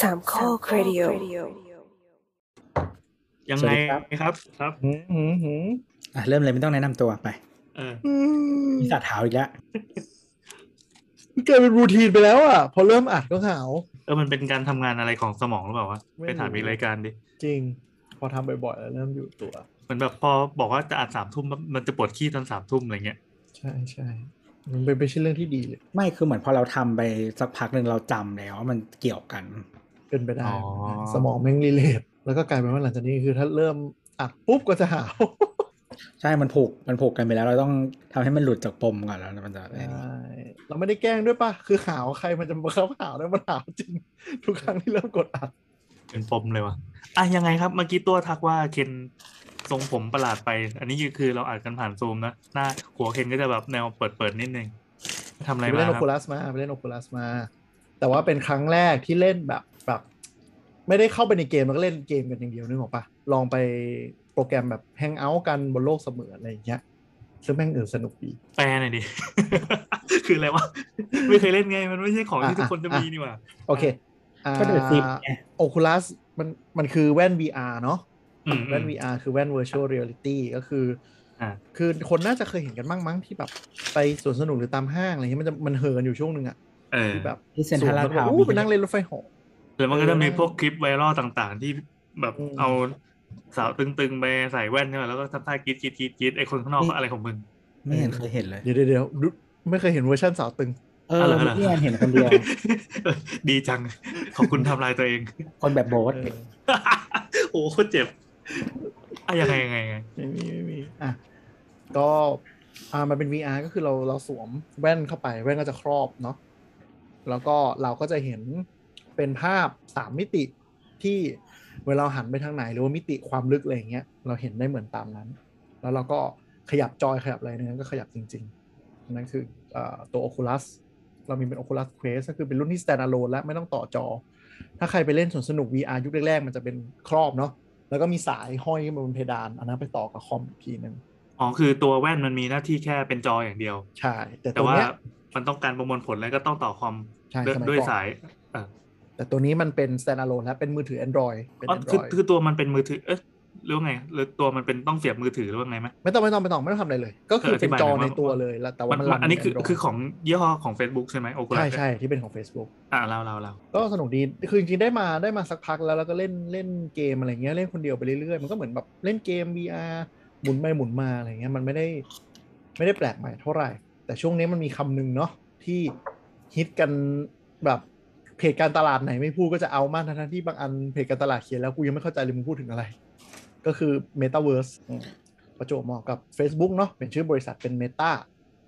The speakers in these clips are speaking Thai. สามข้อครดิโอ ยัง สวั ไง สดีคครับรับครับ หืมหืมหืม อ่ะเริ่มเลยไม่ต้องแนะนำตัวไป เอ อ มีสัตว์หาวอีกแล้ว มันกลายเป็นรูทีนไปแล้วอ่ะ พอเริ่มอัดก็หาว เออมันเป็นการทำงานอะไรของสมองหรือเปล่าวะ ไม่รู้ ไปถามอีกรายการดิ จริง พอทำบ่อยๆแล้วเริ่มอยู่ตัว เหมือนแบบพอบอกว่าจะอัดสามทุ่มมันจะปวดขี้ตอนสามทุ่มอะไรเงี้ย ใช่ใช่มันเป็นไม่ใช่เรื่องที่ดีเลย ไม่คือเหมือนพอเราทำไปสักพักหนึ่งเราจำแล้วว่ามันเกี่ยวกัน เป็นไปได้ สมองแม่งรีเลทแล้วก็กลายเป็นว่าหลังจากนี้คือถ้าเริ่มอัดปุ๊บก็จะหาว ใช่มันผูกมันผูกกันไปแล้ว เราต้องทำให้มันหลุดจากปมก่อนแล้วมันจะ ใช่เราไม่ได้แกล้งด้วยป่ะ คือหาวใครมันจะมาเข้าหาวได้มันหาวจริง ทุกครั้งที่เริ่มกดอัด เป็นปมเลยวะอ่ะยังไงครับเมื่อกี้ตัวทักว่าเคนทรงผมประหลาดไป อันนี้คือเราอัดกันผ่านซูมนะหน้าหัวเคนก็จะแบบแนวเปิดเปิดๆนิดนึงทำอะไร ไป มา เล่น ครัโอบ คูลัสมาไปเล่นโอคูลัสมา แต่ว่าเป็นครั้งแรกที่เล่นแบบแบบ ไม่ได้เข้าไปในเกมแล้วก็เล่นเกมกันอย่างเดียวนึกออกปะลองไปโปรแกรมแบบแฮงเอาท์กันบนโลกเสมือนอะไรอย่างเงี้ยซึ่งแม่งเออสนุกดี แปลหน่อยดิ คืออะไรวะไม่เคยเล่นไง มันไม่ใช่ของที่ทุกคนจะมีนี่หว่า โอเค ก็เดือดซิป โอคูลัสมันมันคือแว่น VR เนาะ อืมอืม แว่น VR คือแว่น Virtual Reality ก็คืออา คือคนน่าจะเคยเห็นกันบ้างมั้งที่แบบไปสวนสนุกหรือตามห้างอะไรเงี้ยมันจะมันเฮอกันอยู่ช่วงหนึ่งอะ เออ ที่แบบ ที่เซ็นทรัลลาดพร้าว โอ้ไปนั่งเล่นรถไฟเหอ แล้วมันก็จะมีพวกคลิปไวรัลต่างๆ ที่แบบ อืม เอาสาวตึงๆไปใส่แว่นใช่ไหมแล้วก็ทำท่ากรีดกรีดกรีดกรีดไอคนข้างนอกก็อะไรของมึง ไม่เห็นเคยเห็นเลย เดี๋ยวเดี๋ยวเดี๋ยวดูไม่เคยเห็นเวอร์ชันสาวตึง เออ เอาเหรอ พี่แอนเห็นคนเดียว ดีจัง ขอบคุณทำลายตัวเอง คนแบบโบส เออ โอ้โคตรเจ็บอะยังไงยังไงยังไง ไม่มีไม่มีอ่ะก็อ่ามันเป็น VR ก็คือเราเราสวมแว่นเข้าไป แว่นก็จะครอบเนาะแล้วก็เราก็จะเห็นเป็นภาพสามมิติที่เวลาเราหันไปทางไหน หรือว่ามิติความลึกอะไรอย่างเงี้ยเราเห็นได้เหมือนตามนั้น แล้วเราก็ขยับจอยขยับอะไรเนี่ยก็ขยับจริงๆอันนั่นคืออ่าตัว Oculus เรามีเป็น Oculus Quest ก็คือเป็นรุ่นที่ standalone และไม่ต้องต่อจอ ถ้าใครไปเล่นสวนสนุก VR ยุคแรกๆ มันจะเป็นครอบเนาะ แล้วก็มีสายห้อยขึ้นมาบนเพดาน อันนั้นไปต่อกับคอมอีกทีหนึ่ง อ๋อคือตัวแว่นมันมีหน้าที่แค่เป็นจออย่างเดียว ใช่ แต่ แต่ ตัว ว่า เนี้ย มันต้องการประมวลผลแล้วก็ต้องต่อคอม ใช่ ด้วย สมัย ด้วย ก่อ สาน ย แต่ตัวนี้มันเป็น standalone แล้วเป็นมือถือ Android เป็น อ๋อคือ Android คือตัวมันเป็นมือถือ เอ๊ะหรือว่าไงหรือตัวมันเป็นต้องเสียบมือถือหรือว่าไงไหม ไม่ต้องไม่ต้องไม่ต้องไม่ต้องทำอะไรเลย ก็คือ เอออธิ เป็น บาย จอ หน่อยว่า ในตัวเลยแล้วแต่ มั ว่านมัน มั รั น น อันนี้คือ ใ Android คือของยี่ห้อของ Facebook ใช่ไหมโอคุ ใช่ใช่ที่เป็นของ Facebook อ่ะเราเราเรา ก็สนุกดี คือจริงๆ ได้มาได้มาสักพักแล้ว แล้วก็เล่นเล่นเกมอะไรเงี้ย เล่นคนเดียวไปเรื่อยๆ มันก็เหมือนแบบเล่นเกม VR หมุนไปหมุนมาอะไรเงี้ย มันไม่ได้ไม่ได้แปลกใหม่เท่าไหร่ แต่ช่วงนี้มันมีคำหนึ่งเนาะที่ฮิตกันแบบเพจการตลาดไหนไม่พูดก็จะเอามากทั้งๆที่บางอันเพจการตลาดเขียนแล้วกูยังไม่เข้าใจเลยมึงพูดถึงอะไร ก็คือ Metaverse อืมประจวบเหมาะกับ Facebook เนาะเป็นชื่อบริษัทเป็น Meta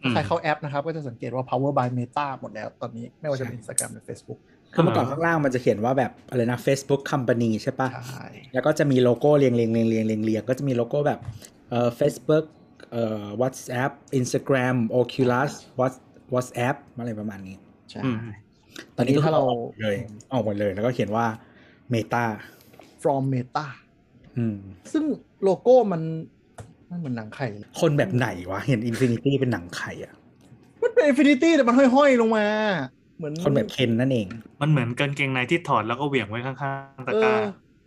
อืม ใครเข้าแอปนะครับก็จะสังเกตว่า Power by Meta หมดแล้วตอนนี้ไม่ว่าจะเป็น Instagram หรือ Facebook คือเมื่อก่อนข้างล่างมันจะเขียนว่าแบบอะไรนะ Facebook Company ใช่ปะ ใช่ แล้วก็จะมีโลโก้เรียงเรียงเรียงเรียงเรียงเรียงก็จะมีโลโก้แบบเอ่อ Facebook เอ่อ WhatsApp Instagram Oculus What WhatsApp อะไรประมาณนี้ ใช่ อืม ตอนนี้ ถ้าเรา ออกเลยออกหมดเลยแล้วก็เขียนว่า Meta from Meta อืม ซึ่งโลโก้มันมันเหมือนหนังไข่เลย คนแบบไหนวะ เห็น Infinity เป็นหนังไข่อะ มันเป็น Infinity แต่มันห้อยๆลงมา เหมือน คนแบบเคนนั่นเอง มันเหมือนกางเกงในที่ถอดแล้วก็เหวี่ยงไว้ข้างๆตะ เอก ร้า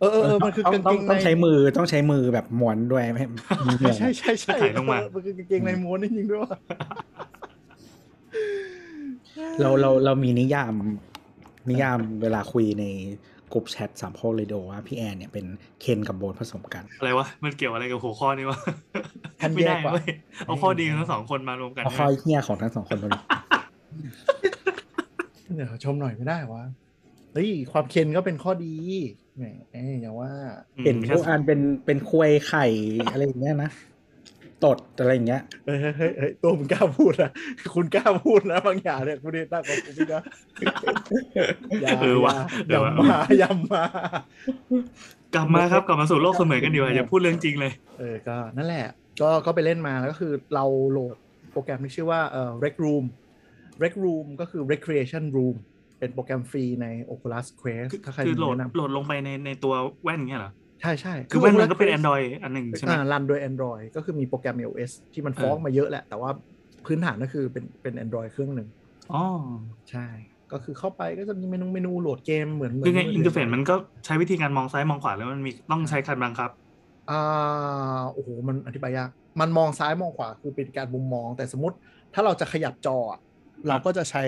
อเออเออเออมันคือ ต้ กาง ต้ เกงใน ต้องใช้มือต้องใช้มือแบบม้วนด้วยไม่ให้มือ ใช่ใช่ใช่ ถ่ายลงมา เออมันคือกางเกงในม้วนจริงๆด้วยว่ะ เราเราเรามีนิยามนิยามเวลาคุยในกลุ่มแชทสามโคกเรดิโอว่าพี่แอนเนี่ยเป็นเคนกับโบนผสมกัน อะไรวะ มันเกี่ยวอะไรกับหัวข้อนี้วะ ท่าน ไม่ แย ได้ กว่ะ เว้ยเอาข้อดีของทั้งสองคนมารวมกัน เอา ใช่ ข้อ ไหม เหี้ยของทั้งสองคนมาดู เดี๋ยวชมหน่อยไม่ได้วะเฮ้ยความเค็นก็เป็นข้อดีแหมอย่าว่า อืม เห็น แค่ ทุกอันเป็นเป็นควยไข่ อะไรอย่างเงี้ยนะ ตดอะไรอย่างเงี้ย เฮ้ยเฮ้ยเฮ้ยเฮ้ยตัวมึงกล้าพูดนะคุณกล้าพูดนะบางอย่างเนี่ยคุณนี่น่ากลัวคุณ นะอย่า เออวะ อ เดี๋ย่าวยะ มาอย่า มา กลับมาครับกลับมาสู่โลกเสมือนกันดีกว่าอย่าพูดเรื่องจริงเลย เออ ก็นั่นแหละ ก็ก็ไปเล่นมาแล้วก็คือเราโหลดโปรแกรมที่ชื่อว่าเอ่อ Rec Room Rec Room ก็คือ Recreation Room เป็นโปรแกรมฟรีใน Oculus Quest คือ ถ้าใคร คือ มี โหลด แนะน โหลดลงไปในในตัวแว่นเงี้ยเหรอ ำใช่ใช่ คือแว่นมันก็เป็น Android อันหนึ่งใช่ไหม อ่ารันโดย Android ก็คือมีโปรแกรม iOS ที่มันฟ้อง เออ มาเยอะแหละ แต่ว่าพื้นฐานก็คือเป็นเป็น Android เครื่องหนึ่ง อ๋อ ใช่ ก็คือเข้าไปก็จะมีเมนูเมนูโหลดเกมเหมือนเหมื คือไง มื อินเทอร์เฟซมันก็ใช้วิธีการมองซ้ายมองขวาแล้วมันมีต้องใช้คันบังคับ อ่าโอ้โหมันอธิบายยาก มันมองซ้ายมองขวาคือเป็นการมุมมอง แต่สมมติถ้าเราจะขยับจออะเราก็จะใช้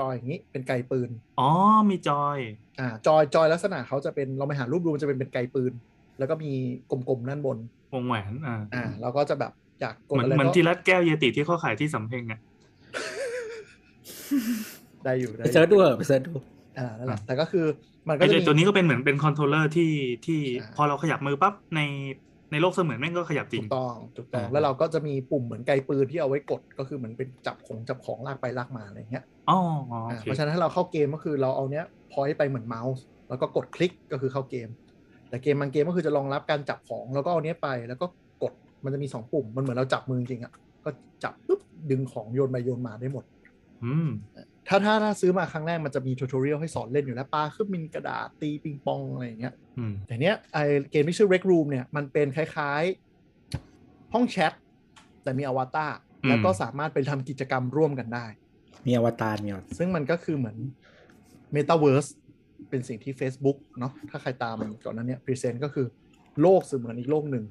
จอยอย่างนี้เป็นไกลปืน อ๋อมีจอย อ่าจอยจอยลักษณะเขาจะเป็นเราไปหารูปดูมันจะเป็นเป็นไกลปืน แล้วก็มีกลมๆด้านบน วงแหวนอ่า อ่า เราก็จะแบบอยากกด เหมือน อะไร เหมือน ก็ ที่รัดแก้วเยติที่เขาขายที่สำเพ็งอ่ะ ได้อยู่ได้ ไป อยู่ เซิร์ชดูเหอะไปเซิร์ชดู อ่านั่นแหละแต่ก็คือมันก็ ไอ้เจ้าจะมี ตัวนี้ก็เป็นเหมือนเป็นคอนโทรลเลอร์ที่ที่ อ่า พอเราขยับมือปั๊บในในโลกเสมือนแม่งก็ขยับจริ ถู ง กต้องถูกต้อง อ่า แล้วเราก็จะมีปุ่มเหมือนไกลปืนที่เอาไว้กดก็คือเหมือนเป็นจับของจับของลากไปลากมาอะไรอย่างเงี้ย อ๋ออ๋อโอ อ่า เค เพราะฉะนั้นถ้าเราเข้าเกมก็คือเราเอาเนี้ยพอยต์ไปเหมือนเมาส์แล้วก็กดคลิกก็คือเข้าเกม แต่เกมบางเกมก็คือจะรองรับการจับของแล้วก็เอาเนี้ยไปแล้วก็กดมันจะมีสองปุ่มมันเหมือนเราจับมือจริงๆอ่ะก็จับปุ๊บดึงของโยนไปโยนมาได้หมด อืม ถ้าถ้าถ้าซื้อมาครั้งแรกมันจะมีทูทอเรียลให้สอนเล่นอยู่แล้วปลาขึ้นมินกระดาษตีปิงปองอะไรอย่างเงี้ย อืม แต่เนี้ยไอเกมที่ชื่อ Rec Room เนี่ยมันเป็นคล้ายๆ ห้องแชท แต่มีอวตารแล้วก็สามารถไปทำกิจกรรมร่วมกันได้ มีอวตารมีอวตาร ซึ่งมันก็คือเหมือน Metaverse เป็นสิ่งที่ Facebook เนาะถ้าใครตามก่อนหนั้นเนี่ยพรีเซนต์ก็คือโลกเสมือนอีกโลกหนึ่ง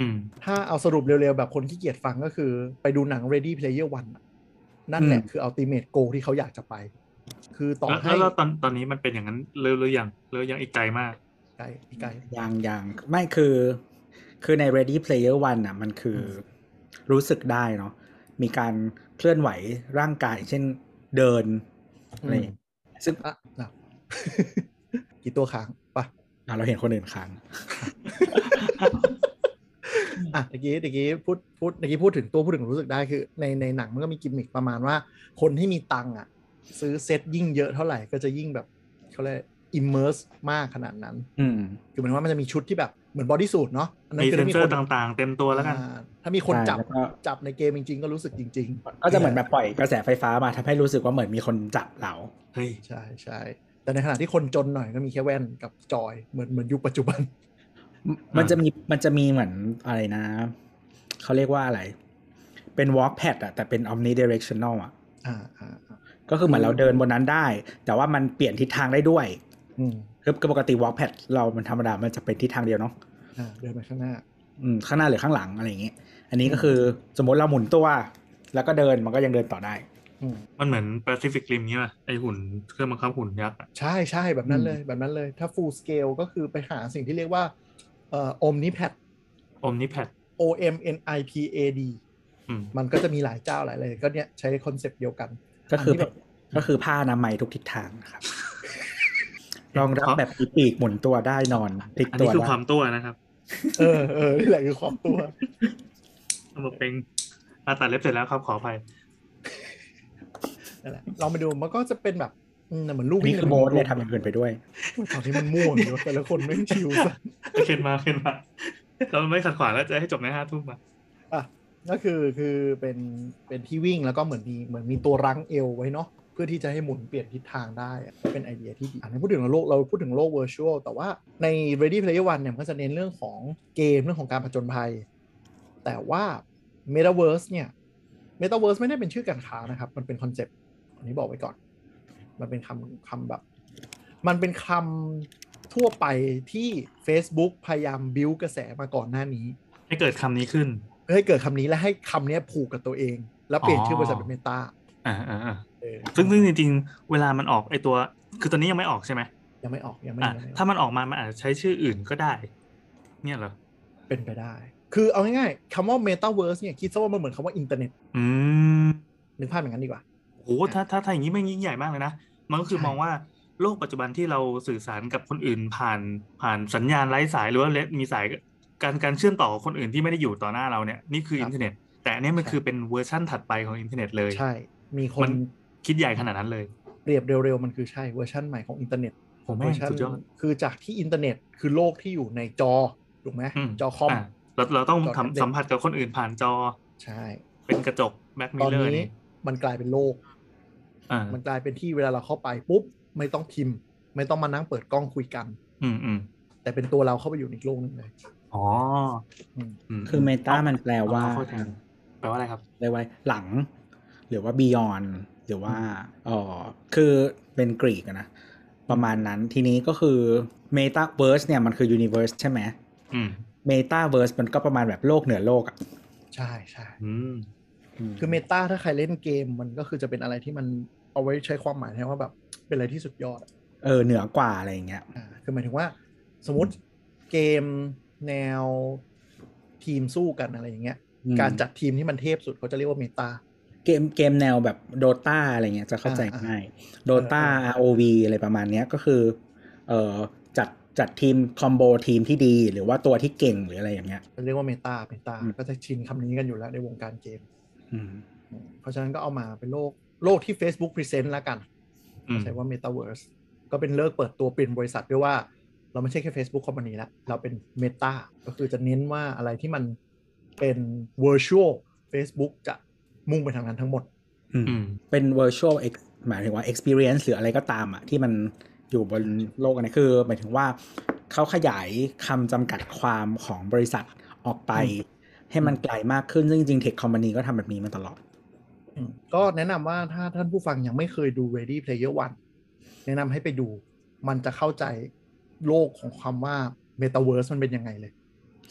อืม ถ้าเอาสรุปเร็วๆ แบบคนขี้เกียจฟังก็คือไปดูหนัง Ready Player One อะนั่นแหละคือ Ultimate Goal ที่เขาอยากจะไป คือต่อ แล้ว ให้ แล้วตอนตอนนี้มันเป็นอย่างนั้นเรือหรือยังเรือยังอีกไกลมาก ไกลไกล อย่างอย่างไม่คือ คือใน Ready Player One อ่ะ มันคืออรู้สึกได้เนาะมีการเคลื่อนไหวร่างกายเช่นเดินอะไรอย่างเงี้ยซึ่ง อ่ะอ่ะ กี่ตัวค้างไปะ อ่ะเราเห็นคนอื่นค้าง อ่ะเมื่อกี้เมื่อกี้พูดพูดเมื่อกี้พูดถึงตัวพูดถึงรู้สึกได้คือ ในในหนังมันก็มีกิมมิคประมาณว่า คนที่มีตังค์อ่ะ ซื้อเซ็ตยิ่งเยอะเท่าไหร่ก็จะยิ่งแบบเขาเรียกอิมเมอร์สมากขนาดนั้น อืม คือหมายความว่ามันจะมีชุดที่แบบเหมือนบอดี้สูทเนาะอันนั้น มี คือ เซน ถ้ามี เซอ ค ร์ น ต่างๆ เต็มตัวแล้วกัน อ่าถ้ามีคน ใช่ จับ แล้วก็ จับในเกมจริง ๆ ก็รู้สึกจริง ๆ ก็จะเหมือนแบบปล่อยกระแสไฟฟ้ามาทำให้รู้สึกว่าเหมือนมีคนจับเรา เฮ้ย ใช่ใช่แต่ในขณะที่คนจนหน่อยก็มีแค่แว่นกับจอยเหมือนเหมือนยุคปัจจุบัน มมันจะมีมันจะมีเหมือนอะไรนะ เขาเรียกว่าอะไร เป็น walk pad อะแต่เป็น omnidirectional อะ อ่าอ่าอ่า ก็คือเหมือนเราเดินบนนั้นได้ แต่ว่ามันเปลี่ยนทิศทางได้ด้วย อืม คือคือปกติ walk pad เรามันธรรมดา มันจะเป็นทิศทางเดียวเนาะ อ่าเดินไปข้างหน้า อืมข้างหน้าหรือข้างหลังอะไรอย่างเงี้ยอันนี้ก็คือสมมติเราหมุนตัว แล้วก็เดินมันก็ยังเดินต่อได้ อืม มันเหมือนแปซิฟิกริมเนี่ยป่ะไอหุ่นเครื่องบังคับหุ่นยักษ์อะ ใช่ใช่แบบนั้นเลยแบบนั้นเลย ถ้า full scale ก็คือไปหาสิ่งที่เรียกว่าเอ่อ omnipad อมนิแพด o m n i p a d อืม มันก็จะมีหลายเจ้าหลายเลย ก็เนี่ยใช้คอนเซปต์เดียวกัน ก็คืออน นี้แบบ ก็คือผ้าอนามัยทุกทิศทางนะครับรองรับแบบมีปีกหมุนตัวได้นอนพลิก อัน ตั นี้ ว คือ ได้ ความตัวนะครับ เออเออนี่แหละคือความตัว เอามาเป็นอาตัดเล็บเสร็จแล้วครับขออภัย นั่นแหละลองไปดูมันก็จะเป็นแบบอืมเหมือนลูก นี่คือโมดเลย ท ทำอย่างอื่นไปด้วย ตอนที่มันม่วงอยู่แต่ละคนไม่งชิวซะ เข็นมาเข็นมา เราไม่ขัดขวางแล้วจะให้จบในห้าทุ่มมา อ่ะก็คือคือเป็นเป็นที่วิ่งแล้วก็เหมือนมีเหมือนมีตัวรั้งเอวไว้เนาะเพื่อที่จะให้หมุนเปลี่ยนทิศทางได้อะก็เป็นไอเดียที่ดีอันนี้พูดถึงโลกเราพูดถึงโลก virtual แต่ว่าใน Ready Player One เนี่ยมันก็จะเน้นเรื่องของเกมเรื่องของการผจญภัย แต่ว่า Metaverse เนี่ย Metaverse ไม่ได้เป็นชื่อการค้านะครับ มันเป็นคอนเซปต์อันนี้บอกไว้ก่อน มันเป็นคำคำแบบ มันเป็นคำทั่วไปที่ Facebook พยายามบิวกระแสมาก่อนหน้านี้ ให้เกิดคำนี้ขึ้น เพื่อให้เกิดคำนี้และให้คำเนี้ยผูกกับตัวเอง แล้วเปลี่ยนชื่อบริษัทเป็นเมตา อ่าอ่าอ่า เออ ซึ่งซึ่งจริงๆ เวลามันออกไอตัว คือตอนนี้ยังไม่ออกใช่ไหม ยังไม่ออกยังไม่ อ่ะ ยังไม่ออก ถ้ามันออกมา มันอาจจะใช้ชื่ออื่นก็ได้ เนี่ยเหรอ เป็นไปได้ คือเอาง่ายๆคำว่า Metaverse เนี่ยคิดซะว่ามันเหมือนคำว่าอินเทอร์เน็ต อืม นึกภาพอย่างนั้นดีกว่า โหถ้าถ้าถ้าอย่างนี้ไม่งยิ่งใหญ่มากเลยนะ มันก็คือ ใช่ มองว่าโลกปัจจุบันที่เราสื่อสารกับคนอื่นผ่านผ่านสัญญาณไร้สายหรือว่าเลมีสายการการเชื่อมต่อกับคนอื่นที่ไม่ได้อยู่ต่อหน้าเราเนี่ยนี่คืออินเทอร์เน็ต แต่อันเนี้ยมันคือเป็นเวอร์ชั่นถัดไปของอินเทอร์เน็ตเลย ใช่ มีค มัน น คิดใหญ่ขนาดนั้นเลย เปรียบเร็วๆ มันคือใช่เวอร์ชันใหม่ของอินเทอร์เน็ต ผม เวอ แม่ง ร์ชัน สุดยอด คือจากที่อินเทอร์เน็ตคือโลกที่อยู่ในจอถูกไหม อืม จอคอม ะเราเราต้อง จอแท็บเล็ต ทำสัมผัสกับคนอื่นผ่านจอ ใช่ เป็นกระจกแบ็กมิ ตอน เลอร์ นี้ นี่ มันกลายเป็นโลก อ่า มันกลายเป็นที่เวลาเราเข้าไปปุ๊บ ไม่ต้องพิมพ์ ไม่ต้องมานั่งเปิดกล้องคุยกัน อืมอืม แต่เป็นตัวเราเข้าไปอยู่ในอีกโลกหนึงเลย อ๋อ อืม อืม คือเมตามันแปลว่า เอเข้แทนแปลว่าอะไรครับ เรียกว่าหลัง หรือว่า Beyond หรือว่าเอ๋อคือเป็นกรีกอะนะ ประมาณนั้นทีนี้ก็คือ Metaverse เนี่ยมันคือ Universe ใช่ไหม อืม Metaverse มันก็ประมาณแบบโลกเหนือโลกอะ ใช่ใช่ อืม ม คือเมตาถ้าใครเล่นเกมมันก็คือจะเป็นอะไรที่มันเอาไว้ใช้ความหมายให้ว่าแบบเป็นอะไรที่สุดยอดอะ เออเหนือกว่าอะไรอย่างเงี้ย อ่าคือหมายถึงว่า สมมติเกมแนวทีมสู้กันอะไรอย่างเงี้ย อืม การจัดทีมที่มันเทพสุดเขาจะเรียกว่าเมตา เกมเกมแนวแบบโดตาอะไรเงี้ยจะเข้าใจ อ่าอ่า ง่ายโดตา เออเออ ROV อะไรประมาณเนี้ยก็คือเออจัดจัดทีมคอมโบทีมที่ดี หรือว่าตัวที่เก่งหรืออะไรอย่างเงี้ย เรียกว่าเมตาเมตา อืม ก็จะชินคำนี้กันอยู่แล้วในวงการเกม อืม อืมเพราะฉะนั้นก็เอามาเป็นโลกโลกที่ Facebook Present แล้วกัน อืม ใช้ว่า Metaverse ก็เป็นเลิกเปิดตัวเป็นบริษัทด้วยว่า เราไม่ใช่แค่ Facebook Company ละเราเป็น Meta ก็คือจะเน้นว่าอะไรที่มันเป็น Virtual Facebook จะมุ่งไปทางนั้นทั้งหมด อืม อืม เป็น virtual ex- หมายถึงว่า experience หรืออะไรก็ตามอะที่มันอยู่บนโลกอันนี้คือ หมายถึงว่าเขาขยายคำจำกัดความของบริษัทออกไป ให้มันไกลมากขึ้นซึ่งจริงๆ tech company ก็ทำแบบนี้มาตลอด อืมก็แนะนำว่าถ้าท่านผู้ฟังยังไม่เคยดู Ready Player One แนะนำให้ไปดู มันจะเข้าใจโลกของความว่า Metaverse มันเป็นยังไงเลย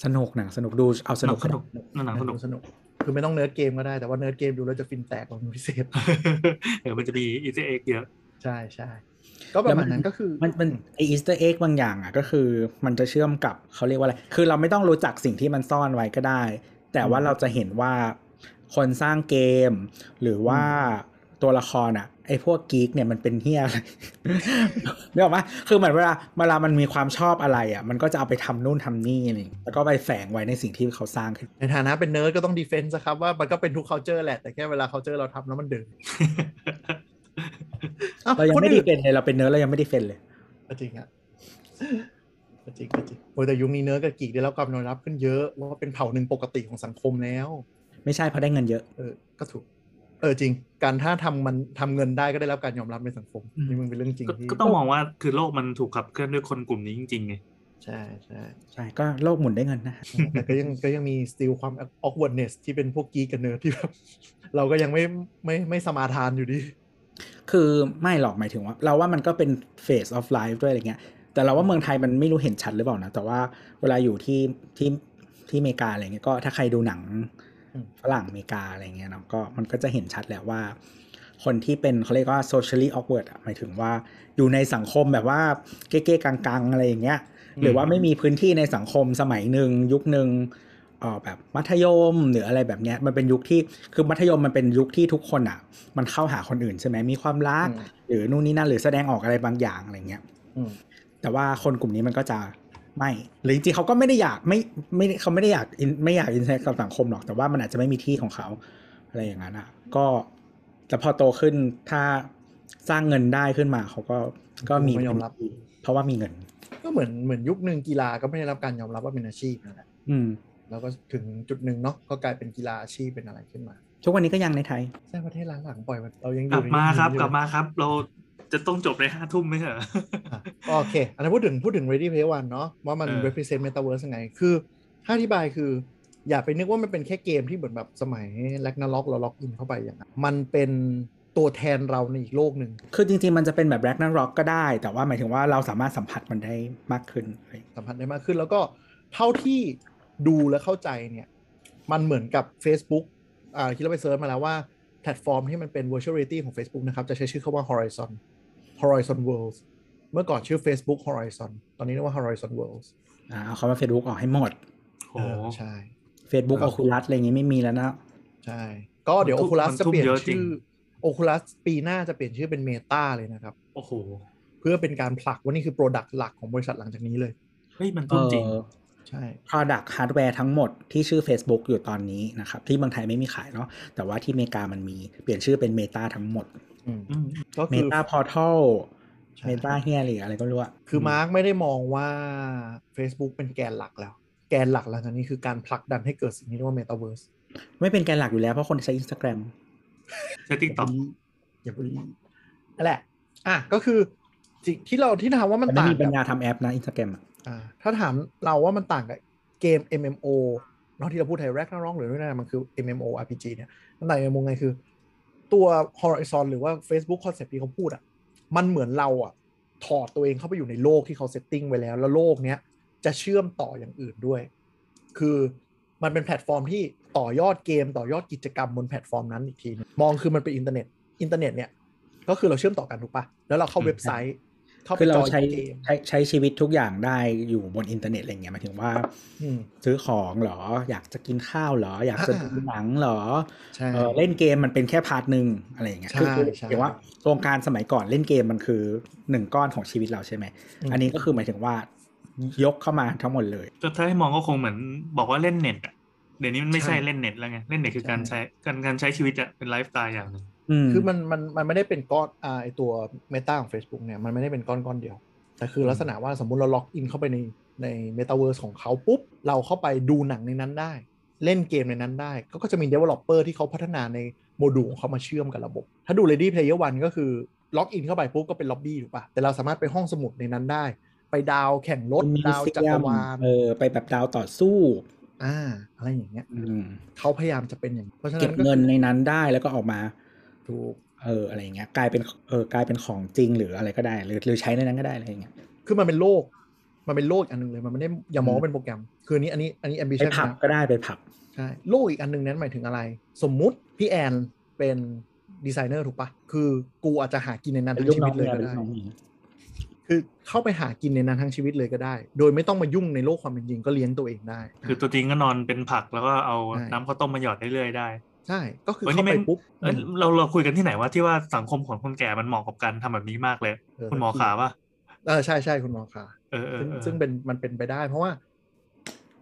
สนุกหนังสนุกดูเอาสนุก สนุก หนังสนุก สนุก คือไม่ต้องเนื้อเกมก็ได้แต่ว่าเนื้อเกมดูแล้วจะฟินแตกกว่า พิเศษ เดี๋ยวมันจะมีอีเจเอ็กเยอะ ใช่ใช่ก็ประมาณนั้นก็คือ มันมันไออีสเตอร์เอ็กบางอย่างอ่ะก็คือมันจะเชื่อมกับเขาเรียกว่าอะไร คือเราไม่ต้องรู้จักสิ่งที่มันซ่อนไว้ก็ได้ แต่ว่าเราจะเห็นว่าคนสร้างเกม หรือว่าตัวละครอ่ะไอพวกกีกเนี่ยมันเป็นเฮียอะไร เรียกว่าคือเหมือนเวลาเวลามันมีความชอบอะไรอ่ะมันก็จะเอาไปทำนู่นทำนี่อะไรอย่างเงี้ยแล้วก็ไปแฝงไว้ในสิ่งที่เขาสร้างขึ้น ในฐานะเป็นเนิร์ดก็ต้องดีเฟนซ์ครับว่ามันก็เป็นทุก culture แหละ แต่แค่เวลา culture เราทำแล้วมันเดินอ้ว เรายัง คน ไม่ อื่ ได้ น เป็นเลยเราเป็นเนื้อเรายังไม่ได้เป็นเลย ก็จริงอ่ะก็จริงก็จริงโอ้ยแต่ยุคนี้เนิร์ดกับกีกได้รับความยอมรับขึ้นเยอะว่าเป็นเผ่าหนึ่งปกติของสังคมแล้ว ไม่ใช่เพราะได้เงินเยอะ เออ ก็ถูก เออจริง การถ้าทำมันทำเงินได้ก็ได้รับการยอมรับในสังคม อืม นี่มันเป็นเรื่องจริง ก็ ที่ ก็ต้องมองว่าคือโลกมันถูกขับเคลื่อนด้วยคนกลุ่มนี้จริงๆไง ใช่ใช่ ใช่ก็โลกหมุนได้เงินนะ แต่ก็ยังก็ยังมีสติลความออกวอร์เนสที่เป็นพวกกีกันเนอร์ที่แบบ เราก็ยังไม่ไม่ไม่สมาทานอยู่ดี คือไม่หรอกหมายถึงว่า เราว่ามันก็เป็น phase of life ด้วยอะไรเงี้ย แต่เราว่าเมืองไทยมันไม่รู้เห็นชัดหรือเปล่านะ แต่ว่าเวลาอยู่ที่ที่ที่อเมริกาอะไรเงี้ยก็ถ้าใครดูหนัง อืม ฝรั่งอเมริกาอะไรเงี้ยเนาะก็มันก็จะเห็นชัดแหละว่า คนที่เป็นเขาเรียกว่า socially awkward อะหมายถึงว่าอยู่ในสังคมแบบว่าเก๊ๆกังๆอะไรอย่างเงี้ย หรือว่าไม่มีพื้นที่ในสังคมสมัยหนึ่งยุคหนึ่งเอ่อแบบมัธยมหรืออะไรแบบเนี้ยมันเป็นยุคที่คือมัธยมมันเป็นยุคที่ทุกคนอ่ะ มันเข้าหาคนอื่นใช่ไหมมีความรัก อืม หรือนู่นนี่นั่นหรือแสดงออกอะไรบางอย่างอะไรเงี้ย แต่ว่าคนกลุ่มนี้มันก็จะไม่หรือจริงๆเขาก็ไม่ได้อยากไม่ไม่เขาไม่ได้อยาก in- ไม่อยากอินเทอร์กับสังคมหรอกแต่ว่ามันอาจจะไม่มีที่ของเขาอะไรอย่างนั้นอ่ะ ก็แต่พอโตขึ้นถ้าสร้างเงินได้ขึ้นมาเขาก็ก็มี ไม่ยอมรับ เพราะว่ามีเงิน ก็เหมือนเหมือนยุคหนึ่งกีฬาก็ไม่ได้รับการยอมรับว่าเป็นอาชีพนั่นแหละ อืม แล้วก็ถึงจุดหนึ่งเนาะก็กลายเป็นกีฬาอาชีพเป็นอะไรขึ้นมา ทุกวันนี้ก็ยังในไทย ใช่ประเทศล้างหลังปล่อยมันเรายังอก ลั ยู่ บ ใน มาครับ นี้อก ยู่ ลับมาครับ เราจะต้องจบในห้าทุ่มไหมเหรอ อ่ะโอเค อันนั้นพูดถึงพูดถึง Ready Player One เนาะว่ามัน เออ represent metaverse ยังไงคือถ้าอธิบายคือ อย่าไปนึกว่ามันเป็นแค่เกมที่เหมือนแบบสมัย Ragnarok เราล็อกอินเข้าไปอย่างนั้นมันเป็นตัวแทนเราในอีกโลกหนึ่ง คือจริงๆ มันจะเป็นแบบแร็กนักร็อกก็ได้ แต่ว่าหมายถึงว่าเราสามารถสัมผัสมันได้มากขึ้น สัมผัสได้มากขึ้นแล้วก็เท่าที่ดูและเข้าใจเนี่ย มันเหมือนกับ Facebook อ่าคิดเราไปเซิร์ชมาแล้วว่าแพลตฟอร์มที่มันเป็น virtual reality ของ Facebook นะครับ จะใช้ชื่อคาว่า horizon horizon worlds เมื่อก่อนชื่อ Facebook horizon ตอนนี้เรียกว่า horizon worlds อ่าเอาเขามา Facebook ออกให้หมด โอ้โห เออใช่ Facebook ครับ Oculus อะไรอย่างงี้ไม่มีแล้วนะ ใช่ ก็เดี๋ยว มันทุ่ม Oculus มัน จะ ทุ่ม เปลี่ยน เยอะจริง ชื่อ Oculus ปีหน้าจะเปลี่ยนชื่อเป็น Meta เลยนะครับ โอ้โห เพื่อเป็นการผลักว่านี่คือ Product หลักของบริษัทหลังจากนี้เลย เฮ้ยมัน เอ ทุ่มจริง อ ใช่ Product Hardware ทั้งหมดที่ชื่อ Facebook อยู่ตอนนี้นะครับ ที่เมืองไทยไม่มีขายเนาะแต่ว่าที่อเมริกามันมีเปลี่ยนชื่อเป็น Meta ทั้งหมด อืม อืม ก็คือ Meta Portal ใช่ Meta เฮียหรืออะไรก็ไม่รู้อะ คือ ม มาร์กไม่ได้มองว่า Facebook เป็นแกนหลักแล้ว แกนหลักหลังจากนี้คือการผลักดันให้เกิดสิ่งที่เรียกว่า Metaverse ไม่เป็นแกนหลักอยู่แล้วเพราะคนใช้ Instagram ใช้ติ๊กต็อก อย่าไปรีบนั่นแหละ อ่ะ ก็คือสิ่งที่เราที่ถามว่ามัน แต่ไม่ ต่าง มีปั กั ญ บ ญาทำแอปนะ Instagram อะ อ่าถ้าถามเราว่ามันต่างกับเกม MMO เนอะที่เราพูดไทยแรกน้องหรือเรื่องอะไรมันคือ MMO RPG เนี่ยมันต่างกับ MMO ไงคือ ตัว Horizon หรือว่า Facebook Concept ที่เขาพูดอ่ะ มันเหมือนเราอ่ะ ถอดตัวเองเข้าไปอยู่ในโลกที่เขาเซตติ้งไว้แล้ว แล้วโลกเนี้ยจะเชื่อมต่ออย่างอื่นด้วย คือมันเป็นแพลตฟอร์มที่ต่อยอดเกมต่อยอดกิจกรรมบนแพลตฟอร์มนั้นอีกทีนึงมองคือมันเป็นอินเทอร์เน็ต อินเทอร์เน็ตเนี่ย ก็คือเราเชื่อมต่อกันถูกปะแล้วเราเข้าเว็บไซต์ เข้าไป คือ จ เรา อย ใช้ เกม ใช้ใช้ชีวิตทุกอย่างได้อยู่บนอินเทอร์เน็ตอะไรเงี้ยหมายถึงว่า อืม ซื้อของเหรอ อยากจะกินข้าวเหรอ อยากจะ อ่า ดูหนังเหรอ ใช่ เออเล่นเกมมันเป็นแค่พาร์ทหนึ่งอะไรอย่างเงี้ย ใช่ คื ใช่ อย่างว่าโครงการสมัยก่อนเล่นเกมมันคือหนึ่งก้อนของชีวิตเราใช่ไหม อืม อันนี้ก็คือหมายถึงว่ายกเข้ามาทั้งหมดเลย จะถ้าให้มองก็คงเหมือนบอกว่าเล่นเน็ตอะเดี๋ยวนี้มันไม่ใช่ ใช่ เล่นเน็ตแล้วไง เล่นเน็ตคือการใช้การการใช้ชีวิตอะเป็นไลฟ์สไตล์อย่างหนึ่ง อืม คือมันมันมันไม่ได้เป็นก้อนอ่าไอตัวเมตาของ Facebook เนี่ยมันไม่ได้เป็นก้อนก้อนเดียว แต่คือลักษณะว่าสมมุติเราล็อกอินเข้าไปในในเมตาเวิร์สของเขาปุ๊บ เราเข้าไปดูหนังในนั้นได้ เล่นเกมในนั้นได้ก็ก็จะมี Developer ที่เขาพัฒนาในโมดูลของเขามาเชื่อมกับระบบ ถ้าดู Ready Player One ก็คือล็อกอินเข้าไปปุ๊บก็เป็นล็อบบี้ถูกปะแต่เราสามารถไปห้องสมุดในนั้นได้ ไปดาวแข่งรถ มิว ดาว เซี จัก ย ร ม วาล เออไปแบบดาวต่อสู้ อ่าอะไรอย่างเงี้ย อืม เขาพยายามจะเป็นอย่างนี้เพราะฉะ เก็ นั้ บ นก็ เงินในนั้นได้แล้วก็ออกมา ถูก เอออะไรอย่างเงี้ยกลายเป็นเออกลายเป็นของจริงหรืออะไรก็ได้ หรือหรือใช้ในนั้นก็ได้อะไรอย่างเงี้ย คือมันเป็นโลก มันเป็นโลกอีกอันหนึ่งเลย มันไม่ได้อย่ามอง อืม ว่าเป็นโปรแกรม คืออันนี้อันนี้อันนี้ ไป ambition ผับ นะ ก็ได้ไปผับ ใช่ โลกอีกอันหนึ่งนั้นหมายถึงอะไร สมมุติพี่แอนเป็นดีไซเนอร์ถูกปะ คือกูอาจจะหากินในนั้นทั้งชีวิตเลยก็ได้ คือเข้าไปหากินในนั้นทั้งชีวิตเลยก็ได้ โดยไม่ต้องมายุ่งในโลกความเป็นจริงก็เลี้ยงตัวเองได้ คือตัวจริงก็นอนเป็นผักแล้วก็เอา ใช่ น้ำข้าวต้มมาหยอดเรื่อยๆได้ ใช่ ก็คือ เฮ้ยนี่ เข้า แม่ ไป ง ปุ๊บ เอ้ยเราเราคุยกันที่ไหนว่าที่ว่าสังคมของคนแก่มันเหมาะกับการทำแบบนี้มากเลย เ คุณหมอขาป่ะ เออใช่ใช่คุณหมอขา เออเออ ซึ่ง เออ ซึ่งเป็นมันเป็นไปได้ เพราะว่า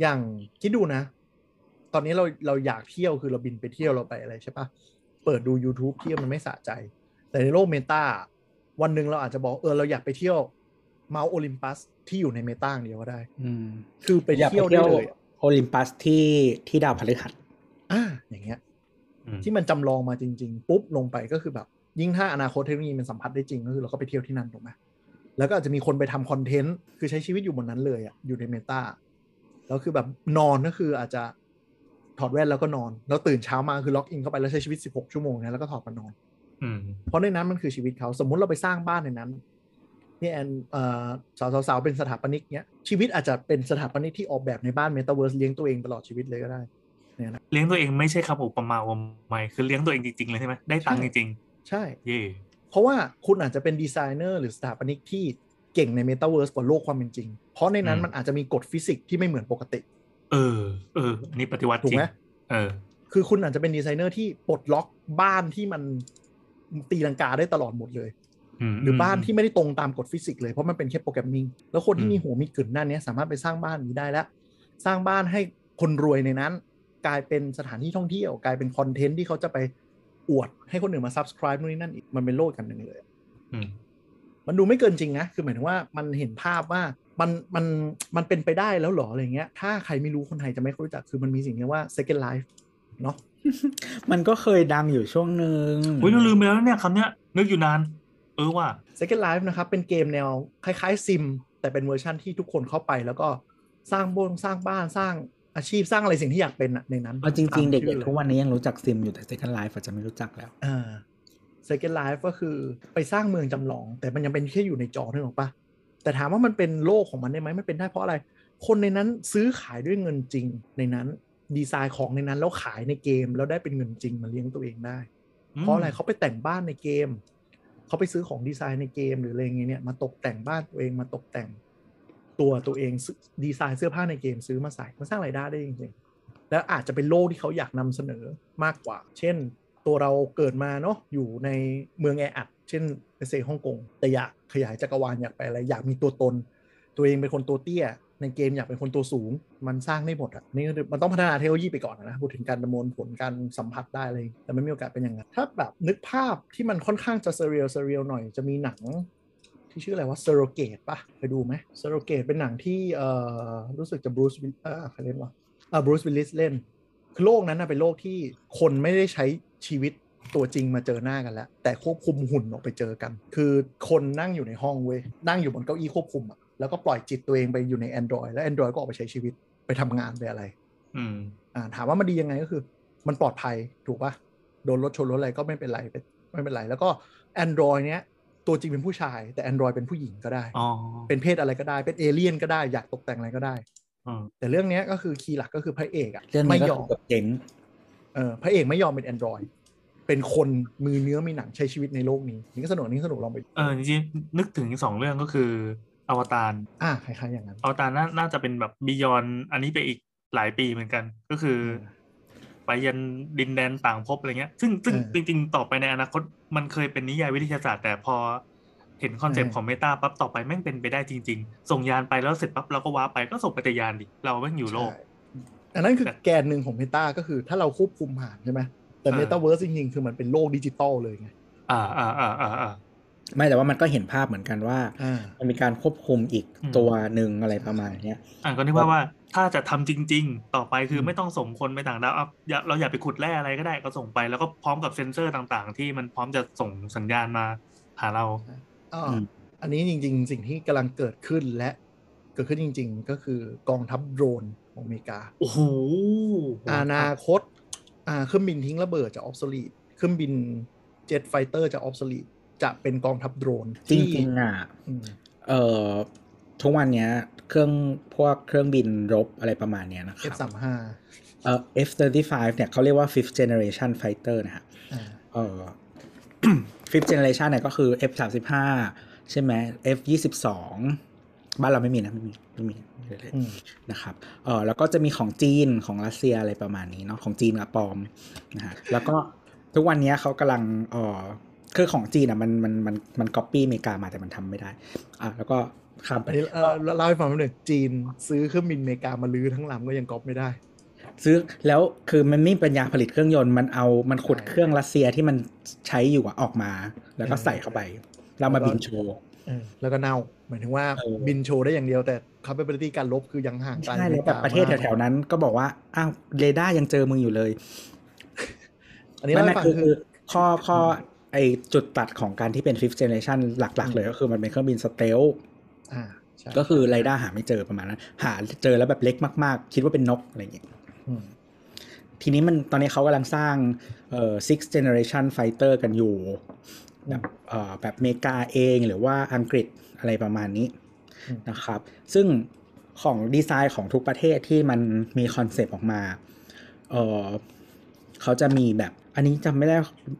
อย่างคิดดูนะ ตอนนี้เราเราอยากเที่ยวคือเราบินไปเที่ยวเราไปอะไรใช่ปะเปิดดู YouTube เที่ยวมันไม่สะใจ แต่ในโลกเมตาวันหนึ่งเราอาจจะบอกเออเราอยากไปเที่ยวเมาส์โอลิมปัสที่อยู่ในเมตาอย่างเดียวก็ได้ อืม คือไป อยากไป เที่ยวได้ เที่ยว เลย โอลิมปัสที่ที่ดาวพฤหัส อ่าอย่างเงี้ย อืม ที่มันจำลองมาจริง ๆ ปุ๊บ ลงไปก็คือแบบ ยิ่งถ้าอนาคตเทคโนโลยีมันสัมผัสได้จริงก็คือเราก็ไปเที่ยวที่นั่นถูกไหมแล้วก็อาจจะมีคนไปทำคอนเทนต์ คือใช้ชีวิตอยู่บนนั้นเลยอะอยู่ในเมตาแล้วคือแบบนอนก็คืออาจจะถอดแว่นแล้วก็นอน แล้วตื่นเช้ามาคือล็อกอินเข้าไปแล้วใช้ชีวิต 16 ชั่วโมงเนะแล้วก็ถอดมานอน อืม เพราะในนั้นมันคือชีวิตเขาสมมุติเราไปสร้างบ้านในนั้นนี่แอนเอ่อสาวสาวๆเป็นสถาปนิกเนี้ยชีวิตอาจจะเป็นสถาปนิกที่ออกแบบในบ้านเมตาเวิร์สเลี้ยงตัวเองตลอดชีวิตเลยก็ได้ เลี้ยงตัวเองไม่ใช่คำอุปมาอุปไมยคือเลี้ยงตัวเองจริงๆเลยใช่ไหมได้ตังค์จริง ใช่ ๆเย่ เพราะว่าคุณอาจจะเป็นดีไซเนอร์หรือสถาปนิกที่เก่งในเมตาเวิร์สกว่าโลกความเป็นจริง เพราะในนั้นมันอาจจะมีกฎฟิสิกส์ที่ไม่เหมือนปกติ เออ เอออันนี้ปฏิวัติ ถูก จริง ไหม เออ คือคุณอาจจะเป็นดีไซเนอร์ที่ปลดล็อกบ้านที่มันตีลังกาได้ตลอดหมดเลย ม หรืออ ม บ้านที่ไม่ได้ตรงตามกฎฟิสิกส์เลย เพราะมันเป็นแค่โปรแกรมมิ่ง แล้วคนที่มีหัวมีกึ่นหน้าเนี้ยสามารถไปสร้างบ้านนี้ได้แล้ว สร้างบ้านให้คนรวยในนั้น กลายเป็นสถานที่ท่องเที่ยว กลายเป็นคอนเทนต์ที่เขาจะไปอวดให้คนอื่นมา subscribe นู่นนี่นั่นอีกมันเป็นโลกกันหนึ่งเลย อืม มันดูไม่เกินจริงนะ คือหมายถึงว่ามันเห็นภาพว่ามันมันมันเป็นไปได้แล้วเหรออะไรเงี้ย ถ้าใครไม่รู้คนไทยจะไม่ค่อยรู้จัก คือมันมีสิ่งเรียกว่า second life เนาะ มันก็เคยดังอยู่ช่วงหนึ่ง อุ้ยเราลืมไปแล้วเนี่ยคำเนี้ยนึกอยู่นาน เออว่ะ second life นะครับ เป็นเกมแนวคล้ายๆซิม แต่เป็นเวอร์ชั่นที่ทุกคนเข้าไป แล้วก็สร้างบ้านสร้างบ้านสร้างอาชีพสร้างอะไรสิ่งที่อยากเป็นอะในนั้น เอาจริง ๆ ตามชื่ เด็ อกล ๆ ย ทุกวันนี้ยังรู้จักซิมอยู่แต่ Second Life อาจจะไม่รู้จักแล้ว อ่า second life ก็คือไปสร้างเมืองจำลอง แต่มันยังเป็นแค่อยู่ในจอนึกออกปะแต่ถามว่ามันเป็นโลกของมันได้ไหมมันเป็นได้เพราะอะไร คนในนั้นซื้อขายด้วยเงินจริงในนั้น ดีไซน์ของในนั้นแล้วขายในเกม แล้วได้เป็นเงินจริงมาเลี้ยงตัวเองได้ เพราะอะไรเขาไปแต่งบ้านในเกม เขาไปซื้อของดีไซน์ในเกมหรืออะไรอย่างเงี้ยเนี่ยมาตกแต่งบ้านตัวเองมาตกแต่ง ตัวตัวเองซื้อดีไซน์เสื้อผ้าในเกมซื้อมาใส่มันสร้างรายได้ได้จริงๆแล้วอาจจะเป็นโลกที่เขาอยากนำเสนอมากกว่า เช่น ตัวเราเกิดมาเนาะอยู่ในเมืองแออัดเช่นในเซฮ่องกงแต่อยากขยายจักรวาลอยากไปอะไรอยากมีตัวตน ตัวเองเป็นคนตัวเตี้ย ในเกมอยากเป็นคนตัวสูง มันสร้างได้หมดอ่ะนี่ก็คือมันต้องพัฒนาเทคโนโลยีไปก่อนอะนะพูดถึงการประมวลผลการสัมผัสได้อะไรแต่ไม่มีโอกาสเป็นอย่างนั้น ถ้าแบบนึกภาพที่มันค่อนข้างจะเซเรียลเซเรียลหน่อยจะมีหนัง ที่ชื่ออะไรว่าเซโรเกตปะเคยดูไหมเซโรเกตเป็นหนังที่เอ่อรู้สึกจะบรูซวิลเออใครเล่นวะอ่าบรูซวิลลิสเล่น คือโลกนั้นนะเป็นโลกที่คนไม่ได้ใช้ชีวิตตัวจริงมาเจอหน้ากันแล้ว แต่ควบคุมหุ่นออกไปเจอกัน คือคนนั่งอยู่ในห้องเว้ยนั่งอยู่บนเก้าอี้ควบคุมอะแล้วก็ปล่อยจิตตัวเองไปอยู่ใน Android แล้ว Android ก็ออกไปใช้ชีวิตไปทำงานไปอะไร อืม อ่าถามว่ามันดียังไงก็คือ มันปลอดภัยถูกปะ โดนรถชนรถอะไรก็ไม่เป็นไรไม่เป็นไร แล้วก็ Android เนี้ยตัวจริงเป็นผู้ชาย แต่ Android เป็นผู้หญิงก็ได้ อ๋อ เป็นเพศอะไรก็ได้เป็นเอเลี่ยนก็ได้อยากตกแต่งอะไรก็ได้ อืม แต่เรื่องเนี้ยก็คือคีย์หลักก็คือพระเอกอะ เรื่อง ไม่ นี้ก็ ยอม ถูกกับเจ๋ง เออพระเอกไม่ยอมเป็น Android เป็นคนมือเนื้อมีหนังใช้ชีวิตในโลกนี้นี่ก็สนุกนี่ก็สนุกลองไปดู เออจริงๆนึกถึงสองเรื่องก็คืออวตาร อ่าคล้ายๆอย่างนั้น อวตารน่าน่าจะเป็นแบบบียอนอันนี้ไปอีกหลายปีเหมือนกัน ก็คือ ม ไปยันดินแดนต่างภพอะไรเงี้ย ซึ่งซึ่ง เออ จริง ๆ ต่อไปในอนาคตมันเคยเป็นนิยายวิทยาศาสตร์ แต่พอเห็นคอนเซปต์ เออ ของเมตาปั๊บต่อไปแม่งเป็นไปได้จริง ๆ ส่งยานไปแล้วเสร็จปั๊บเราก็ว้าไปก็ส่งไปแต่ยานดิเราแม่งอยู่โลก ใช่อันนั้นคือ แต่ แกนหนึ่งของเมตาก็คือถ้าเราควบคุมผ่านใช่ไหมแต่ อ่า เมตาเวิร์สจริงๆ คือมันเป็นโลกดิจิตอลเลยไง อ่าอ่าอ่าอ่าอ่า ไม่แต่ว่ามันก็เห็นภาพเหมือนกันว่า อ่า มันมีการควบคุมอีก อืม ตัวหนึ่งอะไรประมาณเนี้ย อ่าก็นึกว่าว่าถ้าจะทำจริง ๆ ต่อไปคืออ ม ไม่ต้องส่งคนไปต่างดาวเอาอย่าเราอย่าไปขุดแร่อะไรก็ได้ก็ส่งไปแล้วก็พร้อมกับเซ็นเซอร์ต่างๆ ที่มันพร้อมจะส่งสัญญาณมาหาเรา อ่า อืม อันนี้จริงๆ สิ่งที่กำลังเกิดขึ้นและเกิดขึ้นจริง ๆ ก็คือกองทัพโดรนของอเมริกา โอ้โห อนาคตอ่าเครื่องบินทิ้งระเบิดจะออฟโซลีตเครื่องบินเจ็ตไฟเตอร์จะออฟโซลีตจะเป็นกองทัพโดรน จ ที่ ริงๆอ่ะ อืม เอ่อทุกวันเนี้ย เครื่องพวกเครื่องบินรบอะไรประมาณเนี้ยนะครับ F35 เอ่อ F35 เนี่ยเขาเรียกว่า fifth generation fighter นะฮะ อ่า เอ่ อ fifth generation เนี่ยก็คือ F35 ใช่ไหม F22 บ้านเราไม่มีนะไม่มีไม่มีไม่มีเลย อืม นะครับเอ่อแล้วก็จะมีของจีนของรัสเซียอะไรประมาณนี้เนาะของจีนกับปลอมนะฮะแล้วก็ทุกวันเนี้ยเขากำลังเอ่อคือของจีนอ่ะมันมันมันมันก๊อปปี้อเมริกามาแต่มันทำไม่ได้อ่ะแล้วก็ข้ามไป อันนี้เอ่อเล่าให้ฟังนิดหนึ่งจีนซื้อเครื่องบินอเมริกามาลื้อทั้งลำก็ยังก๊อปไม่ได้ ซื้อแล้วคือมันไม่มีปัญญาผลิตเครื่องยนต์มันเอามันขุด ใช่ เครื่องรัสเซียที่มันใช้อยู่อะออกมา แล้วก็ เออ ใส่เข้าไป เรามา แล้วก็ บินโชว์ เออแล้วก็เน่าหมายถึงว่า เออ บินโชว์ได้อย่างเดียวแต่ capability การลบคือยังห่างไกล ใช่แล้วแบบประเทศ มาก แถวๆนั้นก็บอกว่า อ้าวเรดาร์ยังเจอมึงอยู่เลย อันนี้ ไม่ เล่า ไม่ ให้ฟัง คือ คื คือ อข้อข้อไอจุดตัดของการที่เป็น fifth generation หลัก อื ๆ ม เลยก็คือมันเป็นเครื่องบินสเตลท์ อ่าใช่ ก็คือเรดาร์หาไม่เจอประมาณนั้นหาเจอแล้วแบบเล็กมากๆ คิดว่าเป็นนกอะไรอย่างเงี้ย ม ทีนี้มันตอนนี้เขากำลังสร้างเอ่อ six generation fighter กันอยู่ แบบเอ่อแบบอเมริกาเองหรือว่าอังกฤษอะไรประมาณนี้นะครับ ซึ่งของดีไซน์ของทุกประเทศที่มันมีคอนเซปต์ออกมาเอ่อเขาจะมีแบบอันนี้จำไม่ได้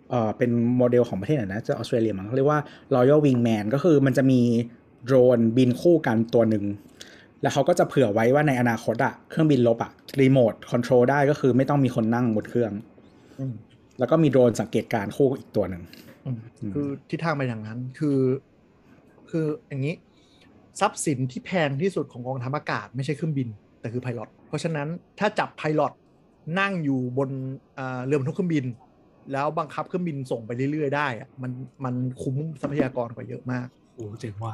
เอ่อเป็นโมเดลของประเทศไหนนะจะออสเตรเลียมั้งเขาเรียกว่า Royal Wingman ก็คือมันจะมีโดรนบินคู่กันตัวหนึ่ง แล้วเขาก็จะเผื่อไว้ว่าในอนาคตอะเครื่องบินลบอะรีโมทคอนโทรลได้ก็คือไม่ต้องมีคนนั่งบนเครื่อง อืม แล้วก็มีโดรนสังเกตการณ์คู่อีกตัวหนึ่ง อืม อืม คือทิศทางไปอย่างนั้นคือ คืออย่างนี้ ทรัพย์สินที่แพงที่สุดของกองทัพอากาศไม่ใช่เครื่องบิน แต่คือไพลอตเพราะฉะนั้นถ้าจับไพลอตนั่งอยู่บนอ่าเรือบรรทุกเครื่องบิน แล้วบังคับเครื่องบินส่งไปเรื่อยๆได้อะมันมันคุ้มทรัพยากรกว่าเยอะมาก โอ้โหเจ๋งว่ะ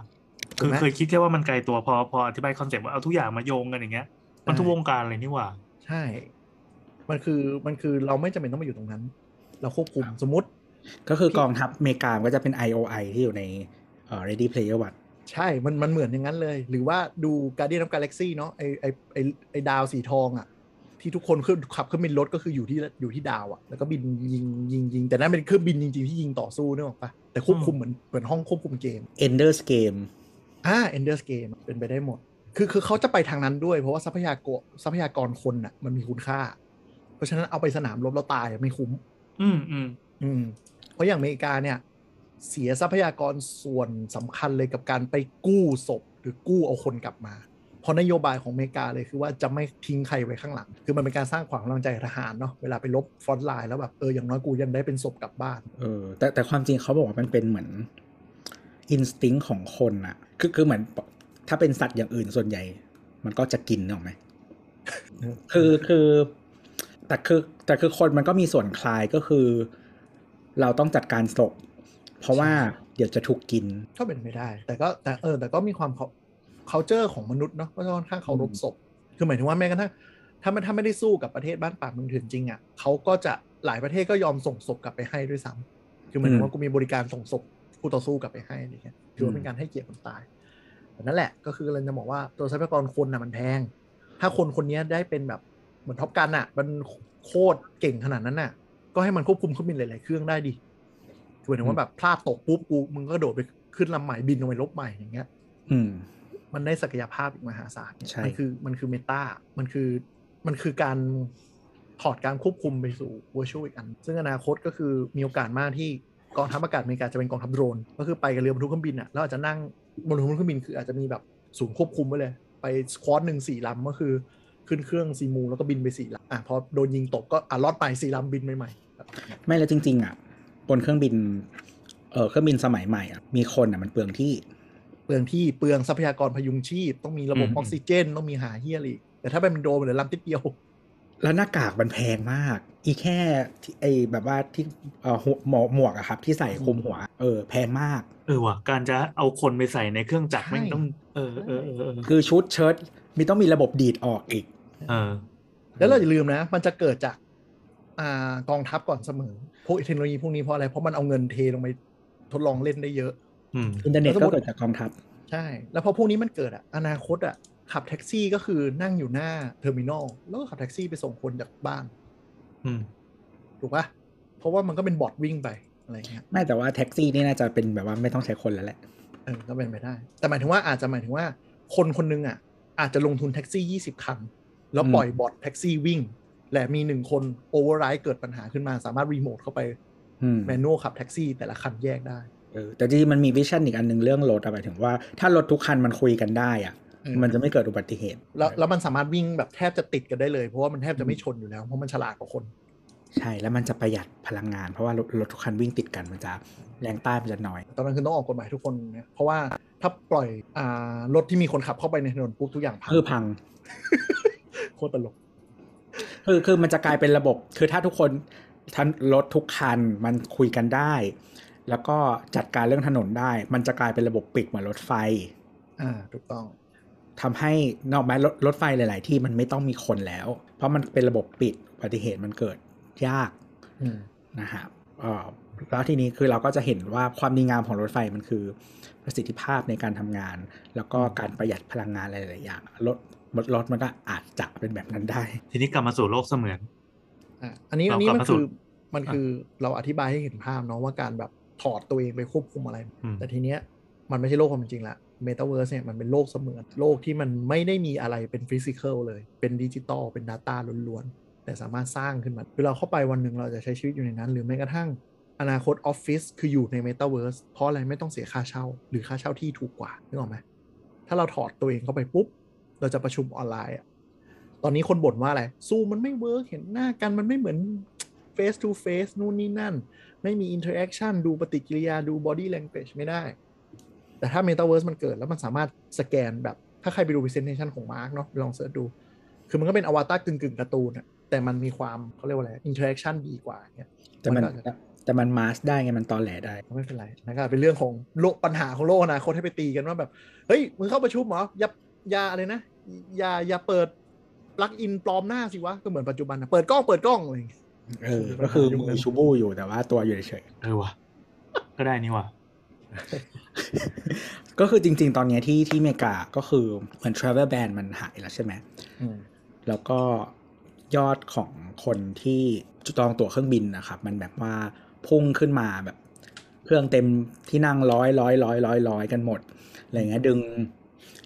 ถู คือกไหม เคยคิดแค่ว่ามันไกลตัวพอพออธิบายคอนเซปต์ว่าเอาทุกอย่างมาโยงกันอย่างเงี้ย มันทุก ใช่ วงการเลยนี่หว่า ใช่ มันคือ มันคือเราไม่จำเป็นต้องมาอยู่ตรงนั้น เราควบคุมสมมติ ก็คือกองทัพอเมริกามันก็จะเป็น IOI ที่อยู่ในเอ่อ Ready Player One ใช่ มัน มันเหมือนอย่างนั้นเลย หรือว่าดู Guardian of Galaxy เนาะ ไอไอไอไอดาวสีทองอะที่ทุกคนขึ้นขับเครื่องบินรถก็คืออยู่ที่ อยู่ที่ดาวอะแล้วก็บินยิงยิงยิง แต่นั่นเป็นเครื่องบินจริง ๆ ที่ยิงต่อสู้นึกออกปะแต่ควบคุมเหมือน เหมือนห้องควบคุมเกม Ender's Game อ่า Enders Game เป็นไปได้หมด คือ คือเขาจะไปทางนั้นด้วย เพราะว่าทรัพยากร ทรัพยากรคนอะมันมีคุณค่า เพราะฉะนั้นเอาไปสนามรบแล้วตายอะไม่คุ้ม อืมอืม อืมเพราะอย่างอเมริกาเนี่ย เสียทรัพยากรส่วนสำคัญเลยกับการไปกู้ศพ หรือกู้เอาคนกลับมา เพราะนโยบายของอเมริกาเลยคือว่าจะไม่ทิ้งใครไว้ข้างหลัง คือมันเป็นการสร้างความกำลังใจทหารเนาะเวลาไปลบฟรอนต์ไลน์แล้วแบบเอออย่างน้อยกูยังได้เป็นศพกลับบ้าน เออแต่แต่ความจริงเขาบอกว่ามันเป็นเหมือน instinct ของคนอะคือคือเหมือนถ้าเป็นสัตว์อย่างอื่นส่วนใหญ่ มันก็จะกินเนกอะไหม คือคือแต่คือแต่คือคนมันก็มีส่วนคลายก็คือ เราต้องจัดการศพเพราะว่า ใช่ เดี๋ยวจะถูกกิน ก็เป็นไม่ได้ แต่ก็แต่เออ แต่ก็มีความ culture ของมนุษย์เนาะก็จะค่อนข้างเคารพศพ คือหมายถึงว่าแม้กระทั่งถ้ามันถ้าไม่ได้สู้กับประเทศบ้านป่าเมืองเถื่อนจริงอะ่ะเขาก็จะหลายประเทศก็ยอมส่งศพกลับไปให้ด้วยซ้ำคือหมายถึงว่ากูมีบริการส่งศพคู่ต่อสู้กลับไปให้อะไรเงี้ยถือว่าเป็นการให้เกียรติคนตายแต่นั่นแหละก็คือกำลังจะบอกว่าตัวทรัพยากรคนน่ะมันแพง ถ้าคนคนเนี้ยได้เป็นแบบเหมือนท็อปกันอ่ะ มันโคตรเก่งขนาดนั้นน่ะ ก็ให้มันควบคุมเครื่องบินหลาย ๆ เครื่องได้ดิคือหมายถึงว่าแบบพลาดตกปุ๊บกูมึงก็โดดไปขึ้นลำใหม่บินลงไปลบใหม่อย่างเงี้ย อืม มันได้ศักยภาพอีกมหาศาลเนี่ย ใช่ มัคือมันคือเมตา มันคือ มันคือการถอดการควบคุมไปสู่ virtual อีกอัน ซึ่งอนาคตก็คือมีโอกาสมากที่กองทัพอากาศอเมริกาจะเป็นกองทัพโดรน ก็คือไปกับเรือบรรทุกเครื่องบินอ่ะ แล้วอาจจะนั่งบนเครื่องบินคืออาจจะมีแบบศูนย์ควบคุมไว้เลย ไปสควอตหนึ่งสี่ลำก็คือขึ้นเครื่องสี่มูแล้วก็บินไปสี่ลำอ่ะพอโดนยิงตกก็อ่ะรอดไปสี่ลำบินใหม่ๆแบบเนี้ย ไม่แล้วจริง ๆ อ่ะ บนเครื่องบิน เออเครื่องบินสมัยใหม่อ่ะมีคนอ่ะมันเปลืองที่ เปลืองที่เปลืองทรัพยากรพยุงชีพ ต้องมีระบบ อืม ออกซิเจน ต้องมีหาเฮียอะไรอีกแต่ถ้าเป็นโดรนเหลือลำติดเดียว แล้วหน้ากากมันแพงมาก อีแค่ที่ไอแบบว่าที่เออหัวหมวกหมวกอะครับ ที่ใส่คลุมหัว เออ แพงมาก เออว่ะการจะเอาคนไปใส่ในเครื่องจักร ใช่ ไม่งต้องเออเออเออเออ คือชุดเชิ้ตมีต้องมีระบบดีดออกอีก เออ แล้วเราอย่าลืมนะ มันจะเกิดจากอากองทัพก่อนเสมอ พวกเทคโนโลยีพวกนี้เพราะอะไร เพราะมันเอาเงินเทลงไปทดลองเล่นได้เยอะ อืม อินเทอร์เน็ต แล้วสม ก็ มุติ เกิดจากกองทัพ ใช่ แล้วพอพวกนี้มันเกิดอะอนาคตอะขับแท็กซี่ก็คือนั่งอยู่หน้าเทอร์มินอลแล้วก็ขับแท็กซี่ไปส่งคนจากบ้าน อืม ถูกปะเพราะว่ามันก็เป็นบอทวิ่งไปอะไรอย่างเงี้ย ไม่แต่ว่าแท็กซี่นี่น่าจะเป็นแบบว่าไม่ต้องใช้คนแล้วแหละ เออก็เป็นไปได้ แต่หมายถึงว่าอาจจะหมายถึงว่า คนคนหนึงอ่ะ อาจจะลงทุนแท็กซี่ 20 คัน แล้ว อืม ปล่อยบอทแท็กซี่วิ่ง และมีหนึ่งคนโอเวอร์ไรด์เกิดปัญหาขึ้นมา สามารถรีโมทเข้าไป อืม แมนนวลขับแท็กซี่แต่ละคันแยกได้ เออแต่จริงๆมันมีวิชั่นอีกอันหนึ่งเรื่องรถอะหมายถึงว่าถ้ารถทุกคันมันคุยกันได้อ่ะ เออ มันจะไม่เกิดอุบัติเหตุ แล้วแล้วมันสามารถวิ่งแบบแทบจะติดกันได้เลย เพราะว่ามันแทบจะไม่ชนอยู่แล้ว เพราะมันฉลาดกว่าคน ใช่แล้วมันจะประหยัดพลังงาน เพราะว่ารถรถทุกคันวิ่งติดกันมันจะแรงต้านมันจะน้อย ตอนนั้นคือต้องออกกฎหมายทุกคนเนี่ยเพราะว่าถ้าปล่อยอ่ารถที่มีคนขับเข้าไปในถนนปุ๊บทุกอย่างพัง คือพัง โคตรตลก คือคือมันจะกลายเป็นระบบ คือถ้าทุกคนทันรถทุกคันมันคุยกันได้ แล้วก็จัดการเรื่องถนนได้ มันจะกลายเป็นระบบปิดเหมือนรถไฟ อ่าถูกต้อง ทำให้นอกแม้รถรถไฟหลาย ๆ ที่มันไม่ต้องมีคนแล้ว เพราะมันเป็นระบบปิดอุบัติเหตุมันเกิดยาก อืม นะครับเอ่อแล้วทีนี้คือเราก็จะเห็นว่าความดีงามของรถไฟมันคือ ประสิทธิภาพในการทำงาน แล้วก็การประหยัดพลังงานหลาย ๆ อย่างรถรถมันก็อาจจะเป็นแบบนั้นได้ ทีนี้กลับมาสู่โลกเสมือน อ่ะอันนี้อั เรา นนี้ กลับ มัน มาสู่ คือมันคือเราอธิบายให้เห็นภาพเนาะว่าการแบบถอดตัวเองไปควบคุมอะไร อืม แต่ทีเนี้ยมันไม่ใช่โลกความเป็นจริงละเมตาเวิร์สเนี่ยมันเป็นโลกเสมือน โลกที่มันไม่ได้มีอะไรเป็นฟิสิกอลเลย เป็นดิจิตอลเป็น Data ล้วนๆ แต่สามารถสร้างขึ้นมาคือเราเข้าไปวันหนึ่งเราจะใช้ชีวิตอยู่ในนั้น หรือแม้กระทั่งอนาคตออฟฟิศคืออยู่ในเมตาเวิร์สเพราะอะไรไม่ต้องเสียค่าเช่า หรือค่าเช่าที่ถูกกว่านึกออกไหมถ้าเราถอดตัวเองเข้าไปปุ๊บ เราจะประชุมออนไลน์อะตอนนี้คนบ่นว่าอะไรซูมันไม่เวิร์กเห็นหน้ากันมันไม่เหมือน face to face นู่นนี่นั่น ไม่มีอินเทอร์แอคชั่นดูปฏิกิริยาดูบอดี้ a n ง u a g e ไม่ได้ แต่ถ้า Metaverse มันเกิดแล้วมันสามารถสแกนแบบ ถ้าใครไปดู Presentation ของมาร์กเนาะลองเสิร์ชดู คือมันก็เป็นอวตารกึ่งกึ่งๆการ์ตูนอะแต่มันมีความเขาเรียกว่าอะไรอินเทอร์แอคชั่นดีกว่าเนี่ย แต่มัน มันก็อาจจะ แต่มันมาสได้ไงมันตอแหลได้ ก็ไม่เป็นไรนะครับเป็นเรื่องของโลกปัญหาของโลกอนาคตให้ไปตีกันว่าแบบ เฮ้ย มึงเข้าประชุมเหรอ อย่าอย่าอะไรนะ อย่าอย่าเปิดปลั๊กอินปลอมหน้าสิวะ ก็เหมือนปัจจุบันนะเปิดกล้องเปิดกล้องอะไรอย่างเงี้ย เออ คือ ก็คือ มันหาอยู่ มือชูบูอยู่แต่ว่าตัวอยู่เฉย เออว่ะ ก็ได้นี่ว่ะ ๆ ก็คือจริง ๆ ตอนเนี้ยที่ที่อเมริกาก็คือเหมือน travel ban มันหายแล้วใช่ไหม แล้วก็ยอดของคนที่จองตั๋วเครื่องบินนะครับ มันแบบว่าพุ่งขึ้นมาแบบ เครื่องเต็มที่นั่งร้อยร้อยร้อยร้อยร้อยกันหมดอะไรเงี้ยดึง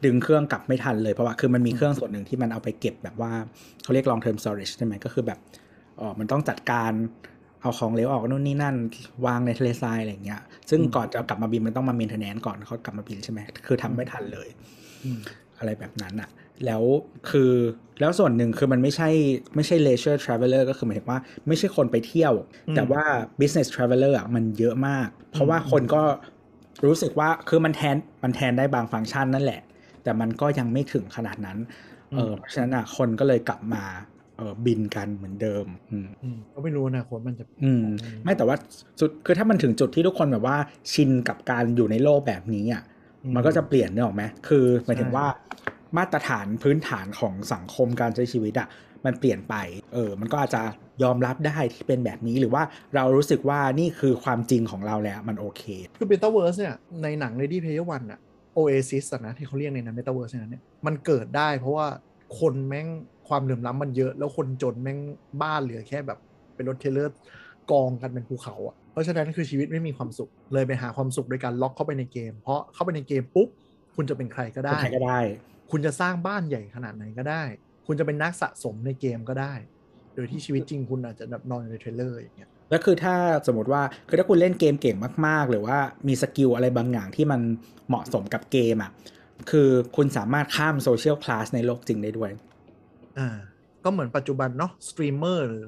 ดึงเครื่องกลับไม่ทันเลยเพราะว่าคือมันมีเครื่องส่วนหนึ่งที่มันเอาไปเก็บแบบว่าเขาเรียก long term storage ใช่ไหมก็คือแบบเออมันต้องจัดการเอาของเหลวออกนู่นนี่นั่นวางในทะเลทรายอะไรเงี้ยซึ่ง อืม ก่อนจะเอากลับมาบินมันต้องมา maintenance ก่อนเขากลับมาบินใช่ไหมคือทำไม่ทันเลย อืม อะไรแบบนั้นอะแล้วคือแล้วส่วนหนึ่งคือมันไม่ใช่ไม่ใช่ leisure traveler ก็คือหมายถึงว่าไม่ใช่คนไปเที่ยว อืม แต่ว่า business traveler อะมันเยอะมาก เพราะว่า อืม คนก็รู้สึกว่าคือมันแทนมันแทนได้บางฟังก์ชันนั่นแหละ แต่มันก็ยังไม่ถึงขนาดนั้นเออเพราะฉะนั้นอะคนก็เลยกลับมาเออบินกันเหมือนเดิมอืม อืมก็ไม่รู้อนะคนมันจะ อืมไม่แต่ว่าสุดคือถ้ามันถึงจุดที่ทุกคนแบบว่าชินกับการอยู่ในโลกแบบนี้อ่ะ อืม มันก็จะเปลี่ยนเนี่ยหรอกไหมคือหมายถึง ใช่ ว่ามาตรฐานพื้นฐานของสังคมการใช้ชีวิตอ่ะมันเปลี่ยนไป เออ มันก็อาจจะยอมรับได้ที่เป็นแบบนี้หรือว่าเรารู้สึกว่านี่คือความจริงของเราแล้วมันโอเค คือ Metaverse เนี่ยในหนัง Lady Player One อะ Oasis อะนะที่เขาเรียกในนั้น Metaverse เนี่ยนะมันเกิดได้เพราะว่าคนแม่งความเหลื่อมล้ำมันเยอะ แล้วคนจนแม่งบ้านเหลือแค่แบบเป็นรถเทรลเลอร์ กองกันเป็นภูเขาอะเพราะฉะนั้นคือชีวิตไม่มีความสุข เลยไปหาความสุขโดยการล็อกเข้าไปในเกม เพราะเข้าไปในเกมปุ๊บคุณจะเป็นใครก็ ได้ ได้ ใครก็ได้ คุณจะสร้างบ้านใหญ่ขนาดไหนก็ได้ คุณจะเป็นนักสะสมในเกมก็ได้ โดยที่ชีวิตจริงคุณอาจจะแบบนอนอยู่ในเทรลเลอร์อย่างเงี้ย แล้วคือถ้าสมมติว่าคือถ้าคุณเล่นเกมเก่งมาก ๆ หรือว่ามีสกิลอะไรบางอย่างที่มันเหมาะสมกับเกมอ่ะคือคุณสามารถข้ามโซเชียลคลาสในโลกจริงได้ด้วย อ่าก็เหมือนปัจจุบันเนาะสตรีมเมอร์หรือ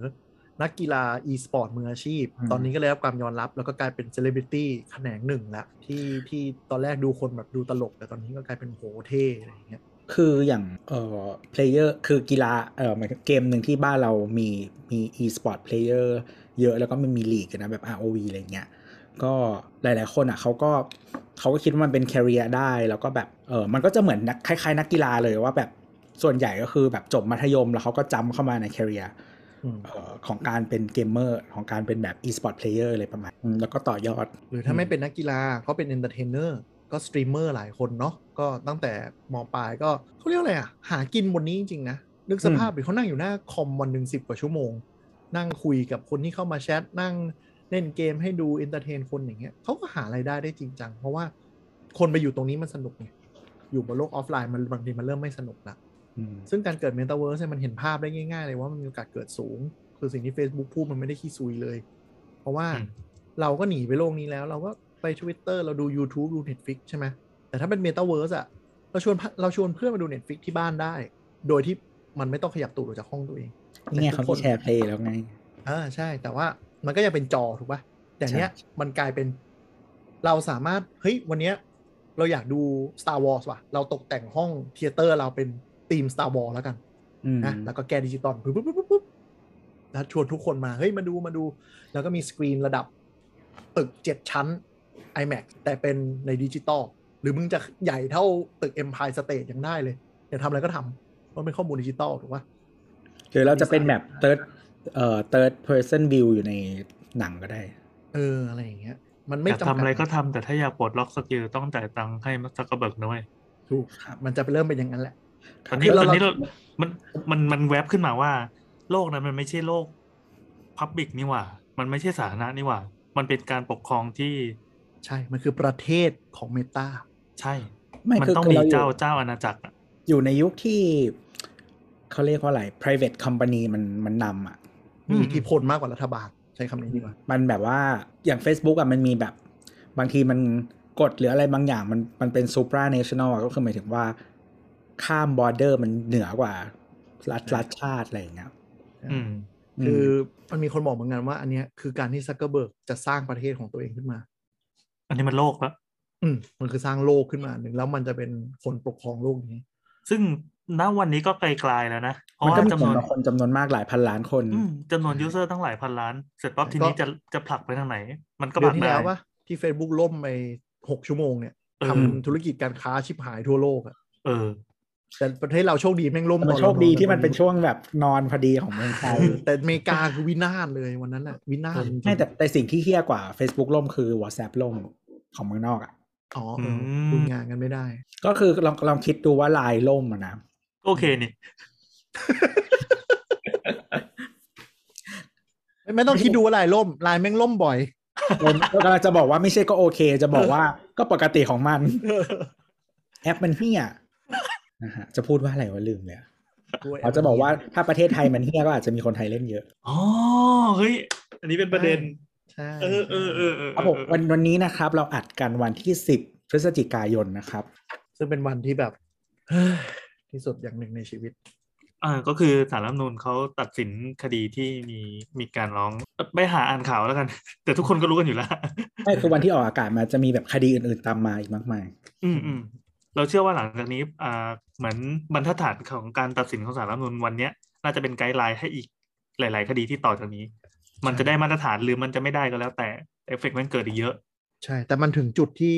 นักกีฬา e-sport มืออาชีพ อืม ตอนนี้ก็เลยรับความยอมรับ แล้วก็กลายเป็นเซเลบริตี้แขนงหนึ่งละที่ที่ตอนแรกดูคนแบบดูตลก แต่ตอนนี้ก็กลายเป็นโหเท่อะไรอย่างเงี้ย คืออย่างเอ่อเพลเยอร์คือกีฬาเอ่อหมายถึงเกมหนึ่งที่บ้านเรามีมี e-sport player เยอะแล้วก็มันมีลีกนะแบบ ROV อะไรเงี้ยก็หลาย ๆ คนอ่ะเขาก็เขาก็คิดว่ามันเป็น career ได้แล้วก็แบบเออมันก็จะเหมือนนักคล้าย ๆ นักกีฬาเลยว่าแบบส่วนใหญ่ก็คือแบบจบมัธยมแล้วเขาก็จำเข้ามาใน career อืม เอ่อของการเป็นเกมเมอร์ของการเป็นแบบ e-sport player อะไรประมาณอืมแล้วก็ต่อยอด หรือถ้าไม่เป็นนักกีฬาก็เป็นเอนเตอร์เทนเนอร์ก็สตรีมเมอร์หลายคนเนาะก็ตั้งแต่มปลายก็เขาเรียกอะไรอะหากินบนนี้จริงๆนะนึกสภาพหรือเขานั่งอยู่หน้าคอมวันหนึ่งสิบกว่าชั่วโมง นั่งคุยกับคนที่เข้ามาแชทนั่งเล่นเกมให้ดูเอนเตอร์เทนคนอย่างเงี้ยเขาก็หารายได้ได้จริงจัง เพราะว่าคนไปอยู่ตรงนี้มันสนุกไงอยู่บนโลกออฟไลน์มันบางทีมันเริ่มไม่สนุกละ อืม ซึ่งการเกิดเมตาเวิร์สมันเห็นภาพได้ง่ายๆเลยว่ามันมีโอกาสเกิดสูง คือสิ่งที่ Facebook พูดมันไม่ได้ขี้ซุยเลย เพราะว่า อืม เราก็หนีไปโลกนี้แล้ว เราก็ไป Twitter เราดู YouTube ดู Netflix ใช่ไหมแต่ถ้าเป็นเมตาเวิร์สอะเราชวนเราชวนเพื่อนมาดู Netflix ที่บ้านได้ โดยที่มันไม่ต้องขยับตัวออกจากห้องตัวเอง นี่ไงเขามีแชร์เพลย์แล้วไง อ่าใช่แต่ว่ามันก็ยังเป็นจอถูกป่ะแต่เนี้ย ใช่ มันกลายเป็นเราสามารถ เฮ้ย วันเนี้ยเราอยากดู Star Wars ว่ะ เราตกแต่งห้องเทเตอร์เราเป็นทีม Star Wars แล้วกัน อืม นะแล้วก็แกะดิจิตอลปุ๊บปุ๊บปุ๊บปุ๊บแล้วชวนทุกคนมา เฮ้ย มาดูมาดู แล้วก็มีสกรีนระดับ ตึกเจ็ดชั้น iMac แต่เป็นในดิจิตอลหรือมึงจะใหญ่เท่าตึก Empire State ยังได้เลยอยากทำอะไรก็ทำมันเป็นข้อมูลดิจิตอลถูกป่ะ หรือเราจะเป็นแบบ third เอ่อ third person view อยู่ในหนังก็ได้ เอออะไรอย่างเงี้ย มัน อ ไม่ ยาก จำกัด ทำอะไรก็ทำแต่ถ้าอยากปลดล็อกสกิลต้องจ่ายตังค์ให้มัสกเบิกนะเว้ย ถูก ครับ มันจะเริ่มเป็นอย่างนั้นแหละ ตอนนี้ เรา ตอนนี้เรา มัน มัน มันแวบขึ้นมาว่า โลกนั้นมันไม่ใช่โลกพับบิกนี่หว่า มันไม่ใช่สาธารณะนี่หว่า มันเป็นการปกครองที่ ใช่ มันคือประเทศของเมตา ใช่ ไม่ มัน คือ ต้อง คือ มี เราอ เจ้า ยู่ เจ้าอาณาจักรอะ อยู่ในยุคที่เขาเรียกว่าอะไร private company มันมันนำอ่ะ มีอิทธิพลมากกว่ารัฐบาล ใช้คำนี้ดีกว่า มันแบบว่าอย่าง Facebook อ่ะมันมีแบบ บางทีมันกฎหรืออะไรบางอย่างมันมันเป็น supra national อะก็คือหมายถึงว่าข้าม border มันเหนือกว่า รัฐรัฐชาติอะไรอย่างเงี้ย อืม คือมันมีคนบอกเหมือนกันว่า อันเนี้ยคือการที่ซักเกอร์เบิร์กจะสร้างประเทศของตัวเองขึ้นมา อันนี้มันโลกละ อืมมันคือสร้างโลกขึ้นมาหนึ่งแล้วมันจะเป็นคนปกครองโลกนี้ ซึ่งณวันนี้ก็ไกลๆแล้วนะ เพราะ มัน ว่า ก็จำมีคน วน บางคนจำนวนมากหลายพันล้านคน อืมจำนวนยูเซอร์ตั้งหลายพันล้าน เสร็จปั๊บ ใช่ ทีนี้ ก็ จะจะผลักไปทางไหน มันก็ผเดือ ลักนที่ ได้ แล้วว่าที่ Facebook ล่มไปหกชั่วโมงเนี่ย เออ ทำธุรกิจการค้าชิบหายทั่วโลกอะ เออ แต่ประเทศเราโชคดีแม่งล่ม มัน ตอ โชคดีที่มันเป็น ช่ว ช่วงแบบนอนพอดีของเมืองไทย แต่อเมริกาคือวินาศเลยวันนั้นอะวินาศจริงๆ ไม่แต่แต่สิ่งที่เฮี้ยกว่า Facebook ล่มคือ WhatsApp ล่มของเมืองนอกอ่ะ อ๋อเอออ ม คุยงานกันไม่ได้ ก็คือลองลองคิดดูว่าไลน์ล่มอะนะ โอเคนี่ ไม่ไม่ต้องคิดดูว่าลายล่มลายแม่งล่มบ่อย ผมก็กำลังจะบอกว่าไม่ใช่ก็โอเค จะบอกว่าก็ปกติของมัน แอปมันเฮี้ยนะฮะจะพูดว่าอะไรวะลืมเลยอะเราจะบอกว่าถ้าประเทศไทยมันเฮี้ยก็อาจจะมีคนไทยเล่นเยอะ อ๋อ เฮ้ย อันนี้เป็นประเด็น ใช่ เออเออเออเออ ครับผมวันวันนี้นะครับ เราอัดกันวันที่ 10 พฤศจิกายนนะครับ ซึ่งเป็นวันที่แบบ เฮ้ยที่สุดอย่างหนึ่งในชีวิต อ่าก็คือสารรัฐธรรมนูญเขาตัดสินคดีที่มีมีการร้องไปหาอ่านข่าวแล้วกัน แต่ทุกคนก็รู้กันอยู่แล้ว ไม่คือวันที่ออกอากาศมาจะมีแบบคดีอื่นๆตามมาอีกมากมาย อืมอืมเราเชื่อว่าหลังจากนี้อ่าเหมือนบรรทัดฐานของการตัดสินของสารรัฐธรรมนูญวันเนี้ย น่าจะเป็นไกด์ไลน์ให้อีกหลาย ๆ คดีที่ต่อจากนี้ มันจะได้มาตรฐานหรือมันจะไม่ได้ก็แล้วแต่เอฟเฟกต์มันเกิดอีกเยอะ ใช่ แต่มันถึงจุดที่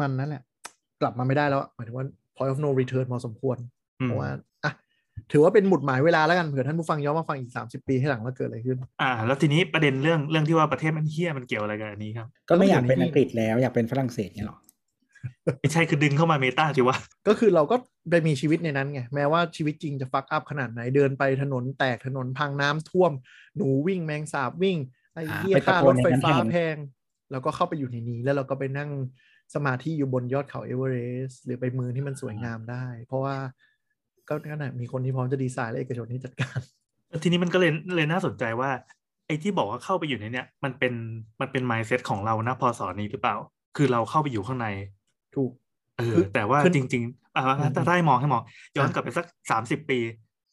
มันนั่นแหละ กลับมาไม่ได้แล้วอะหมายถึงว่า point of no return พอสมควร อืมเพราะว่าอ่ะถือว่าเป็นหมุดหมายเวลาแล้วกันเผื่อท่านผู้ฟังย้อนมาฟังอีก 30 ปีให้หลังว่าเกิดอะไรขึ้น อ่า แล้วทีนี้ประเด็นเรื่องเรื่องที่ว่าประเทศมันเฮี้ยมันเกี่ยวอะไรกับอันนี้ครับ ก็ไม่อยากเป็นอังกฤษแล้วอยากเป็นฝรั่งเศสเนี่ยหรอ ไม่ใช่คือดึงเข้ามาเมตาสิวะ ก็คือเราก็ไปมีชีวิตในนั้นไง แม้ว่าชีวิตจริงจะฟักอัพขนาดไหนเดินไปถนนแตกถนนพังน้ำท่วม หนูวิ่งแมงสาบวิ่ง ไอ้เหี้ย ไปตะ ค่า โก ร น ถ ใน ไฟ นั้นแทฟ้าน แพง แล้วก็เข้าไปอยู่ในนี้ แล้วเราก็ไปนั่งสมาธิอยู่บนยอดเขาเอเวอเรสต์หรือไปเมืองที่มันสวยงามได้ เพราะว่าก็นั่นแหละมีคนที่พร้อมจะดีไซน์และเอกชนที่จัดการ ทีนี้มันก็เลยเลยน่าสนใจว่า ไอ้ที่บอกว่าเข้าไปอยู่ในเนี้ยมันเป็นมันเป็น mindset ของเรานะพอสอนนี้หรือเปล่า คือเราเข้าไปอยู่ข้างใน ถูก เออ คือ แต่ว่า คือ จริง ๆอ่า อืม ถ้าได้มองให้มองย้อน อ่ะ กลับไปสักสามสิบปี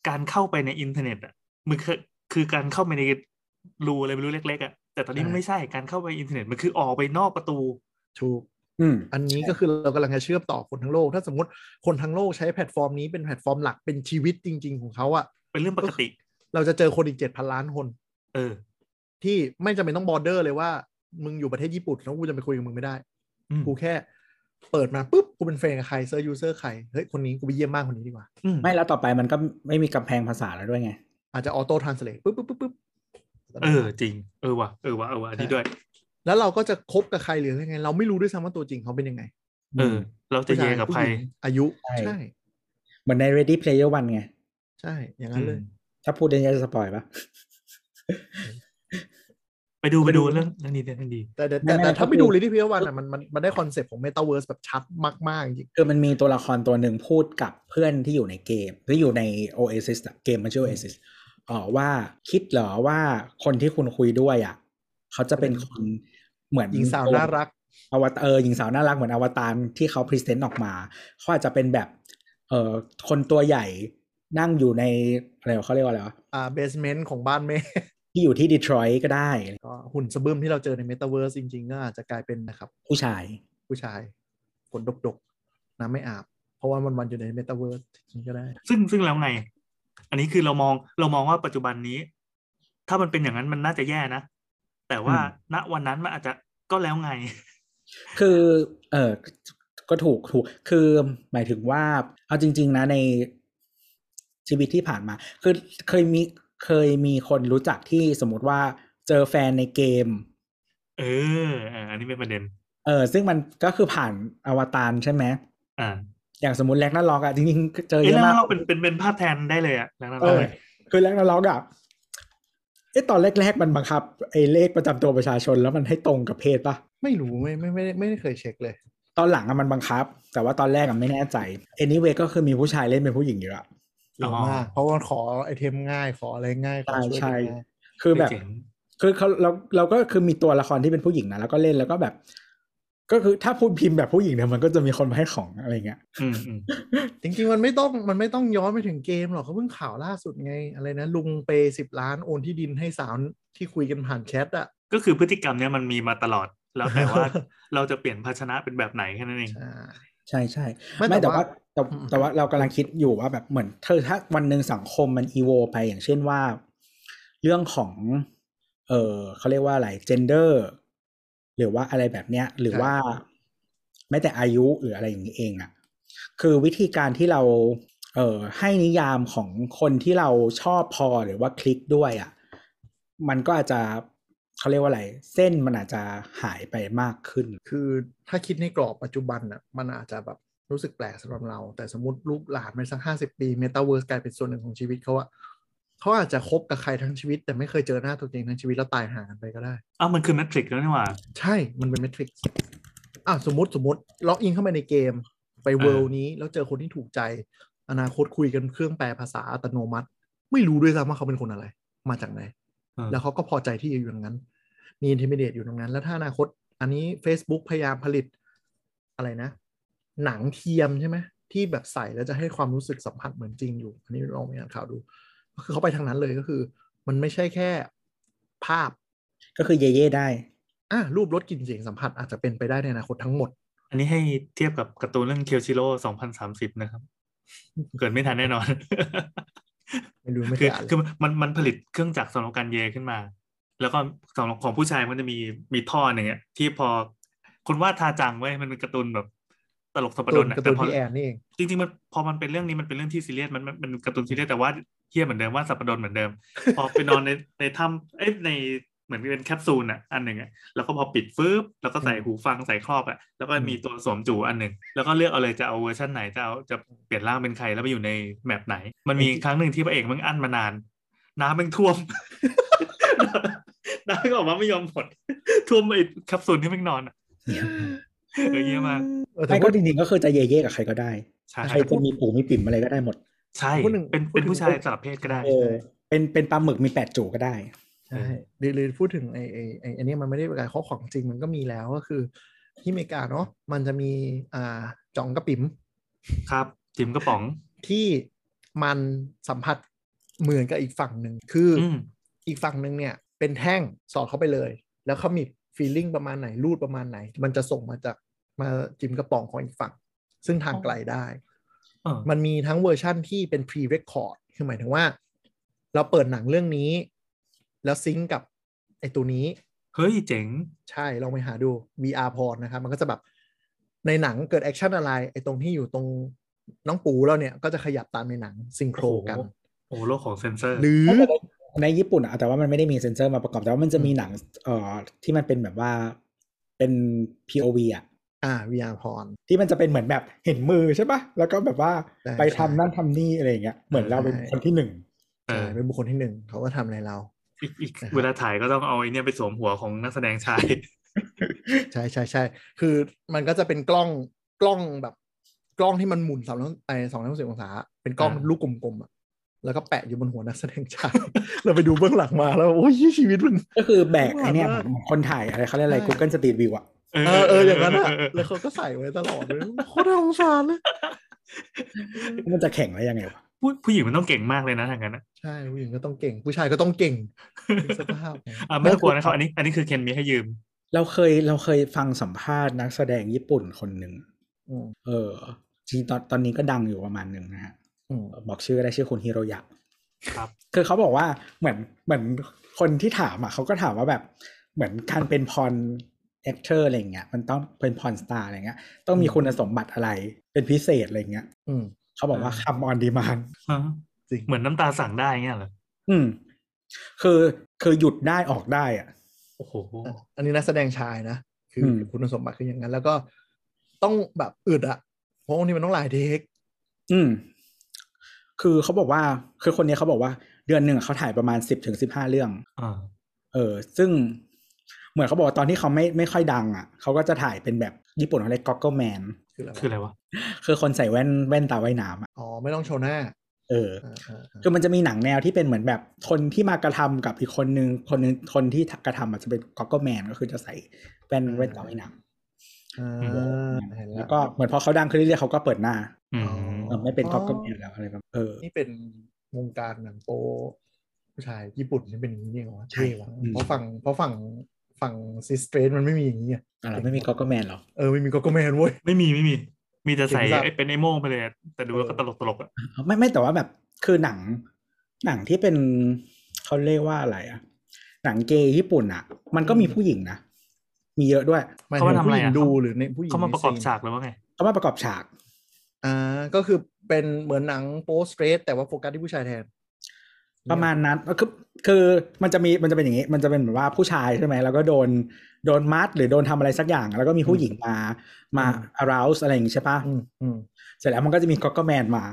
การเข้าไปในอินเทอร์เน็ตอ่ะมันคือคือการเข้าไปในรูอะไรไม่รู้เล็กๆอ่ะแต่ตอนนี้มันไม่ใช่การเข้าไปอินเทอร์เน็ตมันคือออกไปนอกประตู ถูก อืม อันนี้ก็คือเรากำลังจะเชื่อมต่อคนทั้งโลก ถ้าสมมติคนทั้งโลกใช้แพลตฟอร์มนี้เป็นแพลตฟอร์มหลักเป็นชีวิตจริง ๆ ของเขาอะ เป็นเรื่องปกติ เราจะเจอคนอีกเจ็ดพันล้านคน เออ ที่ไม่จำเป็นต้องบอร์เดอร์เลยว่า มึงอยู่ประเทศญี่ปุ่นแล้วกูจะไปคุยกับมึงไม่ได้ อืม กูแค่เปิดมาปุ๊บกูเป็นเฟรนด์กับใครเซอร์ยูเซอร์ใคร เฮ้ย คนนี้กูไปเยี่ยมมากคนนี้ดีกว่า อืม ไม่แล้วต่อไปมันก็ไม่มีกำแพงภาษาแล้วด้วยไง อาจจะออโต้ทรานสเลทปุ๊บปุ๊บปุ๊บปุ๊บ เออ จริง เออว่ะเออว่ะเออว่ะอันนี้ด้วย แล้วเราก็จะคบกับใครหรือยังไง เราไม่รู้ด้วยซ้ำว่าตัวจริงเขาเป็นยังไง เออ เราจะเยกับ ผู้ ใคร หญิงอายุ ใช่ ใช่ เหมือนใน Ready Player One ไง ใช่ อย่าง อื นั้นเล ม ย ถ้าพูดเดนจะสปอยปะ ไปดูไปดู ไปดู เรื่องเรื่องนี้เรื่องดี แต่แต่ ไม่ไม่แต่แต่ถ้า ก็ ไป คือ ดูเลยที่พิวันอ่ะมันมันมันได้คอนเซปต์ของเมตาเวิร์สแบบชัดมาก ๆ จริง คือมันมีตัวละครตัวหนึ่งพูดกับเพื่อนที่อยู่ในเกมที่อยู่ใน Oasis อะเกมมันชื่อ Oasis เออว่าคิดเหรอว่าคนที่คุณคุยด้วยอ่ะเขาจะเป็นคนเหมือน หญิงสาวน่ารัก อวตารเออหญิงสาวน่ารักเหมือนอวตารที่เขาพรีเซนต์ออกมาเขาอาจจะเป็นแบบเออคนตัวใหญ่นั่งอยู่ในอะไรวะเขาเรียกว่าอะไรวะ ๆอ่าเบสเมนต์ของบ้านแม่ ที่อยู่ที่ดีทรอยต์ก็ได้ ก็หุ่นสะบึมที่เราเจอในเมตาเวิร์สจริง ๆ ก็อาจจะกลายเป็นนะครับ ผู้ชาย ผู้ชายขนดกๆน้ำไม่อาบ เพราะว่ามันวันๆอยู่ในเมตาเวิร์สจริงก็ได้ ๆซึ่งซึ่งแล้วไง อันนี้คือเรามองเรามองว่าปัจจุบันนี้ ถ้ามันเป็นอย่างนั้นมันน่าจะแย่นะ แต่ว่าณอืวันนั้นมันอาจจะก็แล้วไง คือเออก็ถูกถูกคือหมายถึงว่า เอาจริง ๆ นะในชีวิตที่ผ่านมา คือเคยมีเคยมีคนรู้จักที่สมมติว่าเจอแฟนในเกม เออเอออันนี้เป็นประเด็น เออซึ่งมันก็คือผ่านอวตารใช่ไหม อ่า อย่างสมมติแลกน่าล็อกอะจริงๆ เจอ เอ้ เย ย อะ แล้ว มาก เราเป็นเป็นเป็นภาพแทนได้เลยอะแล้วเรา เออคือแลกน่าล็อกอะไอยตอนแรกๆมันบังคับไอเลขประจำตัวประชาชนแล้วมันให้ตรงกับเพศปะ ไม่รู้ไม่ไม่ไม่ได้ไม่ได้เคยเช็คเลย ตอนหลังอะมันบังคับ แต่ว่าตอนแรกอะไม่แน่ใจ anyway ก็คือมีผู้ชายเล่นเป็นผู้หญิงเยอะอะ เยอะมากเพราะว่าขอไอเทมง่ายขออะไรง่ายขอ ใช่ใช่ช่วยกันง่าย คือแบบ เจ๋ง คือเขาเราเราก็คือมีตัวละครที่เป็นผู้หญิงนะแล้วก็เล่นแล้วก็แบบ ก็คือถ้าพูดพิมพ์แบบผู้หญิงเนี่ยมันก็จะมีคนมาให้ของอะไรเงี้ย อืมอืม จริงๆ มันไม่ต้องมันไม่ต้องย้อนไปถึงเกมหรอกเขาเพิ่งข่าวล่าสุดไง อะไรนะ ลุงเปย์สิบล้านโอนที่ดินให้สาวที่คุยกันผ่านแชทอะ ก็คือพฤติกรรมเนี้ยมันมีมาตลอด แล้วแต่ ว่า เราจะเปลี่ยนภาชนะเป็นแบบไหนแค่นั้นเอง อ่า ใช่ใช่ ไม่ ไม่ แต่ แต่ว่า ว่า แต่ อืม แต่ว่าเรากำลังคิดอยู่ว่าแบบเหมือนเธอถ้าวันหนึ่งสังคมมันอีโวไปอย่างเช่นว่า เรื่องของ เออเขาเรียกว่าอะไรเจนเดอร์หรือว่าอะไรแบบเนี้ย หรือว่าแม้แต่อายุหรืออะไรอย่างนี้เองอะคือวิธีการที่เรา เอ่อให้นิยามของคนที่เราชอบพอหรือว่าคลิกด้วยอะ่ะมันก็อาจจะเขาเรียกว่าอะไร เส้นมันอาจจะหายไปมากขึ้น คือถ้าคิดในกรอบปัจจุบันอะมันอาจจะแบบรู้สึกแปลกสำหรับเรา แต่สมมติลูกหลานไปสักห้าสิบปีเมตาเวิร์สกลายเป็นส่วนหนึ่งของชีวิตเขาอะเขาอาจจะคบกับใครทั้งชีวิต แต่ไม่เคยเจอหน้าตัวจริงทั้งชีวิตแล้วตายห่างกันไปก็ได้ อ้าวมันคือแมทริกแล้วนี่หว่า ใช่ มันเป็นเมทริกซ์อ่ะสมมติสมมติล็อกอินเข้ามาในเกม ไป อ่า เวิลด์นี้แล้วเจอคนที่ถูกใจ อนาคตคุยกันเครื่องแปลภาษาอัตโนมัติ ไม่รู้ด้วยซ้ำว่าเขาเป็นคนอะไร มาจากไหน เออ แล้วเขาก็พอใจที่อยู่อย่างนั้น มีอินทิเมเดตอยู่ตรงนั้น แล้วถ้าอนาคต อันนี้ Facebook พยายามผลิตอะไรนะ หนังเทียมใช่ไหมที่แบบใส่แล้วจะให้ความรู้สึกสัมผัสเหมือนจริงอยู่ อันนี้ลองไปอ่านข่าวดู ก็คือเขาไปทางนั้นเลยก็คือ มันไม่ใช่แค่ภาพ ก็คือเย่ๆได้ อ่ะรูปรสกลิ่นเสียงสัมผัสอาจจะเป็นไปได้ในอนาคตทั้งหมด อันนี้ให้เทียบกับการ์ตูนเรื่องเคียวชิโร่สองพันสามสิบนะครับ เกิดไม่ทันแน่นอน ไม่รู้ไม่ คือ ได้อ่านเล คื ย อมันมันผลิตเครื่องจักรสำหรับการเยขึ้นมา แล้วก็สำหรับของผู้ชายมันจะมีมีท่อหนึ่งอะที่พอคนวาดทาจังไว้ยมันเป็นการ์ตูนแบบตลกสัป การ์ ด ตู น น อะ การ์ แต่ ตูน พอ พี่แอนนี่เอง จริงๆมันพอมันเป็นเรื่องนี้มันเป็นเรื่องที่ซีเรียสมันมันมันการ์ตูนซีเรียสแต่ว่าเฮี้ยเหมือนเดิมว่าดสัปดนเหมือน เดิม พอไปนอนในในถ้ำเอ้ยในเหมือนเป็นแคปซูลอะอันหนึ่งอะแล้วก็พอปิดฟืบแล้วก็ใส่หูฟังใส่ครอบอะแล้วก็มีตัวสวมจู่อันหนึ่งแล้วก็เลือกเอาเลยจะเอาเวอร์ชันไหนจะเอาจะเปลี่ยนร่างเป็นใครแล้วไปอยู่ในแมปไหน มัน มีครั้งหนึ่งที่พระเอกมึงอั้นมานาน น้ำแมันท่วม น้ำ งออกมาไม่ยอมหดท่วมไอ้แคปซูลที่มันนอนอ่ะเออเยี่ยมมาก เออแต่ ไม่ พู ก็ ด จริงๆก็คือจะเย่เย่กับใครก็ได้ ใช่ ใครจะมีปู่มีปิ่มอะไรก็ได้หมด ใช่เป็นเป็นผู้ชายสลับเพศก็ได้ เออ เป็นเป็นปลาหมึกมีแปดจูก็ได้ ใช่หรือหรือพูดถึงไอ้ไอ้ไอ้อันนี้มันไม่ได้เป็นการข้อของจริงมันก็มีแล้วก็คือ ที่อเมริกาเนาะมันจะมีอ่าจ่องกระปิ๋ม ครับจิมกระป๋อง ที่มันสัมผัสเหมือนกับอีกฝั่งหนึ่งคือ อืม อีกฝั่งหนึ่งเนี่ยเป็นแท่งสอดเข้าไปเลย แล้วเขามีฟีลลิ่งประมาณไหนรูดประมาณไหน มันจะส่งมาจากมาจิ้มกระป๋องของอีกฝั่ง ซึ่งทางไกลได้ เออ มันมีทั้งเวอร์ชั่นที่เป็น pre record คือหมายถึงว่า เราเปิดหนังเรื่องนี้ แล้วซิงก์กับไอตัวนี้ เฮ้ยเจ๋ง ใช่ลองไปหาดู VR พรนะครับ มันก็จะแบบในหนังเกิดแอคชั่นอะไร ไอตรงที่อยู่ตรงน้องปูเราเนี่ย ก็จะขยับตามในหนังซิงโครกัน โอ้โห โอ้โลกของเซนเซอร์ หรือ ในญี่ปุ่นอะแต่ว่ามันไม่ได้มีเซ็นเซอร์มาประกอบ แต่ว่ามันจะมีหนังเอ่อที่มันเป็นแบบว่าเป็น POV อะ อ่า VR พร ที่มันจะเป็นเหมือนแบบเห็นมือใช่ปะแล้วก็แบบว่า ใช่ ไปทำ ใช่ นั่นทำนี่อะไรอย่างเงี้ยเหมือนเราเป็นคนที่หนึ่ง เออ ใช่เป็นบุคคลที่หนึ่งเขาก็ทำอะไรเรา อีกอีก นะครับ เวลาถ่ายก็ต้องเอาไอ้เนี่ยไปสวมหัวของนักแสดงชาย ใช่ใช่ใช่คือมันก็จะเป็นกล้องกล้องแบบ กล้องที่มันหมุนสามร้อยไอสองร้อยหกสิบองศา เป็นกล้อง อ่า ลูกกลมๆอ่ะ แล้วก็แปะอยู่บนหัวนัก แสดงชาย เราไปดูเบื้องหลังมาแล้ว โอ้ยชีวิตมัน ก็คือแบกไอเนี่ย ว้าวมาก เหมือนคนถ่ายอะไรเขาเรียกอะไร Google Street View อะ เอ เออเอออย่างนั้นอ่ะ เเออเออ แล้วเขาก็ใส่ไว้ตลอดเลยโคตรน่าสงสารเลย มันจะแข่งได้ยังไงวะ ผู้ผู้หญิงมันต้องเก่งมากเลยนะทางนั้นอะ ใช่ผู้หญิงก็ต้องเก่ง ผู้ชายก็ต้องเก่งสภาพ อ่ะไม่ต้องกลัวนะครับ อันนี้อันนี้คือเคนมีให้ยืม เราเคยเราเคยฟังสัมภาษณ์นักแสดงญี่ปุ่นคนหนึ่ง อืม เออจริงๆตอนตอนนี้ก็ดังอยู่ประมาณหนึ่งนะฮะ อืม บอกชื่อได้ชื่อคุณฮิโรยะ ครับ คือเขาบอกว่าเหมือนเหมือนคนที่ถามอ่ะเขาก็ถามว่าแบบเหมือนการเป็นพรแอคเตอร์อะไรอย่างเงี้ยมันต้องเป็นพรสตาร์อะไรเงี้ยต้องมีคุณสมบัติอะไรเป็นพิเศษอะไรเงี้ย อืม เขาบอกว่าคำออนดีมาน ฮะ จริง เหมือนน้ำตาสั่งได้เงี้ยเหรอ อืมคือคือหยุดได้ออกได้อ่ะ โอ้โห อ่ะอันนี้นักแสดงชายนะ คือ ม อคุณสมบัติคืออย่างนั้น แล้วก็ต้องแบบอึดอ่ะ เพราะบางทีมันต้องหลายเทค อืม คือเขาบอกว่าคือคนเนี้ยเขาบอกว่าเดือนหนึ่งเขาถ่ายประมาณสิบถึงสิบห้าเรื่อง อ่า เออซึ่งเหมือนเขาบอกว่าตอนที่เขาไม่ไม่ค่อยดังอ่ะเขาก็จะถ่ายเป็นแบบญี่ปุ่นเขาเรียกก็อกแมน คืออะไรวะ คืออะไรวะ คือคนใส่แว่นแว่นตาว่ายน้ำอ่ะ อ๋อ ไม่ต้องโชว์หน้า เออ อ่าอ่าอ่า คือมันจะมีหนังแนวที่เป็นเหมือนแบบคนที่มากระทำกับอีกคนนึงคนนึงคนที่กระทำอาจจะเป็นก็อกแมนก็คือจะใส่แว่นแว่นตาว่ายน้ อ่าเห็น ำ แล้ แล้ว ว ก็เหมือนพอเขาดังขึ้นเรื่อยๆเขาก็เปิดหน้า อืม เออไม่เป็นก็อกแมนแล้วอะไรแบบเออ นี่เป็นวงการหนังโป๊ผู้ชายญี่ปุ่นนี่เป็นอย่างนี้เองเหรอ ใช่ เท่ว่ะ อืม เพราะฝั่งเพราะฝั่งฝั่งซิสเตรนมันไม่มีอย่างนี้อะ อะไรไม่มีก็อกแมนหรอ เออไม่มีก็ก็แมนเว้ย ไม่มีไม่มี มีแต่ใส่ เจ๋งสัส ไอ้เป็นไอโม่งไปเลยอะแต่ดูแล้วก็ เอ ต อ ลกตลกๆอ่ะ ไม่ไม่แต่ว่าแบบคือหนัง หนังที่เป็นเขาเรียกว่าอะไรอ่ะหนังเกย์ญี่ปุ่นอ่ะ มันก็มีผู้หญิงนะมีเยอะด้วย หมายถึงผู้หญิงดูหรือในผู้หญิง เขามาประกอบ ในซีน ฉากแล้วว่าไง เขามาประกอบฉาก อ่าก็คือเป็นเหมือนหนังโป๊สเตรทแต่ว่าโฟกัสที่ผู้ชายแทน ประมาณนั้นก็คือคือมันจะมีมันจะเป็นอย่างนี้ มันจะเป็นแบบว่าผู้ชายใช่ไหมแล้วก็โดนโดนมัดหรือโดนทำอะไรสักอย่าง แล้วก็มีผู้หญิงมามา อืม arouse อะไรอย่างนี้ใช่ปะ อืมอืม เสร็จแล้วมันก็จะมีก็อกแมนมา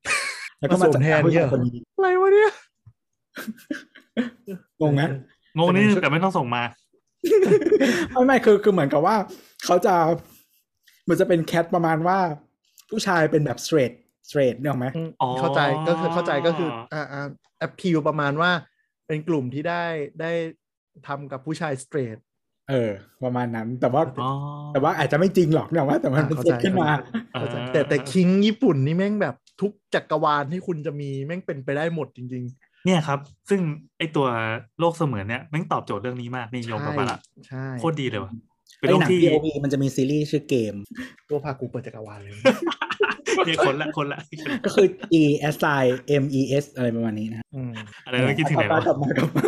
แล้วก็ มา มา สวม จัด แทน ผู้ เนี่ ชาย ยคนนี้ อะไรวะเนี่ย งงนะ งงนิดนึ แต่ งแต่มันช่วยไม่ต้องส่งมา ไม่ไม่คือคือเหมือนกับว่าเขาจะมันจะเป็นแคทประมาณว่า ผู้ชายเป็นแบบสเตรทสเตรทเนี่ยหรอกไหม อืม อ๋อ เข้าใจก็คือเข้าใจก็คืออ่าอ่าแอพพิวประมาณว่าเป็นกลุ่มที่ได้ได้ทำกับผู้ชายสเตรท เออ ประมาณนั้น แต่ว่า อ๋อ แต่ว่าอาจจะไม่จริงหรอกเนี่ยว่า แต่มันเป็น อ่าเข้า เซ ใจ ตขึ้นมา เออ เข้าใจแต่แต่คิงญี่ปุ่นนี่แม่งแบบทุกจักรวาลที่คุณจะมีแม่งเป็นไปได้หมดจริง เนี่ยครับ ซึ่งไอตัวโลกเสมือนเนี่ยแม่งตอบโจทย์เรื่องนี้มากนี่ ๆ โยงกลับ ใช่ มาละ ใช่ โคตรดีเลยว่ะเป็น ไอ้ โลก หนัง ที่ POV มันจะมีซีรีส์ชื่อเกม ตัวพากูเปิดจักรวาลเลย เนี่ยคนละคนละ ก็คือ E S I M E S อะไรประมาณนี้นะ อืม อะไรไม่คิดถึงไหน กลัวะบมากลับมากลับมา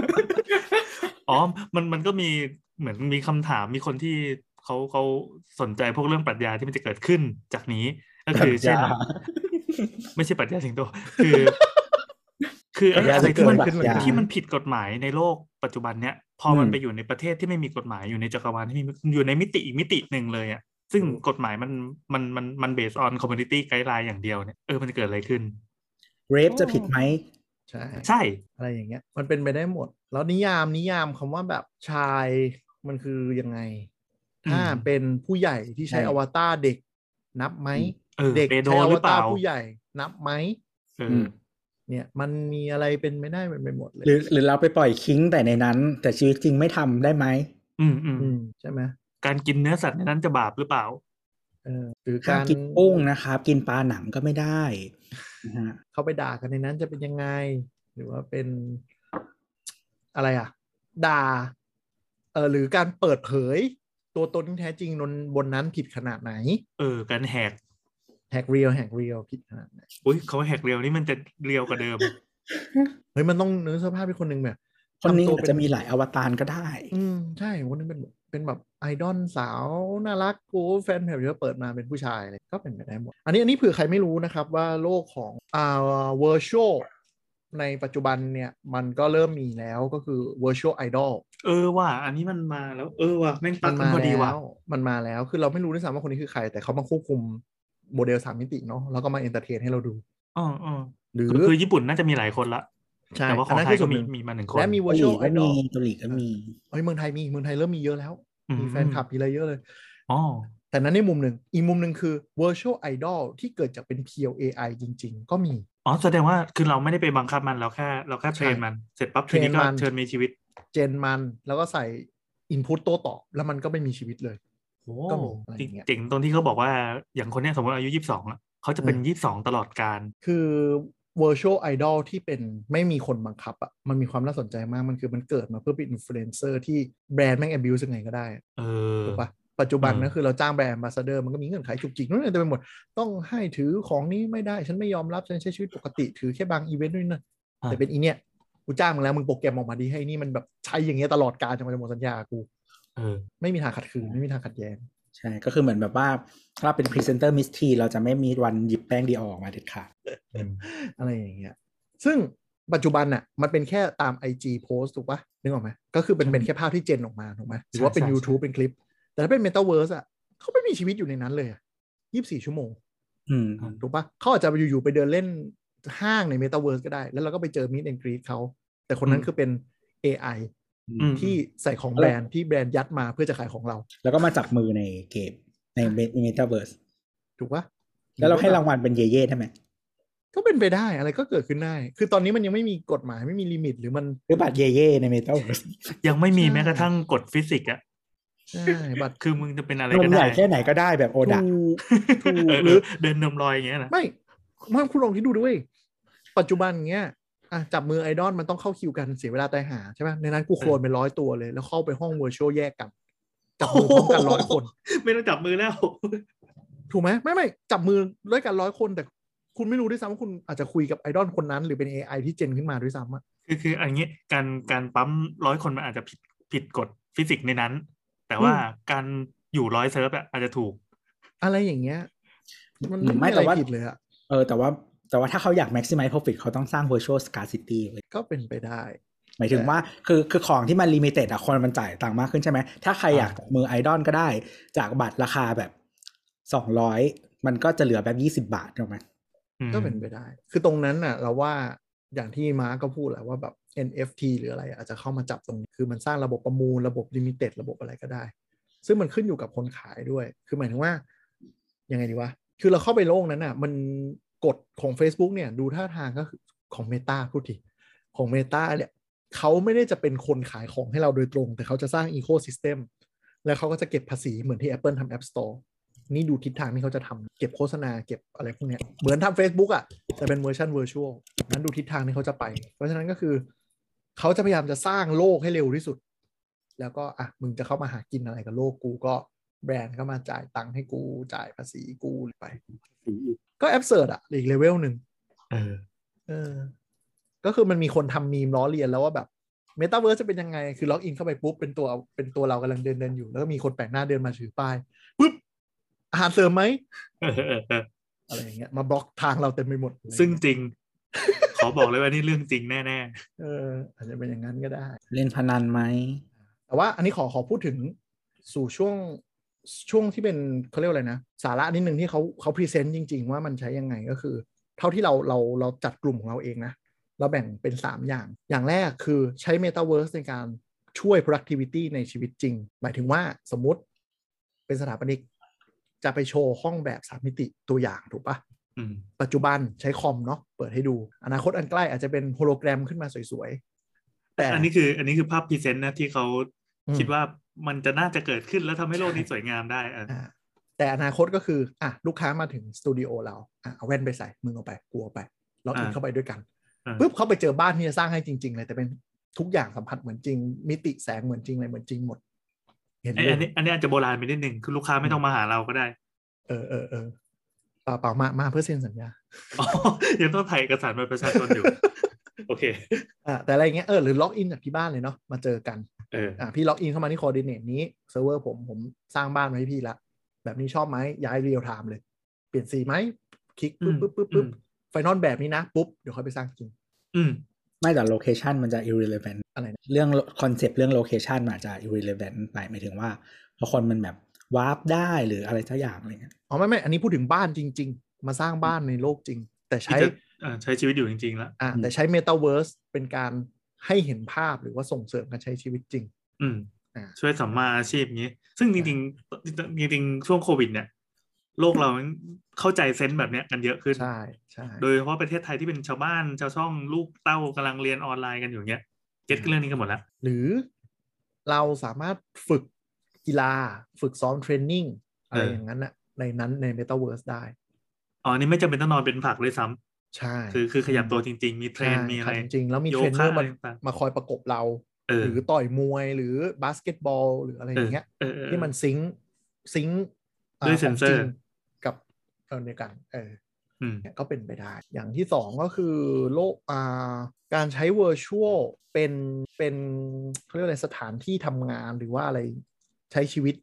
อ๋อมันมันก็มีเหมือนมีคำถามมีคนที่เขาเขาสนใจพวกเรื่องปรัชญาที่มันจะเกิดขึ้นจากนี้ ก็คือเช่น อย่า ไม่ใช่ปรัชญาสิงโต คือ คือไอ้ ปรัชญา อะไรที่มัน ปรัชญา ที่มันผิดกฎหมายในโลกปัจจุบันเนี้ยพอมันไปอยู่ในประเทศที่ไม่มีกฎหมายอยู่ในจักรวาลที่ไมมีอยู่ในมิติอีกมิติหนึ่งเลยอ่ะซึ่งกฎหมายมันมันมันมันเบสออนคอมมูนิตี้ไกด์ไลน์อย่างเดียวเนี่ยเออมันจะเกิดอะไรขึ้น เรฟจะผิดไหม ใช่ ใช่ อะไรอย่างเงี้ย มันเป็นไปได้หมด แล้วนิยามนิยามคำว่าแบบชายมันคือยังไง ถ้า อืม เป็นผู้ใหญ่ที่ใช้ ใช่ อวตารเด็กนับไหม เออ เด็ก เปโด ใช้อ หรือวเป ตาร ล่า ผู้ใหญ่นับไหม เอ อื อ ม เนี่ยมันมีอะไรเป็นไม่ได้เป็นไปหมดเลย หรือหรือเราไปปล่อยคิงแต่ในนั้น แต่ชีวิตจริงไม่ทำได้ไหม อืมอืม อืมใช่ไหม การกินเนื้อสัตว์ในนั้นจะบาปหรือเปล่า เออหรือ ห้าก าม ร กินกุ้งนะครับ กินปลาหนังก็ไม่ได้นะฮะ เข้าไปด่ากันในนั้นจะเป็นยังไง หรือว่าเป็นอะไรอ่ะ ด่าเออหรือการเปิดเผย ตัวตนที่แท้จริงนนบนนั้นผิดขนาดไหน เออ การแหก แฮกเรียลแฮกเรียลผิดขนาดไหน อุ้ยเขาว่าแหกเรียวนี่มันจะเรียวกว่าเดิม เฮ้ยมันต้องนึกสภาพเป็นคนหนึ่งแบบ คนนี้ ทำตัว อา เป็ จ น จะมีหลายอวตารก็ได้ อืมใช่คนหนึงเป็นเป็นแบบไอดอลสาวน่ารักกูแฟนเพจเยอะเปิดมาเป็นผู้ชายเลยก็เป็นไปได้หมด อันนี้อันนี้เผื่อใครไม่รู้นะครับว่าโลกของอ่า virtual ในปัจจุบันเนี่ย มันก็เริ่มมีแล้วก็คือ virtual idol เออว่ะอันนี้มันมาแล้ว เออว่ะแม่งปั มั ก น กัน มา พอดีว่ะ แล้วมันมาแล้วคือเราไม่รู้ด้วยซ้ำว่าคนนี้คือใคร แต่เขามาควบคุมโมเดลสามมิติเนาะแล้วก็มาเอนเตอร์เทนให้เราดู อ๋ออ๋อ หรือ คือญี่ปุ่นน่าจะมีหลายคนละ ใช่ แต่ว่าข น อง นั้น ไท คื ยก็ ส่วน มี หนึ่ง มีมาหนึ่งคน และมี เกาหลี virtual ก็มี idol เกาหลีก็มี เฮ้ยเมืองไทยมีเมืองไทยเริ่มมีเยอะแล้ว อืม มีแฟนคลับมีอะไรเยอะเลย อ๋อ แต่นั้นในมุมหนึ่ง อีกมุมหนึ่งคือ virtual idol ที่เกิดจากเป็นเพียว AI จริง ๆ ก็มี อ๋อแสดงว่าคือเราไม่ได้ไปบังคับมันเราแค่เราแค่เทรนมัน เสร็จปั๊บทีนี้ก็ เทรนมัน เชิญมีชีวิต เจนมันแล้วก็ใส่ input โตตอบแล้วมันก็ไม่มีชีวิตเลย โอ้ ก็มีอะไรอย่างเงี้ย เจ๋งตรงที่เขาบอกว่าอย่างคนเนี้ยสมมติอายุยี่สิบสองอะเขาจะเป็น อืม ยี่สิบสองตลอดการ คือ virtual idol ที่เป็นไม่มีคนบังคับอะมันมีความน่าสนใจมาก มันคือมันเกิดมาเพื่อเป็น influencer ที่แบรนด์แม่ง abuse ยังไงก็ได้ เออ ถูกปะปัจจุบัน เออ นะคือเราจ้างแบรนด์ ambassador มันก็มีเงื่อนไขจุกจิกนู่นนี่เต็มไปหมด ต้องให้ถือของนี้ไม่ได้ฉันไม่ยอมรับฉันใช้ชีวิตปกติถือแค่บางอีเวนต์ด้วยนะแต่เป็นอีเนี่ยกูจ้างมึงแล้วมึงโปรแกรมออกมาดีให้นี่มันแบบใช้อย่างเงี้ยตลอดการจนกว่าจะหมดสัญญากู เออ ไม่มีทางขัดขืนไม่มีทางขัดแย้ง ใช่ก็คือเหมือนแบบว่าถ้าเราเป็นพรีเซนเตอร์มิสทีเราจะไม่มีวันหยิบแป้งดีออกมาเด็ดขาด อะไรอย่างเงี้ย ซึ่งปัจจุบันน่ะมันเป็นแค่ตาม IG โพสถูกปะนึกออกไหมก็คือเป็นเป็นแค่ภาพที่เจนออกมาถูกไหมหรือว่าเป็น ใช่ใช่ YouTube เป็นคลิป แต่ถ้าเป็น Metaverse อ่ะเขาไม่มีชีวิตอยู่ในนั้นเลยยี่สิบสี่ชั่วโมง อืม ถูกปะเขาอาจจะอยู่ๆไปเดินเล่นห้างใน Metaverse ก็ได้ แล้วเราก็ไปเจอ Meet and Greet เขา แต่คนนั้น อืม คือเป็น AI อืม ที่ใส่ของแบรนด์ที่แบรนด์ยัดมาเพื่อจะขายของเรา แล้วก็มาจับมือในเกมในเมตาเวิร์ส ถูกปะ แล้วเราให้รางวัลเป็นเย่ๆได้ไหม ก็เป็นไปได้อะไรก็เกิดขึ้นได้ คือตอนนี้มันยังไม่มีกฎหมายไม่มีลิมิต หรือมัน หรือบัตรเย่ๆในเมตาเวิร์ส ยังไม่มี ใช่ แม้กระทั่งกฎฟิสิกส์อะ ใช่บัตร คือมึงจะเป็นอะไร นม ก็ ให ได้ ญ่แค่ไหนก็ได้แบบโอดะ ถูกถูก เออ ห เอ รือ อเดินนมลอยอย่างเงี้ยนะ ไม่ไม่คุณลองที่ดูด้วย ปัจจุบันเงี้ยอ่ะจับมือไอดอลมันต้องเข้าคิวกันเสียเวลาตายหาใช่ไหมในนั้นกูโคลนเป็นร้อยตัวเลย แล้วเข้าไปห้องเวอร์ชวลแยกกัน จับมือพร้อมกันร้อยคน ไม่ต้องจับมือแล้ว ถูกไหมไม่ไม่จับมือด้วยกันร้อยคน แต่คุณไม่รู้ด้วยซ้ำว่าคุณอาจจะคุยกับไอดอลคนนั้น หรือเป็น AI ที่เจนขึ้นมาด้วยซ้ำอะ คือคืออันนี้การการปั๊มร้อยคนมันอาจจะผิดผิดกฎฟิสิกส์ในนั้น แต่ว่าการอยู่ร้อยเซิร์ฟอะอาจจะถูก อะไรอย่างเงี้ย มัน ไม่ ไม่ แต่ แต่ ว่า ว่าผิดเลยอะ เออแต่ว่าแต่ว่าถ้าเขาอยาก maximize profit เขาต้องสร้าง virtual scarcity เว้ย ก็เป็นไปได้ หมายถึงว่าคือคือของที่มัน limited อะคนมันจ่ายตังค์มากขึ้นใช่ไหม ถ้าใครอยากจับมือไอดอลก็ได้ จากบัตรราคาแบบสองร้อยมันก็จะเหลือแบบยี่สิบาทถูกไหม อืม ก็เป็นไปได้ คือตรงนั้นน่ะ เราว่าอย่างที่ม้าก็พูดแหละว่าแบบ NFT หรืออะไรอาจจะเข้ามาจับตรงนี้คือมันสร้างระบบประมูลระบบลิมิเต็ดระบบอะไรก็ได้ ซึ่งมันขึ้นอยู่กับคนขายด้วย คือหมายถึงว่า ยังไงดีวะ คือเราเข้าไปโลกนั้นน่ะ มันกฎของ Facebook เนี่ย ดูท่าทางก็คือของ Meta พูดทีของ Meta เนี่ยเขาไม่ได้จะเป็นคนขายของให้เราโดยตรง แต่เขาจะสร้าง Ecosystem แล้วเขาก็จะเก็บภาษีเหมือนที่ Apple ทำ App Store นี่ดูทิศทางที่เขาจะทำเก็บโฆษณาเก็บอะไรพวกเนี้ยเหมือนทำ Facebook อะ่ะแต่เป็นเวอร์ชันเวอร์ชวลนั้นดูทิศทางที่เขาจะไป เพราะฉะนั้นก็คือ เขาจะพยายามจะสร้างโลกให้เร็วที่สุด แล้วก็อ่ะมึงจะเข้ามาหากินอะไรกับโลกกูก็แบรนด์ก็มาจ่ายตังค์ให้กูจ่ายภาษีกูไป ก็แอบเสิร์ตอ่ะอีกเลเวลหนึ่ง เออ เออ ก็คือมันมีคนทำมีมล้อเลียนแล้วว่าแบบเมตาเวิร์สจะเป็นยังไง คือล็อกอินเข้าไปปุ๊บเป็นตัวเป็นตัวเรากำลังเดินเดินอยู่ แล้วก็มีคนแปลกหน้าเดินมาถือป้ายปุ๊บอาหารเสริมไหม เออเออเออ อะไรอย่างเงี้ยมาบล็อกทางเราเต็มไปหมดเลย ซึ่ง จริง ขอบอกเลยว่านี่เรื่องจริงแน่ เอออาจจะเป็นอย่างนั้นก็ได้ เล่นพนันไหม แต่ว่าอันนี้ขอขอพูดถึงสู่ช่วงช่วงที่เป็นเขาเรียกว่าอะไรนะ สาระนิดนึงที่เขาเขาพรีเซนต์จริง ๆ ว่ามันใช้ยังไงก็คือ เท่าที่เราเราเราจัดกลุ่มของเราเองนะ เราแบ่งเป็น 3 อย่าง อย่างแรกคือใช้ Metaverse ในการช่วย productivity ในชีวิตจริง หมายถึงว่าสมมติเป็นสถาปนิก จะไปโชว์ห้องแบบสามมิติตัวอย่างถูกปะ อืม ปัจจุบันใช้คอมเนาะเปิดให้ดู อนาคตอันใกล้อาจจะเป็นโฮโลแกรมขึ้นมาสวยๆ แต่ อันนี้คืออันนี้คือภาพพรีเซนต์นะที่เขา อืม คิดว่ามันจะน่าจะเกิดขึ้นแล้วทำให้โลกนี้สวยงามได้อ่ะ อ่าแต่อนาคตก็คืออ่ะลูกค้ามาถึงสตูดิโอเราอ่ะเอาแว่นไปใส่มึงเอาไปกลัวไปล็อกอินเข้าไปด้วยกัน อ่ะ ปุ๊บเขาไปเจอบ้านที่จะสร้างให้จริง ๆ เลย แต่เป็นทุกอย่างสัมผัสเหมือนจริง มิติแสงเหมือนจริงอะไรเหมือนจริงหมด เห็น ไอ้ เลย อันนี้อันนี้อาจจะโบราณไปนิดนึงคือลูกค้าไม่ต้องมาหาเราก็ ได้ เออเออเออเปล่าเปล่ามามาเพื่อเซ็นสัญญา อ๋อยังต้องถ่ายเอกสารบัตรประชาชน อยู่ โอเค อ่าแต่อะไรอย่างเงี้ยเออหรือล็อกอินจากที่บ้านเลยเนาะมาเจอกัน เออ อ่าพี่ล็อกอินเข้ามาที่คอร์ดิเนตนี้เซิร์ฟเวอร์ผมผมสร้างบ้านไว้ให้พี่ละแบบนี้ชอบไหมย้ายเรียลไทม์เลยเปลี่ยนสีไหมคลิกปุ๊บปุ๊บปุ๊บปุ๊บ อืม ไฟนอลแบบนี้นะปุ๊บเดี๋ยวค่อยไปสร้างจริง อืม ไม่แต่โลเคชันมันจะ irrelevant อะไรนะ เรื่องคอนเซปต์เรื่องโลเคชันอาจจะ irrelevant ไปหมายถึงว่าพอคนมันแบบวาร์ปได้หรืออะไรสักอย่างอะไรเงี้ย อ๋อไม่ไม่อันนี้พูดถึงบ้านจริง ๆ มาสร้างบ้านในโลกจริง แต่ใช้ ที่จะอ่าใช้ชีวิตอยู่จริงๆแล้ว อ่าแต่ใช้เมตาเวิร์สเป็นการให้เห็นภาพหรือว่าส่งเสริมการใช้ชีวิตจริง อืม อ่า ช่วยสัมมาอาชีพนี้ ซึ่งจริงๆจริงๆช่วงโควิด เนี่ย โลกเราเข้าใจเซนส์แบบเนี้ยกันเยอะขึ้น ใช่ใช่ โดยเฉพาะประเทศไทยที่เป็นชาวบ้าน ชาวช่องลูกเต้ากำลังเรียนออนไลน์กันอยู่เนี้ยเก็ตเรื่องนี้กันหมดแล้ว หรือเราสามารถฝึกกีฬาฝึกซ้อมเทรนนิ่งอะไร เออ อ อ ย่างนั้นอะในนั้นในเมตาเวิร์สได้ อ๋อนี่ไม่จำเป็นต้องนอนเป็นผักเลยซ้ำ ใช่ คือคือขยับตัวจริง ๆ มีเทรน ใช่ มีอะไร คบจริงๆ แล้วมี โย เทรนเน คะ อร์ อะไร มา ต่าง มาคอยประกบเรา ๆเออ หรือต่อยมวยหรือบาสเกตบอล หรืออะไรอย่างเงี้ย เออเออ ที่มันซิงค์ซิงค์อ่า ด้วยเซ็นเซอร์ ขงจงกับเออในการเออ อืม เนี่ยก็เป็นไปได้ อย่างที่สองก็คือโลกอ่าการใช้ virtual เป็นเป็นเขาเรียกอะไรสถานที่ทำงานหรือว่าอะไรใช้ชีวิต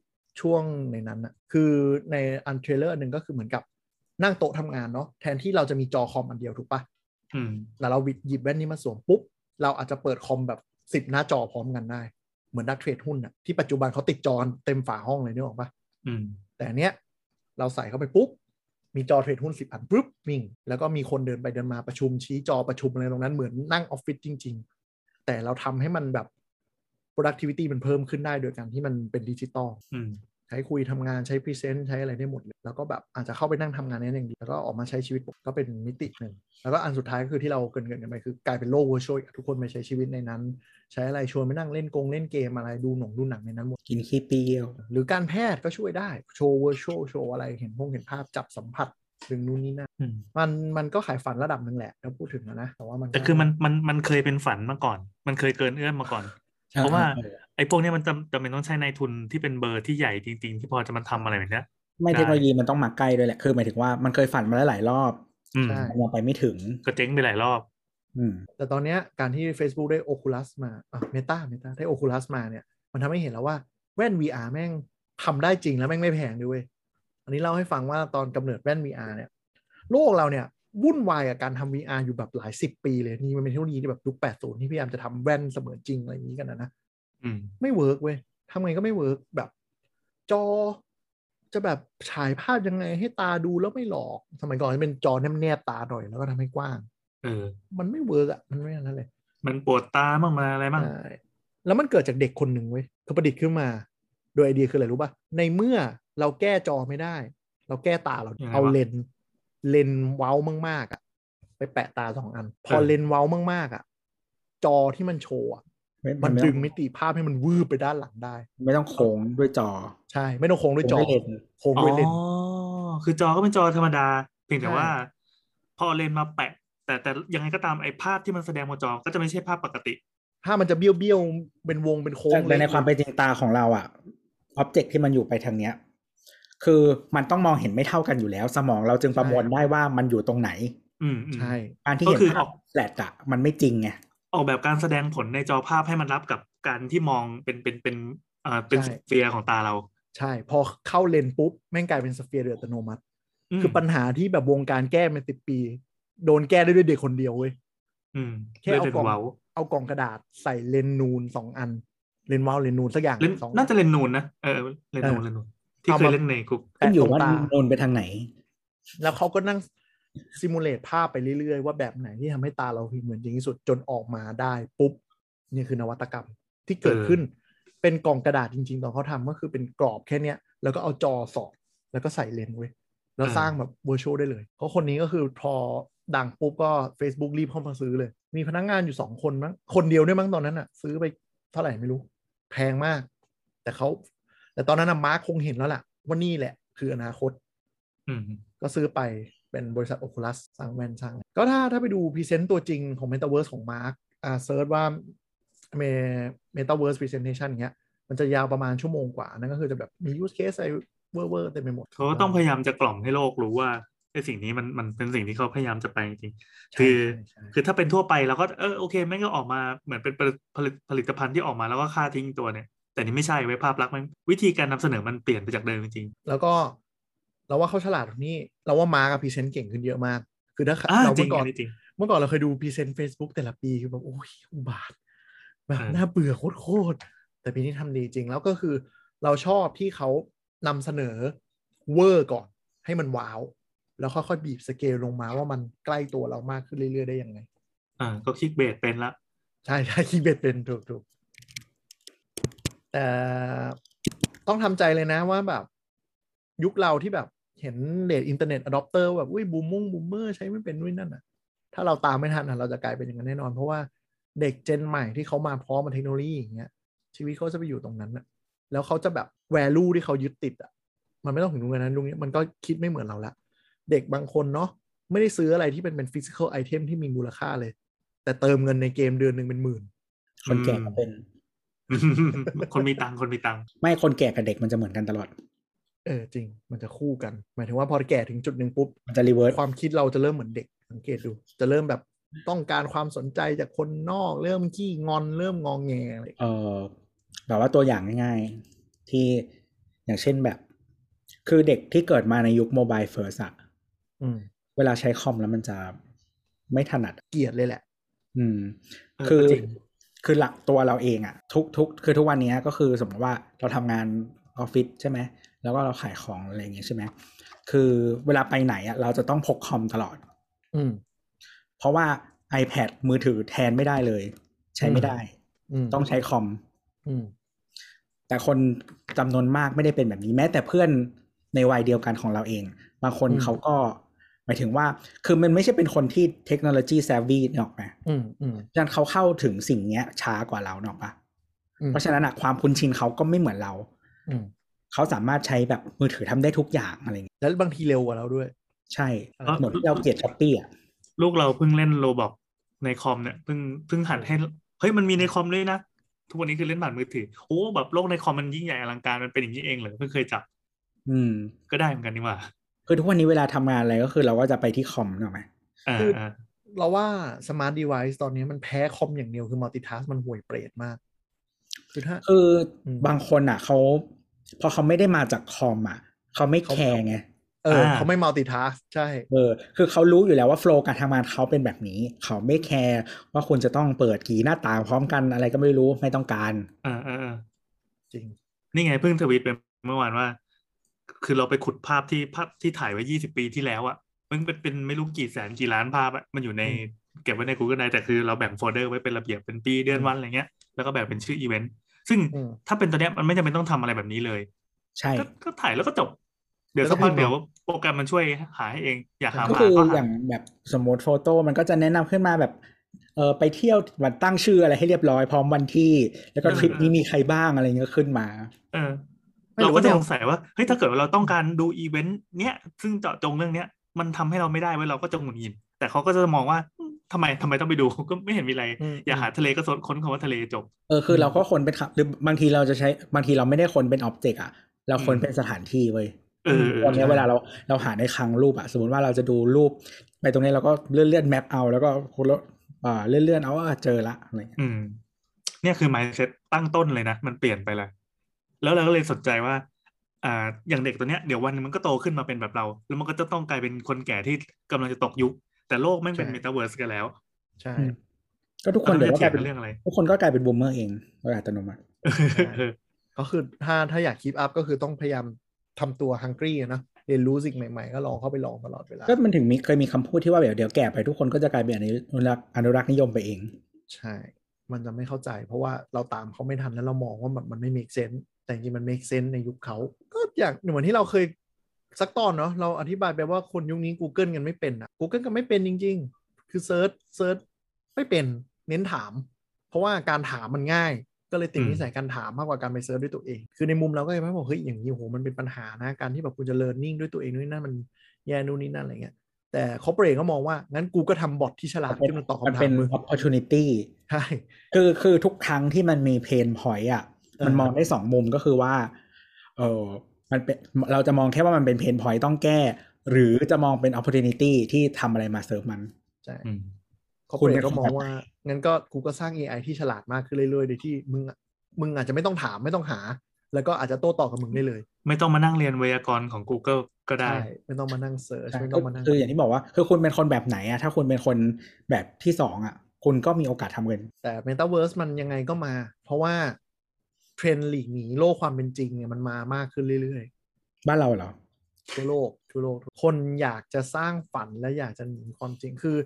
ช่วงในนั้นอะคือในอันเทรลเลอร์หนึ่งก็คือเหมือนกับนั่งโต๊ะทำงานเนาะแทนที่เราจะมีจอคอมอันเดียวถูกปะ อืม แล้วเราหยิบแว่นนี้มาสวมปุ๊บ เราอาจจะเปิดคอมแบบสิบ10 หน้าจอพร้อมกันได้ เหมือนนักเทรดหุ้นอะที่ปัจจุบันเขาติดจอเต็มฝาห้องเลยนึกออกปะ อืม แต่อันเนี้ยเราใส่เข้าไปปุ๊บ มีจอเทรดหุ้นสิบอันปุ๊บวิ่ง แล้วก็มีคนเดินไปเดินมาประชุมชี้จอประชุมอะไรตรงนั้นเหมือนนั่งออฟฟิศจริง ๆ แต่เราทำให้มันแบบ productivity มันเพิ่มขึ้นได้โดยการที่มันเป็นดิจิตอล อืม ใช้คุยทำงานใช้พรีเซนต์ใช้อะไรได้หมดเลยแล้วก็แบบอาจจะเข้าไปนั่งทำงานนั้นอย่างเดียวแล้วก็ออกมาใช้ชีวิตปกติก็เป็นมิติหนึ่ง แล้วก็อันสุดท้ายก็คือที่เราเกรินๆกันไปคือกลายเป็นโลกเวอร์ชวลทุกคนไปใช้ชีวิตในนั้น ใช้อะไรชวนไปนั่งเล่นกงเล่นเกมอะไรดูหนังดูหนังในนั้นหมด กินขี้เปรี้ยว หรือการแพทย์ก็ช่วยได้ โชว์เวอร์ชวลโชว์อะไรเห็นพงเห็นภาพจับสัมผัสถึงนู่นนี่นั่น อืม มันมันก็ขายฝันระดับหนึ่งแหละถ้าพูดถึงนะนะแต่ว่ามันก็ แต่คือมันมันมันเคยเป็นฝันมาก่อน มันเคยเกินเอื้อมมาก่อน เพราะว่า ไอ้พวกเนี้ยมันจำจำเป็นต้องใช้ในายทุนที่เป็นเบอร์ที่ใหญ่จริง ๆ ที่พอจะมาทำอะไรแบบเนี้ย ไม่ ได้ เทคโนโลยีมันต้องมาใกล้ด้วยแหละ คือหมายถึงว่ามันเคยฝันมาแล้วหลายรอบ อืม ใช่ มันยังไปไม่ถึง ก็เจ๊งไปหลายรอบ อืม แต่ตอนเนี้ยการที่ Facebook ได้ Oculus มาอ่ะ Meta Meta ได้ Oculus มาเนี่ย มันทำให้เห็นแล้วว่าแว่น VR แม่งทำได้จริงแล้วแม่งไม่แพงด้วยเวยอันนี้เล่าให้ฟังว่าตอนกำเนิดแว่น VR เนี่ย โลกเราเนี่ยวุ่นวายกับการทำ VR อยู่แบบหลายสิบปีเลย นี่มันเป็นเทคโนโลยีที่แบบยุค80 ที่พยายามจะทำแว่นเสมือนจริงอะไรอย่างนี้กันนะนะ อืม ไม่เวิร์กเว้ยทำไงก็ไม่เวิร์กแบบ จอจะแบบฉายภาพยังไงให้ตาดูแล้วไม่หลอก สมัยก่อนมันเป็นจอแนบๆตาหน่อยแล้วก็ทำให้กว้าง เออ มันไม่เวิร์กอะมันไม่อันนั้นเลย มันปวดตาบ้างมาอะไรบ้าง ใช่แล้วมันเกิดจากเด็กคนหนึ่งเว้ยเขาประดิษฐ์ขึ้นมา โดยไอเดียคืออะไรรู้ป่ะ ในเมื่อเราแก้จอไม่ได้ เราแก้ตาเราเอาเลนส์เลนส์เว้ามากๆอะไปแปะตาสองอัน พอเลนส์เว้ามากๆอะจอที่มันโชว์อะมันดึงมิติภาพให้มันวืบไปด้านหลังได้ ไม่ต้องโค้งด้วยจอ ใช่ ไม่ต้องโค้งด้วยจอ ไม่เล่น โค้ง อ๋อ ด้วยเลนส์ คือจอก็เป็นจอธรรมดา เพียงแต่ ใช่ ว่า พอเลนส์มาแปะ แต่แต่ยังไงก็ตามไอ้ภาพที่มันแสดงบนจอก็จะไม่ใช่ภาพปกติ ถ้ามันจะเบี้ยวเบี้ยวๆเป็นวงเป็นโค้ง แต่ในความเป็นจริงตาของเราอะอ็อบเจกที่มันอยู่ไปทางเนี้ย คือมันต้องมองเห็นไม่เท่ากันอยู่แล้ว สมองเราจึงประมวลได้ว่ามันอยู่ตรงไหน อืมอืม ใช่ การที่ ก็ เห็น คืออภาอ พ ก แฟลตอะมันไม่จริงไง ออกแบบการแสดงผลในจอภาพให้มันรับกับการที่มองเป็นเป็นเป็นอ่าเป็น ใช่ เฟียของตาเรา ใช่ พอเข้าเลนส์ปุ๊บแม่งกลายเป็นสเฟียร์โดยอัตโนมัติ ม คือปัญหาที่แบบวงการแก้มาสิบปี โดนแก้ได้ด้วยเด็กคนเดียวเว้ย อืม แค่เอากล่อง เว้า เอากล่องกระดาษใส่เลนส์นูนสองอัน เลนส์วาล์วเลนส์นูนสักอย่าง เล่น สอง น่าจะเล่นนูนนะเออเล่นนูน เออ เล่นนูนที่ เอา เค มา ยเล่นในคุก ขึ้นอยู่ แปะตรง ว่า ตา โนนไปทางไหน แล้วเขาก็นั่ง ซิมูเลตภาพไปเรื่อยๆ ว่าแบบไหนที่ทำให้ตาเราเหมือนจริงที่สุดจนออกมาได้ปุ๊บนี่คือนวัตกรรมที่เกิดขึ้น เป็นกล่องกระดาษจริงๆตอนเขาทำก็คือเป็นกรอบแค่เนี้ยแล้วก็เอาจอสอดแล้วก็ใส่เลนส์เว้ยแล้ว อ่า สร้างแบบเวอร์ชวลได้เลย เพราะคนนี้ก็คือพอดังปุ๊บก็ Facebook รีบเข้ามาซื้อเลย มีพนักงานอยู่สองคนมั้งคนเดียวด้วยมั้งตอนนั้นอะซื้อไปเท่าไหร่ไม่รู้ แพงมาก แต่เขาแต่ตอนนั้นนะมาร์คคงเห็นแล้วล่ะว่านี่แหละ คืออนาคต อืม ก็ซื้อไปเป็นบริษัท Oculus สร้างแว่นสร้างอะไรก็ถ้าถ้าไปดูพรีเซนต์ตัวจริงของ Metaverse ของ Mark อ่าเซิร์ชว่า Me- Metaverse Presentation อย่างเงี้ย มันจะยาวประมาณชั่วโมงกว่า นั่นก็คือจะแบบมี use case อะไรเวอร์ๆเต็มไปหมด เขาก็ต้องพยายามจะกล่อมให้โลกรู้ว่าไอ้สิ่งนี้มันมันเป็นสิ่งที่เขาพยายามจะไปจริง ใช่ คือๆใช่ใช่ คือถ้าเป็นทั่วไปเราก็เออโอเคแม่งก็ออกมาเหมือนเป็นผลิตผลิตผลิตภัณฑ์ที่ออกมาแล้วก็ค่าทิ้งตัวเนี่ย แต่นี่ไม่ใช่เว้ยภาพลักษณ์มันวิธีการนำเสนอมันเปลี่ยนไปจากเดิมจริง แล้วก็เราว่าเขาฉลาดตรงนี้ เราว่ามาร์กับพรีเซนต์เก่งขึ้นเยอะมาก คือถ้า ๆอ่า เรา จริ เมื่ ง อก่อัอนนนี้จริง เมื่อก่อนเราเคยดูพรีเซนต์ Facebook แต่ละปีคือแบบโอ้ยอุบาท แบบ เออ น่าเบื่อโคตรๆแต่ปีนี้ทำดีจริงแล้วก็คือเราชอบที่เขานำเสนอเวอร์ก่อนให้มันว้าว แล้วค่อยๆบีบสเกลลงมาว่ามันใกล้ตัวเรามากขึ้นเรื่อยๆได้ยังไง อ่าก็คลิกเบสเป็นละ ใช่ใช่ คีย์เบสเป็นถูกถูกแต่ต้องทำใจเลยนะว่าแบบ ยุคเราที่แบบเห็นเดทอินเทอร์เน็ตอะดอปเตอร์แบบอุ้ยบูมมุ่งบูมเมอร์ใช้ไม่เป็นนู่นนั่นอ่ะ ถ้าเราตามไม่ทันอ่ะเราจะกลายเป็นอย่างนั้นแน่นอน เพราะว่าเด็กเจนใหม่ที่เขามาพร้อมกับเทคโนโลยีอย่างเงี้ย ชีวิตเขาจะไปอยู่ตรงนั้นอ่ะ แล้วเขาจะแบบแวลูที่เขายึดติดอ่ะ มันไม่ต้องถึงตรงนั้นลุงเนี้ยมันก็คิดไม่เหมือนเราละ เด็กบางคนเนาะไม่ได้ซื้ออะไรที่เป็นเป็นฟิสิกอลไอเทมที่มีมูลค่าเลย แต่เติมเงินในเกมเดือนหนึ่งเป็นหมื่น คนแก่ อืม ก็เป็น คนมีตังค์คนมีตังค์ ไม่คนแก่กับเด็กมันจะเหมือนกันตลอด เออจริง มันจะคู่กัน หมายถึงว่าพอแก่ถึงจุดหนึ่งปุ๊บ มันจะรีเวิร์ส ความคิดเราจะเริ่มเหมือนเด็ก สังเกตดู จะเริ่มแบบต้องการความสนใจจากคนนอก เริ่มขี้งอนเริ่มงองแงอะไร เออแบบว่าตัวอย่างง่ายๆ ที่อย่างเช่นแบบ คือเด็กที่เกิดมาในยุคโมบายเฟิร์สอะ อืม เวลาใช้คอมแล้วมันจะไม่ถนัด เกลียดเลยแหละ อืม เออ คือ จริง คือหลักตัวเราเองอะทุกทุกคือทุกวันเนี้ยก็คือสมมติว่าเราทำงานออฟฟิศใช่ไหม แล้วก็เราขายของอะไรอย่างเงี้ยใช่ไหม คือเวลาไปไหนอะเราจะต้องพกคอมตลอด อืม เพราะว่า iPad มือถือแทนไม่ได้เลย ใช้ไม่ได้ อืม ต้องใช้คอม อืม แต่คนจำนวนมากไม่ได้เป็นแบบนี้แม้แต่เพื่อนในวัยเดียวกันของเราเอง บางคนเขาก็ หมายถึงว่า คือมันไม่ใช่เป็นคนที่เทคโนโลยีแซฟวี่หรอกนะ อืมอืม ฉะนั้นเขาเข้าถึงสิ่งเนี้ยช้ากว่าเราเนาะปะ อืม เพราะฉะนั้นอะความคุ้นชินเขาก็ไม่เหมือนเรา อืม เขาสามารถใช้แบบมือถือทำได้ทุกอย่างอะไรเงี้ย แล้วบางทีเร็วกว่าเราด้วย ใช่ เออ เหมือนที่เราเกลียดช้อปปี้อะ ลูกเราเพิ่งเล่นโรบอกในคอมเนี่ยเพิ่งเพิ่งหันให้เฮ้ยมันมีในคอมด้วยนะ ทุกวันนี้คือเล่นผ่านมือถือโอ้แบบโลกในคอมมันยิ่งใหญ่อลังการมันเป็นอย่างนี้เองเหรอเพิ่งเคยจับ อืม ก็ได้เหมือนกันนี่หว่า คือทุกวันนี้เวลาทำงานอะไรก็คือเราก็จะไปที่คอมเนาะไหม อ่า คืออ่ า เราว่าสมาร์ทเดเวิ์ตอนนี้มันแพ้คอมอย่างเดียวคือมัลติทัสมันห่วยเปรตมาก คือถ้า คืออ ม บางคนอะเขาพอเขาไม่ได้มาจากคอมอะเขาไม่แคร์ไง เอออา เขาไม่มัลติทัสใช่ เออ คือเขารู้อยู่แล้วว่าโฟล์การทำงานเขาเป็นแบบนี้ เขาไม่แคร์ว่าคุณจะต้องเปิดกี่หน้าต่างพร้อมกันอะไรก็ไม่รู้ไม่ต้องการ อ่าอ่าอ่า จริง นี่ไงเพิ่งทวีตไปเมื่อวานว่า คือเราไปขุดภาพที่ภาพที่ถ่ายไว้ยี่สิบปีที่แล้วอะมันเป็นเป็นไม่รู้กี่แสนกี่ล้านภาพอะมันอยู่ใน อืม เก็บไว้ใน Google Drive แต่คือเราแบ่งโฟลเดอร์ไว้เป็นระเบียบเป็นปีเดือนวันอะไรเงี้ยแล้วก็แบ่งเป็นชื่ออีเวนต์ซึ่ง อืม ถ้าเป็นตัวเนี้ยมันไม่จำเป็นต้องทำอะไรแบบนี้เลย ใช่ ก็ก็ถ่ายแล้วก็จบ เดี๋ยว แล้วสักก็พัก พิมพ์ เดี๋ยวโปรแกรมมันช่วยหาให้เอง อยากหา ก็ หา คือ ก็ อ หา ย่างแบบสมมติโฟโต้มันก็จะแนะนำขึ้นมาแบบเออไปเที่ยววันตั้งชื่ออะไรให้เรียบร้อยพร้อมวันที่ แล้วก็ทริปนี้มีใครบ้างอะไรเงี้ยขึ้นมา เออ ไม่ เราก็ หรือว่า จะ เรา สงสัยว่าเฮ้ยถ้าเกิดว่าเราต้องการดูอีเวนต์เนี้ยซึ่งเจาะจงเรื่องเนี้ยมันทำให้เราไม่ได้เว้ยเราก็จะหงุดหงิดแต่เขาก็จะมองว่าอืมทำไมทำไมต้องไปดู ก็ไม่เห็นมีอะไร อืม อยากหาทะเลก็สดค้นคำว่าทะเลจบ เออคือเราก็คนเป็นครับหรือบางทีเราจะใช้บางทีเราไม่ได้คนเป็นอ็อบเจกต์อ่ะ เราคน อืม เป็นสถานที่เว้ย เออเออ ตอนเนี้ย ใช่ เวลาเราเราหาในคลังรูปอ่ะสมมติว่าเราจะดูรูป ไปตรงนี้เราก็เลื่อนเลื่อนแมปเอาแล้วก็คนละอ่าเลื่อนเลื่อนเอาอ่ะเจอละอะไรเงี้ย อืม เนี่ยคือ mindset ตั้งต้นเลยนะ มันเปลี่ยนไปเลยแล้วเราก็เลยสนใจว่า อ่า อย่างเด็กตัวเนี้ยเดี๋ยววันหนึงมันก็โตขึ้นมาเป็นแบบเรา แล้วมันก็จะต้องกลายเป็นคนแก่ที่กำลังจะตกยุค แต่โลกไม่งเป็น ใช่ เมตาเวิร์สกันแล้ว ใช่ ก็ทุกคน เรา เดี๋ยว จะ ก็ เถียกลาง ยกัเป็น นเรื่องอะไร ทุกคนก็กลายเป็นบูมเมอร์เองโดยอัตโนมัติ ก็คือถ้าถ้าอยากคีปอัพก็คือต้องพยายามทำตัวฮังกี้นะ เรียนรู้สิ่งใหม่ๆ ก็ลองเข้าไปลองตลอดเวลา ก็มันถึงมีเคยมีคำพูดที่ว่าแบบเดี๋ยวแก่ไปทุกคนก็จะกลายเป็นอนุรักษ์อนุรักษ์นิยมไปเอง ใช่ มันจะไม่เข้าใจ เพราะว่าเราตามเขาไม่ทันแล้วเรามองว่าแบบมันไม่ make sense แต่จริงๆมัน make sense ในยุคเขา ก็อย่างเหมือนที่เราเคยสักตอนเนาะ เราอธิบายไปว่าคนยุคนี้ Google กันไม่เป็นอะ Google กันไม่เป็นจริง ๆ คือ search search ไม่เป็น เน้นถาม เพราะว่าการถามมันง่าย ก็เลยติด อืม นิสัยการถามมากกว่าการไปเซิร์ชด้วยตัวเอง คือในมุมเราก็เลยไม่บอกเฮ้ยอย่างนี้โหมันเป็นปัญหานะ การที่แบบคุณจะเลิร์นนิ่งด้วยตัวเองนู่นนนั่นมันแย่นู่นนี่นั่นอะไรเงี้ย แต่คอร์เปอเรทก็มองว่างั้นกูก็ทำบอทที่ฉลาดที่มันตอบ มัน คำถา เป็ ม น มึง opportunity ใช่ คือคือทุกครั้งที่มันมีเพนพอยอ่ะ อ่ามั มันมองได้สองมุมก็คือว่า เออมันเป็นเราจะมองแค่ว่ามันเป็นเพนพอยต้องแก้ หรือจะมองเป็น opportunity ที่ทำอะไรมาเซิร์ฟมัน ใช่ อืม เขา คุณ เปิด เป็น ก็มอง คนแบบ ว่า ไหน งั้นก็กูก็สร้าง AI ที่ฉลาดมากขึ้นเรื่อยๆโดยที่มึงอะมึงอาจจะไม่ต้องถามไม่ต้องหา แล้วก็อาจจะโต้ตอบกับมึงได้เลย ไม่ต้องมานั่งเรียนไวยากรณ์ของ Google ก็ได้ ใช่ไม่ต้องมานั่งเสิร์ช ใช่ ไม่ต้องมานั่ง คืออย่างที่บอกว่า คือคุณเป็นคนแบบไหนอะถ้าคุณเป็นคนแบบที่สองอะคุณก็มีโอกาสทำเงิน แต่ Metaverse มันยังไงก็มา เพราะว่าเทรนด์หลีกหนีโลกความเป็นจริงเนี่ยมันมามากขึ้นเรื่อย บ้านเราเหรอ ๆทั่วโลกทั่วโลก คนอยากจะสร้างฝันและอยากจะหนีความจริงคือ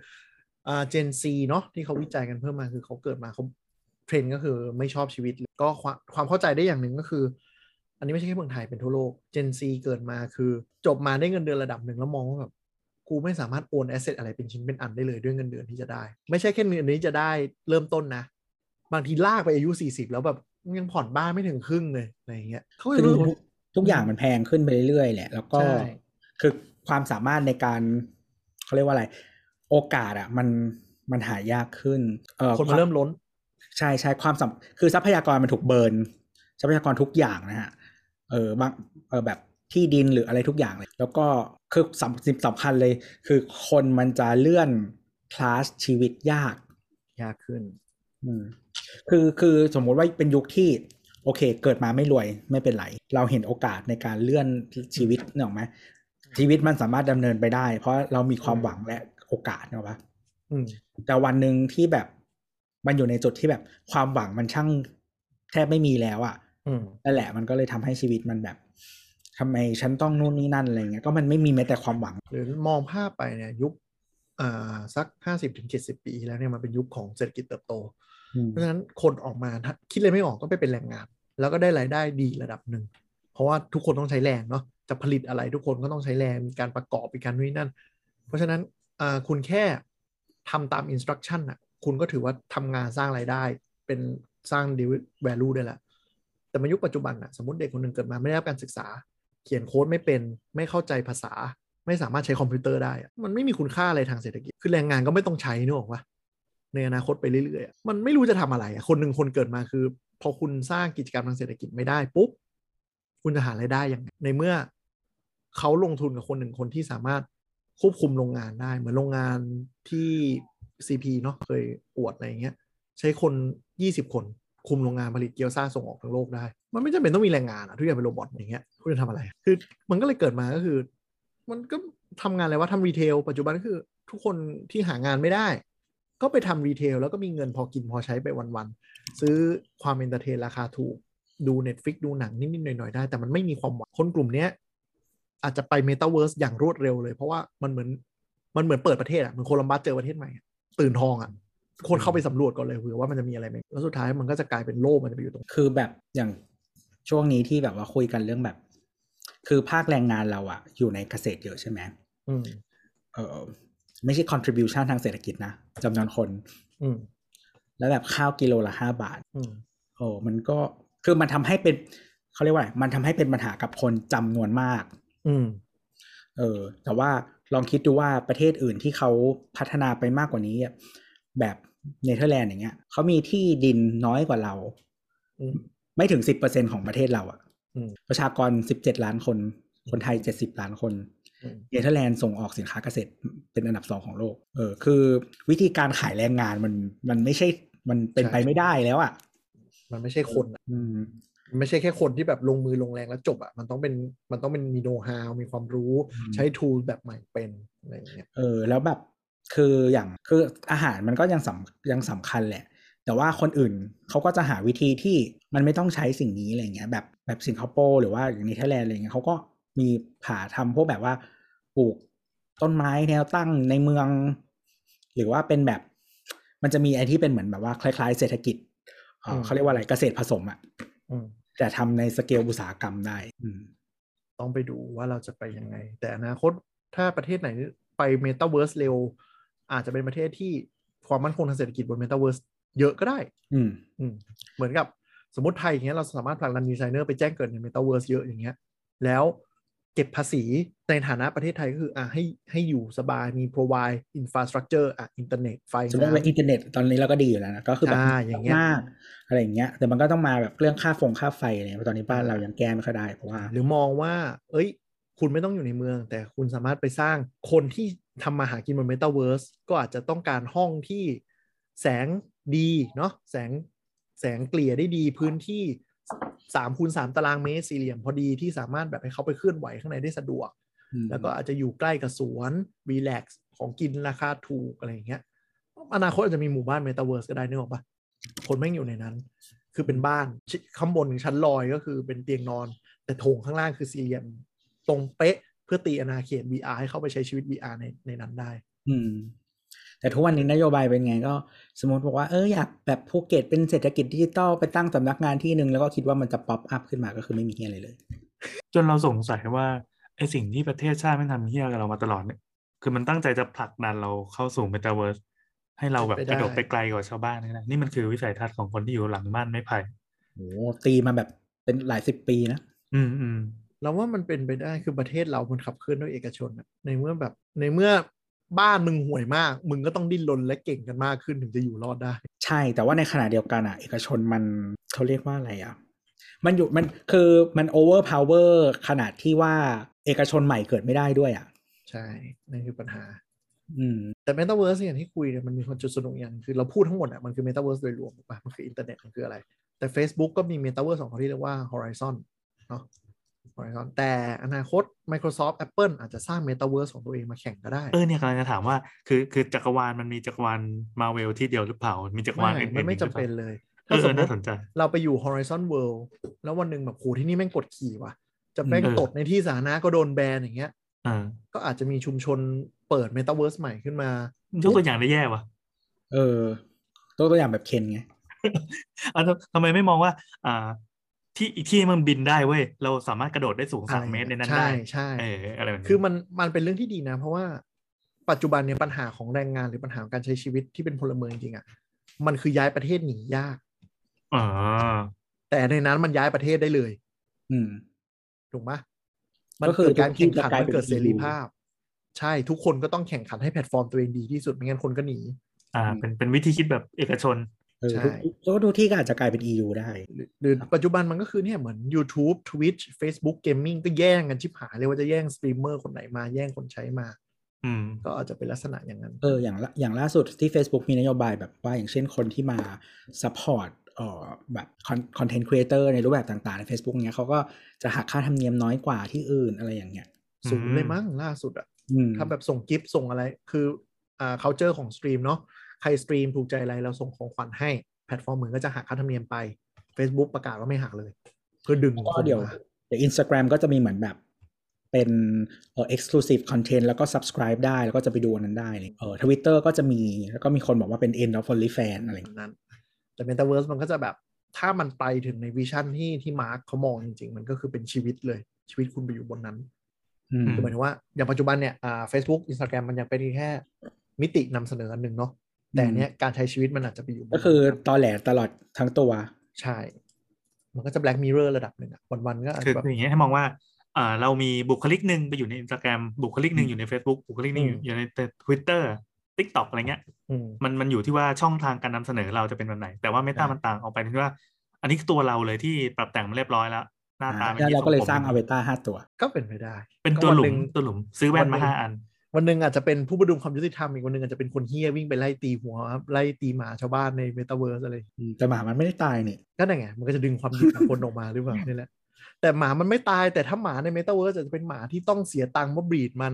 อ่าเจนซีเนาะที่เขาวิจัยกันเพิ่มมาคือเขาเกิดมาเขาเทรนด์ก็คือไม่ชอบชีวิตเลยก็ความความเข้าใจได้อย่างหนึ่งก็คือ อันนี้ไม่ใช่แค่เมืองไทยเป็นทั่วโลก Gen Z เกิดมาคือ จบมาได้เงินเดือนระดับหนึ่งแล้วมองว่าแบบกูไม่สามารถโอนแอสเซทอะไรเป็นชิ้นเป็นอันได้เลยด้วยเงินเดือนที่จะได้ ไม่ใช่แค่เงินเดือนนี้จะได้เริ่มต้นนะ บางทีลากไปอายุ 40 แล้วแบบยังผ่อนบ้านไม่ถึงครึ่งเลยอะไรอย่างเงี้ยเขาก็ คือทุรู้สึกว่า กทุกอย่างมันแพงขึ้นไปเรื่อยๆแหละ แล้วก็ ใช่ คือความสามารถในการเขาเรียกว่าอะไร โอกาสอะมันมันหายากขึ้นเอ่อ คนมาเริ่มล้น ใช่ใช่ความสำคือทรัพยากรมันถูกเบิร์นทรัพยากรทุกอย่างนะฮะเออบางเออแบบที่ดินหรืออะไรทุกอย่างเลย แล้วก็คือสำสิ่งสำคัญเลย คือคนมันจะเลื่อนคลาสชีวิตยาก ยากขึ้น อืมคือคือสมมติว่าเป็นยุคที่ โอเค เกิดมาไม่รวยไม่เป็นไร เราเห็นโอกาสในการเลื่อนชีวิตเนกออกไหมชีวิตมันสามารถดำเนินไปได้ เพราะเรามีความหวังและโอกาสเนกออกปะ อืม แต่วันหนึ่งที่แบบมันอยู่ในจุดที่แบบความหวังมันช่างแทบไม่มีแล้วอะ่ะ อืม นั่นแหละมันก็เลยทำให้ชีวิตมันแบบทำไมฉันต้องนู่นนี่นั่นอะไรเงี้ยก็มันไม่มีแม้แต่ความหวัง หรือมองภาพไปเนี่ยยุคอ่าสัก 50-70 ปีที่แล้วเนี่ยมันเป็นยุคของเศรษฐกิจเติบโต เพราะฉะนั้นคนออกมาถ้าคิดเลยไม่ออกก็ไปเป็นแรงงาน แล้วก็ได้รายได้ดีระดับหนึ่ง เพราะว่าทุกคนต้องใช้แรงเนาะจะผลิตอะไรทุกคนก็ต้องใช้แรงมีการประกอบมีการนู่นนนั่น เพราะฉะนั้นอ่าคุณแค่ทำตามอินสตรักชั่นอ่ะคุณก็ถือว่าทำงานสร้างรายได้ เป็นสร้างดีแวลูได้ละแต่มายุคปัจจุบันอ่ะสมมติเด็กคนหนึ่งเกิดมาไม่ได้รับการศึกษา เขียนโค้ดไม่เป็นไม่เข้าใจภาษา ไม่สามารถใช้คอมพิวเตอร์ได้อะมันไม่มีคุณค่าอะไรทางเศรษฐกิจ คือแรงงานก็ไม่ต้องใช้นึกออกปะในอนาคตไปเรื่อยๆอะมันไม่รู้จะทำอะไรอะคนหนึ่งคนเกิดมาคือ พอคุณสร้างกิจกรรมทางเศรษฐกิจไม่ได้ปุ๊บ คุณจะหารายได้ยังไงในเมื่อเขาลงทุนกับคนหนึ่งคนที่สามารถควบคุมโรงงานได้ เหมือนโรงงานที่ซีพีเนาะเคยอวดอะไรอย่างเงี้ย ใช้คน 20 คนคุมโรงงานผลิตเกี๊ยวซ่าส่งออกทั้งโลกได้ มันไม่จำเป็นต้องมีแรงงานอะทุกอย่างเป็นโรบอทอย่างเงี้ยคุณจะทำอะไร คือมันก็เลยเกิดมาก็คือ มันก็ทำงานอะไรว่าทำรีเทล ปัจจุบันก็คือทุกคนที่หางานไม่ได้ ก็ไปทำรีเทล แล้วก็มีเงินพอกินพอใช้ไปวันๆ ซื้อความเอนเตอร์เทนราคาถูก ดู Netflix ดูหนังนิดๆหน่อยๆได้ แต่มันไม่มีความหวังคนกลุ่มเนี้ยอาจจะไปเมตาเวิร์สอย่างรวดเร็วเลย เพราะว่ามันเหมือนมันเหมือนเปิดประเทศอะเหมือนโคลัมบัสเจอประเทศใหม่อะตื่นทองอะคนเข้าไปสำรวจก่อนเลยเผื่อว่ามันจะมีอะไรไหมแล้วสุดท้ายมันก็จะกลายเป็นโลกมันจะไปอยู่ตรง คือแบบอย่างช่วงนี้ที่แบบว่าคุยกันเรื่องแบบ คือภาคแรงงานเราอะอยู่ในเกษตรเยอะใช่ไหม อืม เออไม่ใช่ contribution ทางเศรษฐกิจนะจำนวนคน อืม แล้วแบบข้าวกิโลละห้าบาท อืม โอ้มันก็คือมันทำให้เป็นเขาเรียกว่าอะไรมันทำให้เป็นปัญหากับคนจำนวนมาก อืม เออ แต่ว่าลองคิดดูว่าประเทศอื่นที่เขาพัฒนาไปมากกว่านี้อะแบบเนเธอร์แลนด์อย่างเงี้ยเขามีที่ดินน้อยกว่าเรา อืม ไม่ถึงสิบเปอร์เซ็นของประเทศเราอะ อืม ประชากรสิบเจ็ดล้านคน คนไทยเจ็ดสิบล้านคน อืม เนเธอร์แลนด์ส่งออกสินค้าเกษตรเป็นอันดับสองของโลก เออ คือวิธีการขายแรงงานมันมันไม่ใช่มันเป็นไปไม่ได้แล้วอะ มันไม่ใช่คนอะ อืม มันไม่ใช่แค่คนที่แบบลงมือลงแรงแล้วจบอะมันต้องเป็นมันต้องเป็นมีโน้ตฮาวมีความรู้ อืม ใช้ทูลแบบใหม่เป็นอะไรอย่างเงี้ย เออ แล้วแบบคืออย่างคืออาหารมันก็ยังสำยังสำคัญแหละ แต่ว่าคนอื่นเขาก็จะหาวิธีที่มันไม่ต้องใช้สิ่งนี้อะไรเงี้ยแบบแบบสิงคโปร์หรือว่าอย่างเนเธอร์แลนด์อะไรเงี้ยเขาก็ มีผาทำพวกแบบว่าปลูกต้นไม้แนวตั้งในเมือง หรือว่าเป็นแบบ มันจะมีไอที่เป็นเหมือนแบบว่าคล้ายๆ เศรษฐกิจเอ่อ อืม เขาเรียกว่าอะไรเกษตรผสมอะ อืม แต่ทำในสเกลอุตสาหกรรมได้ อืม ต้องไปดูว่าเราจะไปยังไง แต่อนาคตถ้าประเทศไหนไปเมตาเวิร์สเร็ว อาจจะเป็นประเทศที่ความมั่นคงทางเศรษฐกิจบนเมตาเวิร์สเยอะก็ได้ อืม อืมเหมือนกับสมมติไทยอย่างเงี้ยเราสามารถผลักดันดีไซเนอร์ไปแจ้งเกิดในเมตาเวิร์สเยอะอย่างเงี้ย แล้วเก็บภาษีในฐานะประเทศไทยก็คืออ่ะให้ให้อยู่สบายมี provide infrastructure อ่ะอินเทอร์เน็ตไฟ สมมติว่า น้ำ อินเทอร์เน็ตตอนนี้เราก็ดีอยู่แล้วนะก็คือแบบ อ่าอย่างเงี้ย มากอะไรอย่างเงี้ย แต่มันก็ต้องมาแบบเรื่องค่าฟงค่าไฟอะไรเนี่ยเพราะตอนนี้บ้านเรายังแก้ไม่ค่อยได้เพราะว่า หรือมองว่า เอ้ย คุณไม่ต้องอยู่ในเมือง แต่คุณสามารถไปสร้างคนที่ทำมาหากินบนเมตาเวิร์สก็อาจจะต้องการห้องที่แสงดีเนาะแสงแสงเกลี่ยได้ดีพื้นที่3คูณ3ตารางเมตรสี่เหลี่ยมพอดีที่สามารถแบบให้เขาไปเคลื่อนไหวข้างในได้สะดวก อืม แล้วก็อาจจะอยู่ใกล้กับสวนรีแลกซ์ของกินราคาถูกอะไรอย่างเงี้ย อนาคตอาจจะมีหมู่บ้านเมตาเวิร์สก็ได้นึกออกปะคนไม่งอยู่ในนั้น คือเป็นบ้านชิข้างบนชั้นลอยก็คือเป็นเตียงนอน แต่โถงข้างล่างคือสี่เหลี่ยมตรงเป๊ะเพื่อตีอนาเขต VR ให้เข้าไปใช้ชีวิต VR ในในนั้นได้ อืม แต่ทุกวันนี้นโยบายเป็นไงก็ สมมติบอกว่าเอออยากแบบภูเก็ตเป็นเศรษฐกิจดิจิตอลไปตั้งสำนักงานที่หนึ่งแล้วก็คิดว่ามันจะป๊อปอัพขึ้นมาก็คือไม่มีเงี้ยอะไรเลย จนเราสงสัยว่าไอสิ่งที่ประเทศชาติไม่ทำเฮี้ยกับเรามาตลอดเนี่ย คือมันตั้งใจจะผลักดันเราเข้าสู่เมตาเวิร์สให้เราแบบ เป็ กระนไปได้ โดดไปไกลกว่าชาวบ้านนี่นะนี่มันคือวิสัยทัศน์ของคนที่อยู่หลังบ้านไม่ไผ่ โหตีมาแบบเป็นหลายสิบปีนะ อืมอืม เราว่ามันเป็นไปได้คือประเทศเรามันขับเคลื่อนด้วยเอกชนอะในเมื่อแบบในเมื่อบ้านมึงห่วยมาก มึงก็ต้องดิ้นรนและเก่งกันมากขึ้นถึงจะอยู่รอดได้ ใช่ แต่ว่าในขณะเดียวกันอ่ะ เอกชนมันเขาเรียกว่าอะไรอ่ะ มันอยู่มันคือมันโอเวอร์พาวเวอร์ขนาดที่ว่าเอกชนใหม่เกิดไม่ได้ด้วยอ่ะ ใช่นั่นคือปัญหา อืม แต่เมตาเวิร์สอย่างที่คุยเนี่ยมันมีความจุดสนุกอย่างคือเราพูดทั้งหมดอ่ะมันคือเมตาเวิร์สโดยรวมถูกปะมันคืออินเทอร์เน็ตมันคืออะไร แต่ Facebook ก็มีเมตาเวิร์สของเขาที่เรียกว่า Horizon เนาะ Horizon แต่อนาคต Microsoft Apple อาจจะสร้างเมตาเวิร์สของตัวเองมาแข่งก็ได้ เออเนี่ยกำลังจะถามว่าคือคือจักรวาลมันมีจักรวาลมาเวลที่เดียวหรือเปล่ามีจักรวาล ไม่ อื่นๆ มันไม่ อีกหรือ จำเป็น ปล่า เลย เอ ถ้า อ ส เอ ม อ ม น่า ติ สนใจ เราไปอยู่ Horizon World แล้ววันหนึ่งแบบโหที่นี่แม่งกดขี่ว่ะ จะแม่ง เออ ตดในที่สาธารณะก็โดนแบนอย่างเงี้ย อ่า ก็อาจจะมีชุมชนเปิดเมตาเวิร์สใหม่ขึ้นมา ยกตัวอย่างได้แย่ว่ะ เออตัวตัวอย่างแบบเคนไง อ่ะทำทำไมไม่มองว่า อ่า ที่อีกที่มันบินได้เว้ย เราสามารถกระโดดได้สูงสามเมตรในนั้นได้ ใช่ใช่ เอออะไรแบบนี้ คือมันมันเป็นเรื่องที่ดีนะ เพราะว่าปัจจุบันเนี่ยปัญหาของแรงงานหรือปัญหาของการใช้ชีวิตที่เป็นพลเมืองจริงๆอะ่ะมันคือย้ายประเทศหนียาก อ๋อ แต่ในนั้นมันย้ายประเทศได้เลย อืม ถูกไหมมัน ก็คือ เกิดการแข่งขัน ทุกที่จะกลาย มันเกิด เป็น EU เสรีภาพ ใช่ทุกคนก็ต้องแข่งขันให้แพลตฟอร์มตัวเองดีที่สุดไม่งั้นคนก็หนี อ่า เป็นเป็นวิธีคิดแบบเอกชน เออ ใช่ ทุกทุกทุกที่ก็อาจจะกลายเป็น EU ได้ หรือหรือปัจจุบันมันก็คือเนี่ยเหมือน YouTube Twitch Facebook Gaming ก็แย่งกันชิบหายเลยว่าจะแย่งสตรีมเมอร์คนไหนมาแย่งคนใช้มา อืม ก็อาจจะเป็นลักษณะอย่างนั้น เอออย่างละอย่างล่าสุดที่ Facebook มีนโยบายแบบว่าอย่างเช่นคนที่มา support เอ่อแบบคอนเทนต์ครีเอเตอร์ในรูปแบบต่างๆ ใน Facebook เนี้ยเขาก็จะหักค่าธรรมเนียมน้อยกว่าที่อื่นอะไรอย่างเงี้ย ศูนย์เลย อืม มั้งล่าสุดอะ อืม ถ้าแบบส่งกิฟต์ส่งอะไร คืออ่า culture ของสตรีมเนาะ ใครสตรีมถูกใจอะไรเราส่งของขวัญให้ แพลตฟอร์มเหมือนก็จะหักค่าธรรมเนียมไป Facebook ประกาศว่าไม่หักเลย เพื่อดึง ก็เดี๋ยว คนมา เดี๋ยว Instagram ก็จะมีเหมือนแบบเป็นเอ่อ exclusive content แล้วก็ subscribe ได้แล้วก็จะไปดูอันนั้นได้เลยเออ Twitter ก็จะมีแล้วก็มีคนบอกว่าเป็น end of only fan อะไรอย่างเงี้ย แบบนั้น แต่ Metaverse มันก็จะแบบ ถ้ามันไปถึงในวิชั่นที่ที่มาร์คเขามองจริง ๆ มันก็คือเป็นชีวิตเลย ชีวิตคุณไปอยู่บนนั้น อืม คือหมายถึงว่า อย่างปัจจุบันเนี่ยอ่า Facebook Instagram มันยังเป็นแค่มิตินำเสนออันหนึ่งเนาะ แต่อันเนี้ยการใช้ชีวิตมันอาจจะไปอยู่บน ก็คือ นั้น ตอแหลตลอดทั้งตัว ใช่ มันก็จะ black mirror ระดับหนึ่งอะวันๆก็อาจ คือ จะแบบ คืออย่างเงี้ยให้มองว่า อ่า เรามีบุคลิกหนึ่งไปอยู่ในอินสตาแกรมบุคลิกหนึ่งอยู่ใน Facebook บุคลิกหนึ่งอยู่ อืม อยู่ในทวิตเตอร์ทิกตอกอะไรเงี้ย อืม มันมันอยู่ที่ว่าช่องทางการนำเสนอเราจะเป็นแบบไหน แต่ว่าเมตา ใช่ มันต่างออกไปที่ว่า อันนี้คือตัวเราเลยที่ปรับแต่งมาเรียบร้อยแล้ว หน้าตา อ่า ป็น แล้ว ที่ เราก็เลยสร้าง ผม อเวตาห้าตัว ก็เป็นไปได้ เป็นตัวหลุ ก็ ม นง ตัวหลุม ซื้อแว่นมา วันหนึ่ง ห้าอัน วันหนึ่งอาจจะเป็นผู้ประดุมความยุติธรรมอีกวันหนึ่งอาจจะเป็นคนเฮี้ยวิ่งไปไล่ตีหัว ไล่ตีหมาชาวบ้านในเมตาเวิร์สอะไร แต่หมามันไม่ได้ตายนี่ ก็นั่นไงมันก็จะดึงความดีของคนออกมาหรือเปล่า นี่แหละแต่หมามันไม่ตายแต่ถ้าหมาในเมตาเวิร์สอาจจะเป็นหมาที่ต้องเสียตังค์มาบรีดมัน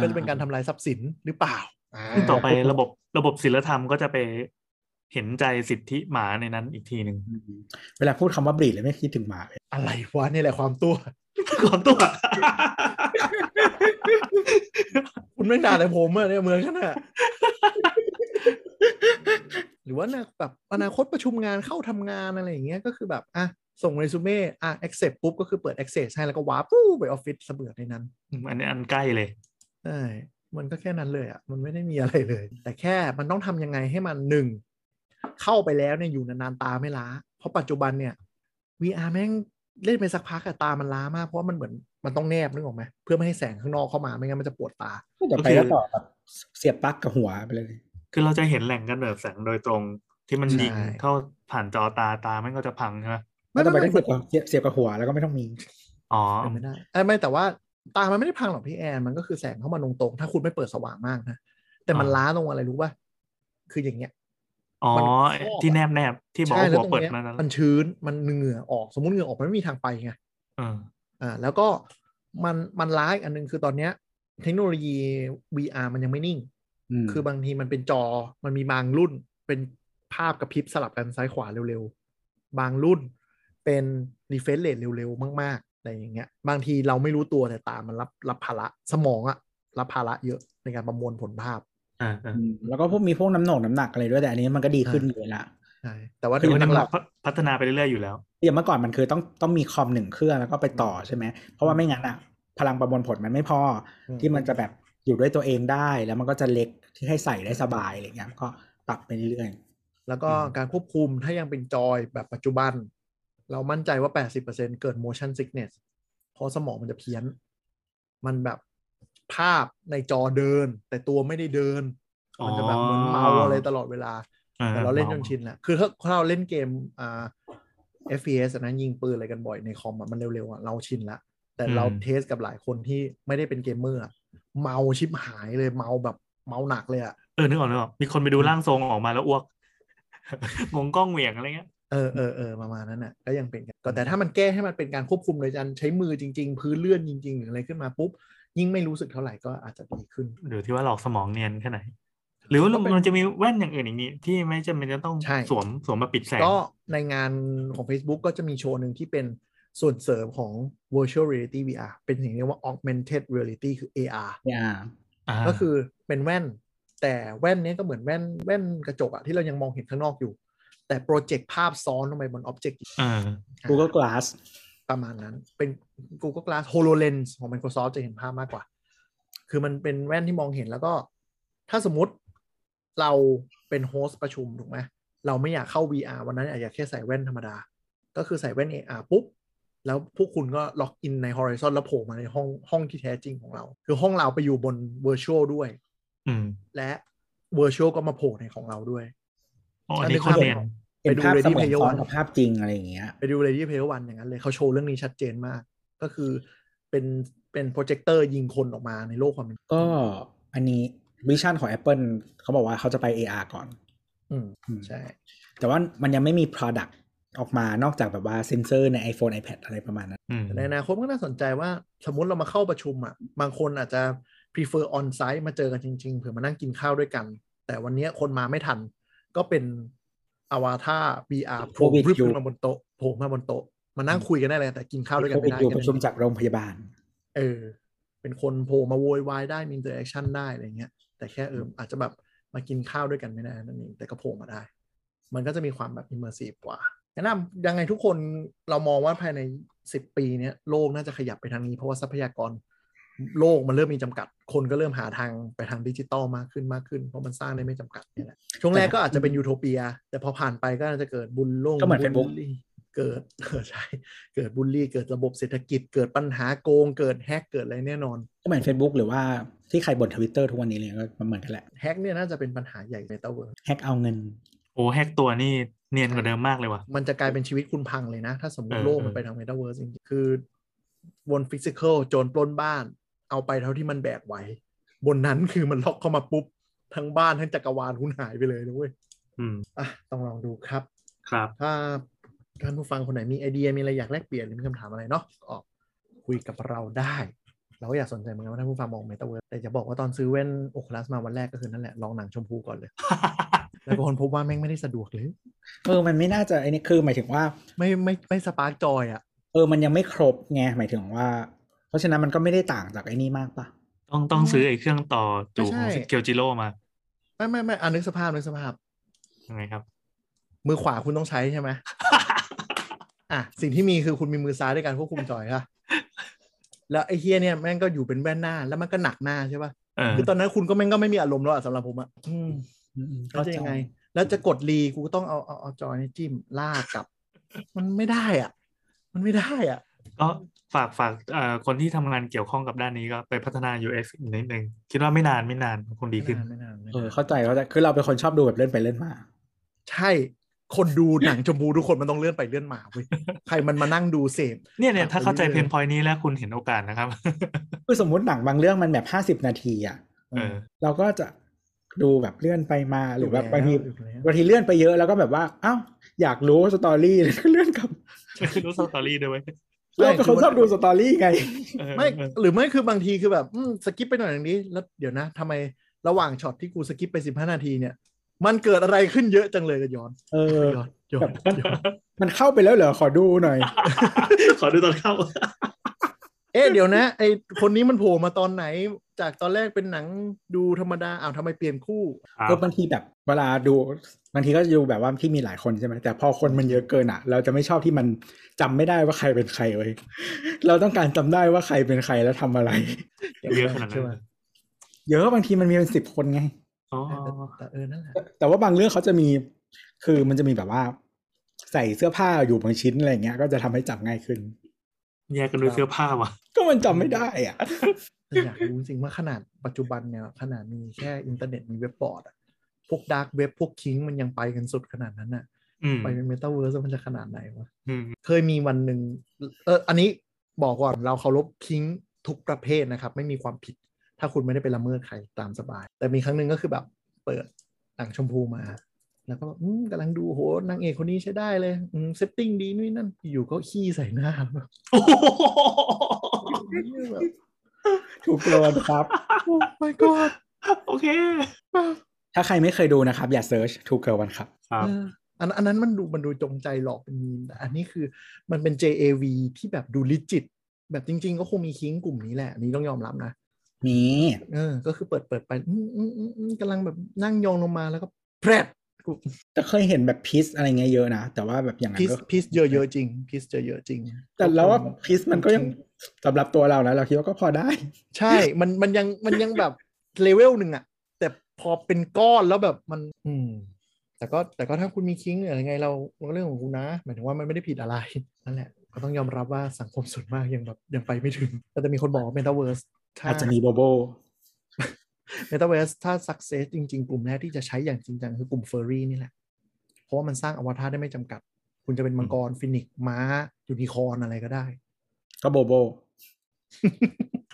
ก็จะเป็นการทำลายทรัพย์สินหรือเปล่าา ซึ่งต่อไประบบระบบศิลธรรมก็จะไปเห็นใจสิทธิหมาในนั้นอีกทีหนึ่ง อืมเวลาพูดคำว่าบรีดเลยไม่คิดถึงหมาเลย อะไรวะนี่แหละความตัว ขอตัว คุณแม่งด่าอะไรผมอะ เนี่ยเมืองขนาด หรือว่านะแบบอนาคตประชุมงานเข้าทำงานอะไรอย่างเงี้ยก็คือแบบอ่ะส่งเรซูเม่อ่ะ accept ปุ๊บ ก็คือเปิด access ให้แล้วก็วาร์ปปุ๊บไปออฟฟิศเสบือในนั้น อันนี้อันใกล้เลย ใช่มันก็แค่นั้นเลยอ่ะ มันไม่ได้มีอะไรเลย แต่แค่มันต้องทำยังไงให้มันหนึ่ง เข้าไปแล้วเนี่ยอยู่นานๆตาไม่ล้า เพราะปัจจุบันเนี่ย VR แม่งเล่นไปสักพักอะตามันล้ามากเพราะว่ามันเหมือนมันต้องแนบนึกออกไหมเพื่อไม่ให้แสงข้างนอกเข้ามาไม่งั้นมันจะปวดตา ต่อไป ก็คือ ก็ต่อแบบเสียบปลั๊กกับหัวไปเลย คือเราจะเห็นแหล่งกำเนิดแสงโดยตรงที่มัน ใช่ ยิงเข้าผ่านจอตาตามันก็จะพังใช่ไหม ไม่ต้องไป ไม่ ได้เสียบกับเสียบเสียบกับหัวแล้วก็ไม่ต้องมี อ๋อ เป็นไม่ได้เอ้ยไม่แต่ว่าตามันไม่ได้พังหรอกพี่แอนมันก็คือแสงเข้ามาตรงๆถ้าคุณไม่เปิดสว่างมากนะแต่มัน อ่า ล้าลงอะไรรู้ป่ะคืออย่างเงี้ย อ๋อ มันครอบอะ ที่แนบแนบที่บอก ใช่ ว่า แล้หัววตรง เปิด เนี้ย มาแล้ว มันชื้นมันเหงื่อออกสมมติเหงื่อออกมันไม่มีทางไปไง เออ อ่าแล้วก็มันมันร้ายอันหนึงคือตอนเนี้ย เทคโนโลยี VR มันยังไม่นิ่ง อืม คือบางทีมันเป็นจอมันมีบางรุ่น เป็นภาพกระพริบสลับกันซ้ายขวาเร็วๆ บางรุ่นเป็นรีเฟรชเรทเร็วๆ มากๆอะไรอย่างเงี้ย บางทีเราไม่รู้ตัวแต่ตามันรับรับภาระสมองอะรับภาระเยอะในการประมวลผลภาพ อ่าอ่า อืมแล้วก็พวกมีพวกน้ำหนักน้ำหนักอะไรด้วยแต่อันนี้มันก็ดีขึ้นเลยละ ใช่แต่ว่า คือมัน หลัก น้ำหนักพัฒนาไปเรื่อยๆอยู่แล้ว อย่างเมื่อก่อนมันคือต้องต้องมีคอมหนึ่งเครื่องแล้วก็ไปต่อใช่ไหม เพราะว่าไม่งั้นอ่ะ พลังประมวลผลมันไม่พออ ม ที่มันจะแบบอยู่ด้วยตัวเองได้แล้วมันก็จะเล็กที่ให้ใส่ได้สบายอะไรเงี้ยก็ปรับไปเรื่อย แล้วก็ อืม การควบคุมถ้ายังเป็นจอยแบบปัจจุบัน เรามั่นใจว่า 80%เกิด motion sickness เพราะสมองมันจะเพี้ยน มันแบบภาพในจอเดิน แต่ตัวไม่ได้เดิน มันจะแบบเหมือนเมาอะไรตลอดเวลา แต่เราเล่นจนชินแหละคือถ้าถ้าเราเล่นเกมอ่า FPS อะนะยิงปืนอะไรกันบ่อยในคอมอะมันเร็วๆอะเราชินละ แต่เรา อืม เทสกับหลายคนที่ไม่ได้เป็นเกมเมอร์อะเมาชิบหายเลยเมาแบบเมาหนักเลยอะ เออนึกออกนึกออกมีคนไปดูร่างทรงออกมาแล้ว อ้วก งงกล้องเหวี่ยงอะไรเงี้ย เออเออเออประมาณนั้นน่ะก็ยังเป็นกันก็แต่ถ้ามันแก้ให้มันเป็นการควบคุมโดยการใช้มือจริง ๆ พื้นเลื่อนจริง ๆ หรืออะไรขึ้นมาปุ๊บ ยิ่งไม่รู้สึกเท่าไหร่ก็อาจจะดีขึ้น หรือที่ว่าหลอกสมองเนียนแค่ไหน หรือว่า ก็เป็น มันจะมีแว่นอย่างอื่นอย่างนี้ ที่ไม่จำเป็นจะต้อง ใช่ สวมสวมมาปิดแสง ก็ในงานของ Facebook ก็จะมีโชว์หนึ่งที่เป็นส่วนเสริมของ virtual reality VR เป็นสิ่งเรียกว่า augmented reality คือ AR ๆเนี่ย อ่า ก็คือเป็นแว่น แต่แว่นเนี้ยก็เหมือนแว่นแว่นกระจกอะที่เรายังมองเห็นข้างนอกอยู่ แต่โปรเจกต์ภาพซ้อนลงไปบนอ็อบเจกต์ เออ กูก็ glass ประมาณนั้น เป็น Google Glass HoloLens ของ Microsoft จะเห็นภาพมากกว่า คือมันเป็นแว่นที่มองเห็นแล้วก็ ถ้าสมมติเราเป็นโฮสต์ประชุม ถูกไหม เราไม่อยากเข้า VR วันนั้นอาจจะแค่ใส่แว่นธรรมดา ก็คือใส่แว่น AR ปุ๊บ แล้วพวกคุณก็ล็อกอินใน Horizon แล้วโผล่มาในห้องห้องที่แท้จริงของเรา คือห้องเราไปอยู่บน Virtual ด้วย อืม และ Virtual ก็มาโผล่ในของเราด้วย อ๋ออันนี้โคตรเนียน เป็นภาพ ไปดู เสมือน Ready Player ซ้อน One กับภาพจริงอะไรอย่างเงี้ย ไปดูเลยที่เพลวันอย่างนั้นเลยเขาโชว์เรื่องนี้ชัดเจนมาก ก็คือเป็นเป็นโปรเจคเตอร์ยิงคนออกมาในโลกความเป็น ก็อันนี้วิชั่นของ Apple เขาบอกว่าเขาจะไป AR ก่อน อืม อืม ใช่ แต่ว่ามันยังไม่มี product ออกมานอกจากแบบว่าเซนเซอร์ใน iPhone iPad อะไรประมาณนั้น อืม แต่ในอนาคตก็น่าสนใจว่าสมมติเรามาเข้าประชุมอ่ะ บางคนอาจจะ prefer on site มาเจอกันจริง ๆ เผื่อมานั่งกินข้าวด้วยกัน แต่วันเนี้ยคนมาไม่ทัน ก็เป็นอวตาร VR โผล่ โควิด รึบ อยู่ ขึ้นมาบนโต๊ะโผล่มาบนโต๊ะมานั่งคุยกันได้เลยแต่กินข้าวด้วยกันไม่ได้ อยู่ แค่ ป นั้ ระ น ชุมจากโรงพยาบาล เออ เป็นคนโผล่มาโวยวายได้มี interaction ได้อะไรเงี้ย แต่แค่เอออาจจะแบบมากินข้าวด้วยกันไม่ได้นั่นเองแต่ก็โผล่มาได้ มันก็จะมีความแบบ immersive กว่าแนะนำยังไงทุกคนเรามองว่าภายใน 10 ปีเนี้ยโลกน่าจะขยับไปทางนี้ เพราะว่าทรัพยากรโลกมันเริ่มมีจำกัด คนก็เริ่มหาทางไปทางดิจิตอลมากขึ้นมากขึ้น เพราะมันสร้างได้ไม่จำกัดเนี่ยแหละช่วงแรกก็อาจจะเป็นยูโทเปีย แต่พอผ่านไปก็น่าจะเกิดบุญโลก ก็เหมือน Facebook เกิด ใช่เกิดบุลลี่เกิดระบบเศรษฐกิจ เกิดปัญหาโกง เกิดแฮกเกิดอะไรแน่นอน ก็เหมือน Facebook หรือว่าที่ใครบนทวิตเตอร์ทุกวันนี้เลยก็มันเหมือนกันแหละ แฮกเนี่ยน่าจะเป็นปัญหาใหญ่ในเตาเวิร์ แฮกเอาเงิน โอ้แฮกตัวนี่เนียนกว่าเดิมมากเลยว่ะ มันจะกลายเป็นชีวิตคุณพังเลยนะ ถ้าสมมติ เออ โลกมัน เออ ไปทางเมตาเวิร์สจริงๆคือ บนฟิสิก a l โจรปล้นบ้าน เอาไปเท่าที่มันแบกไหวบนนั้นคือมันล็อกเข้ามาปุ๊บ ทั้งบ้านทั้งจักรวาลคุณหายไปเลยนะเว้ย อืม อ่ะต้องลองดูครับ ครับ ถ้าท่านผู้ฟังคนไหนมีไอเดียมีอะไรอยากแลกเปลี่ยนหรือมีคำถามอะไรเนาะก็ออกคุยกับเราได้ เราก็อยากสนใจเหมือนกันว่าท่านผู้ฟังมองเมตาเวิร์สแต่จะบอกว่าตอนซื้อแว่นโอคลัสมาวันแรกก็คือนั่นแหละลองหนังชมพูก่อนเลยแล้วก็คนพบว่าแม่งไม่ได้สะดวกเลย เออ มันไม่น่าจะไอ้นี่คือหมายถึงว่า ไม่ไม่ไม่สปาร์กจอยอ่ะ เ อมันยังไม่ครบไงหมายถึงว่า เพราะฉะนั้นมันก็ไม่ได้ต่างจากไอ้นี่มากปะ ต้องต้องซื้อไอ้เครื่องต่อจูขไม่ใช่ องเกียวจิโร่มา ไม่ไม่ไม่อันนึกสภาพนึกสภาพ ยังไงครับ มือขวาคุณต้องใช้ใช่ไหมอ่ะสิ่งที่มีคือคุณมีมือซ้ายในการควบคุมจอยค่ะแล้วไอ้เฮียเนี่ยแม่งก็อยู่เป็นแว่นหน้า แล้วมันก็หนักหน้าใช่ป่ะ เออ คือตอนนั้นคุณก็แม่งก็ไม่มีอารมณ์แล้วอะสำหรับผมอะอืม อืมๆ แล้วจะยังไง แล้วจะกดรีกูก็ต้องเอาเอาเอาจอยนี่จิ้มลากกลับ มันไม่ได้อ่ะ มันไม่ได้อ่ะ ก็ฝากฝากเอ่อคนที่ทำงานเกี่ยวข้องกับด้านนี้ก็ไปพัฒนา UX อีกนิดนึงคิดว่าไม่นานไม่นานคงดี ไม่ ขึ้น นานไม่นานเออนไม่าน เข้าใจเข้าใจคือเราเป็นคนชอบดูแบบเล่นไปเล่นมา ใช่ คนดูหนังชมพูทุกคนมันต้องเลื่อนไปเลื่อนมาเว้ยใครมันมานั่งดูเสพ เนี่ยเนี่ย อ่ะ ถ้าเข้าใจ ไปเรื่ เพ อยๆ นพอยนี้แล้วคุณเห็นโอกาสนะครับ คือสมมุติหนังบางเรื่องมันแบบห้าสิบ50 นาทีอ่ะ เออ เราก็จะดูแบบเลื่อนไปมาหรือแบบบางที อยู่แล้ว บางทีเลื่อนไปเยอะแล้วก็แบบว่าอ้าวอยากรู้สตอรี่แล้วก็เลื่อนกลับ รู้สตอรี่ด้วยเว้ย เราเป็นคนชอบดูสตอรี่ไง เออ ไม่ เออ หรือไม่คือบางทีคือแบบอืมสกิปไปหน่อยอย่างนี้ แล้วเดี๋ยวนะทำไมระหว่างช็อตที่กูสกิปไปสิบห้านาทีเนี่ย มันเกิดอะไรขึ้นเยอะจังเลยกันย้อน เออ ย้อนย้อ แบ น บ มันเข้าไปแล้วเหรอขอดูหน่อย ขอดูตอนเข้า เอ๊ะเดี๋ยวนะไอคนนี้มันโผล่มาตอนไหน จากตอนแรกเป็นหนังดูธรรมดาอ้าวทำไมเปลี่ยนคู่ เออบางทีแบบเวลาดูบางทีก็จะดูแบบว่าที่มีหลายคนใช่ไหมแต่พอคนมันเยอะเกินอ่ะ เราจะไม่ชอบที่มันจำไม่ได้ว่าใครเป็นใครเว้ยเราต้องการจำได้ว่าใครเป็นใครแล้วทำอะไร เยอะขนาดนั้น ใช่ไหม เลย เยอะบางทีมันมีเป็นสิบคนไง อ๋อ แต่เออนั่นแหละ แต่แต่ว่าบางเรื่องเขาจะมี คือมันจะมีแบบว่า ใส่เสื้อผ้าอยู่บางชิ้นอะไรเงี้ย ก็จะทำให้จำง่ายขึ้น แยกกันด้วยเสื้อผ้าว่ะ ก็มันจำไม่ได้อ่ะ แต่อยากรู้จริงๆว่าขนาดปัจจุบันเนี่ย ขนาดมีแค่อินเทอร์เน็ตมีเว็บบอร์ดอะพวกดาร์กเว็บพวกคิงมันยังไปกันสุดขนาดนั้นอะ อืม ไปเป็นเมตาเวิร์สมันจะขนาดไหนวะ อืม เคยมีวันหนึ่งเอออันนี้บอกก่อนเราเคารพคิงทุกประเภทนะครับ ไม่มีความผิด ถ้าคุณไม่ได้ไปละเมิดใครตามสบาย แต่มีครั้งหนึ่งก็คือแบบเปิดหนังชมพูมา แล้วก็แบบอืมกำลังดูโหนางเอกคนนี้ใช้ได้เลยเซตติ้งดีนู่นนนั่นอยู่ก็ขี้ใส่หน้าแบบ โอ้โห ถูกโกรนครับ โอ้ my god โอเค ถ้าใครไม่เคยดูนะครับ อย่าเซิร์ชถูกเกิวันครับ ครับ เอออันอันนั้นมันดูมันดูจงใจหลอกเป็นมีมแต่อันนี้คือมันเป็น JAV ที่แบบดูลิจิต แบบจริง ๆ ก็คงมีคิงกลุ่มนี้แหละอันนี้ต้องยอมรับนะ นี่ เออ ก็คือเปิดเปิดไปอืมอืมอืมอืมกำลังแบบนั่งยองลงมาแล้วก็แพรด แต่เคยเห็นแบบพิสอะไรเงี้ยเยอะนะ แต่ว่าแบบอย่างนั้ พิ น ส ก็ พิสเยอะเยอะๆจริงพิสเยอะเยอะๆจริง แต่เราว่า ทุกคน พิสมันก็ยังสำหรับตัวเรานะเราคิดว่าก็พอได้ ใช่ มันมันยังมันยังแบบเลเวลหนึ่งอะแต่พอเป็นก้อนแล้วแบบมัน อืม แต่ก็แต่ก็ถ้าคุณมีคิงหรืออะไรไงเราก็เรื่องของคุณนะ หมายถึงว่ามันไม่ได้ผิดอะไรนั่นแหละ ก็ต้องยอมรับว่าสังคมส่วนมากยังแบบยังไปไม่ถึงแต่จะมีคนบอกว่าเมตาเวิร์สถ้า อาจจะมีโบโบ m e t a เว r s e ถ้า success จริง ๆ กลุ่มแรกที่จะใช้อย่างจริงจังคือกลุ่มเฟอร์รี่นี่แหละ เพราะว่ามันสร้างอวตารได้ไม่จำกัด คุณจะเป็นมังกรฟินิกซ์ม้ายูนิคอร์นอะไรก็ได้ ก็โบโบ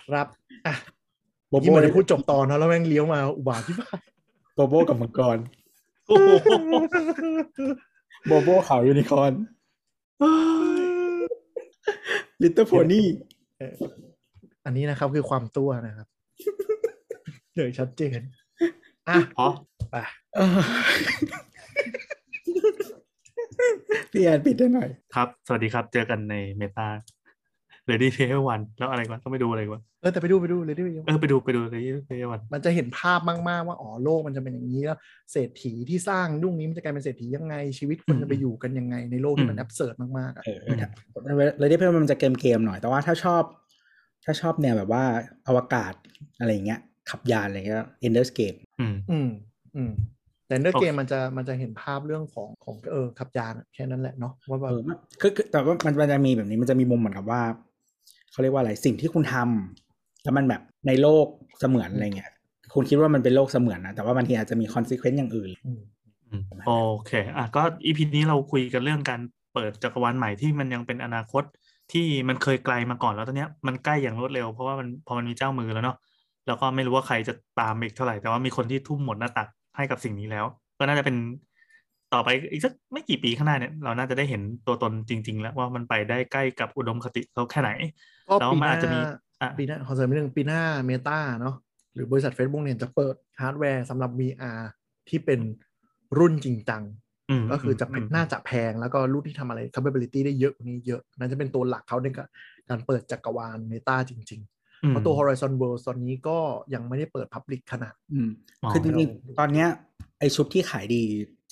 ครับอ่ะ โบโบ ยี่มันจะพูดจบตอนนะแล้วแม่งเลี้ยวมาอุบาทที่บ้าน โบโบกับมังกร โอ้โห โบโบขาวยูนิคอร์นลิตเติ้ลโพนี่ อันนี้นะครับคือความตัว นะครับเดี๋ยวชัดเจนอ่ะ อ๋อ ไป พี่แอนปิดได้หน่อย ครับ สวัสดีครับ เจอกันในเมตาเ a ดี้เพย์วันแล้วอะไรวะต้องไปดูอะไรวะ เออแต่ไปดูไปดูเลยดิ เออไปดูไปดูเ a ดี้เพย์วัน มันจะเห็นภาพมากๆว่าอ๋อโลกมันจะเป็นอย่างนี้แล้วเศรษฐีที่สร้างรุ่งนี้มันจะกลายเป็นเศรษฐียังไงชีวิตคนจะไปอยู่กันยังไงในโลกที่มันแอบเสิร์ตมากๆอะ เออเลยได้เพิ่มมันจะเกมเกมๆหน่อย แต่ว่าถ้าชอบ ถ้าชอบแนวแบบว่าอวกาศอะไรอย่างเงี้ย ขับยานอะไรเงี้ย Ender's Game อืม อืมอืมแต่เนื้อ โอเค เกมมันจะมันจะเห็นภาพเรื่องของของเออขับยานอะแค่นั้นแหละเนาะว่าแบ เอบ อมันคือคือแต่ว่ามันมันจะมีแบบนี้มันจะมีมุมเหมือนกับว่า เขาเรียกว่าอะไรสิ่งที่คุณทำแล้วมันแบบในโลกเสมือนอะไรเงี้ย คุณคิดว่ามันเป็นโลกเสมือนนะแต่ว่าบางทีอาจจะมี consequence อย่างอื่น อืม อืมโอเค อ่ะก็อีพีนี้เราคุยกันเรื่องการเปิดจักรวาลใหม่ที่มันยังเป็นอนาคตที่มันเคยไกลมาก่อนแล้วตอนเนี้ยมันใกล้อย่างรวดเร็วเพราะว่ามันพอมันมีเจ้ามือแล้วเนาะแล้วก็ไม่รู้ว่าใครจะตามอีกเท่าไหร่แต่ว่ามีคนที่ทุ่มหมดหน้าตักให้กับสิ่งนี้แล้ว ก็น่าจะเป็นต่อไปอีกสักไม่กี่ปีข้างหน้าเนี่ยเราน่าจะได้เห็นตัวตนจริง ๆ แล้วว่ามันไปได้ใกล้กับอุดมคติเขาแค่ไหน ก็ แล้ว ปี มัน หอาน้าจจะมีอ่ะ ปีหน้าขอเสริมนิดนึงปีหน้าเมตาเนาะหรือบริษัท Facebook เนี่ยจะเปิดฮาร์ดแวร์สำหรับ VR ที่เป็นรุ่นจริงจัง อื ม ก็คือจะเป็นน่าจะแพงแล้วก็รูปที่ทำอะไร capability ได้เยอะกว่านี้เยอะนั่นจะเป็นตัวหลักเขาในการเปิดจักรวาล Meta จริง ๆ เพราะตัว Horizon World ตอนนี้ก็ยังไม่ได้เปิด Public ขนาด อืม อ๋อ คือจริงๆตอนเนี้ย ไอชุดที่ขายดี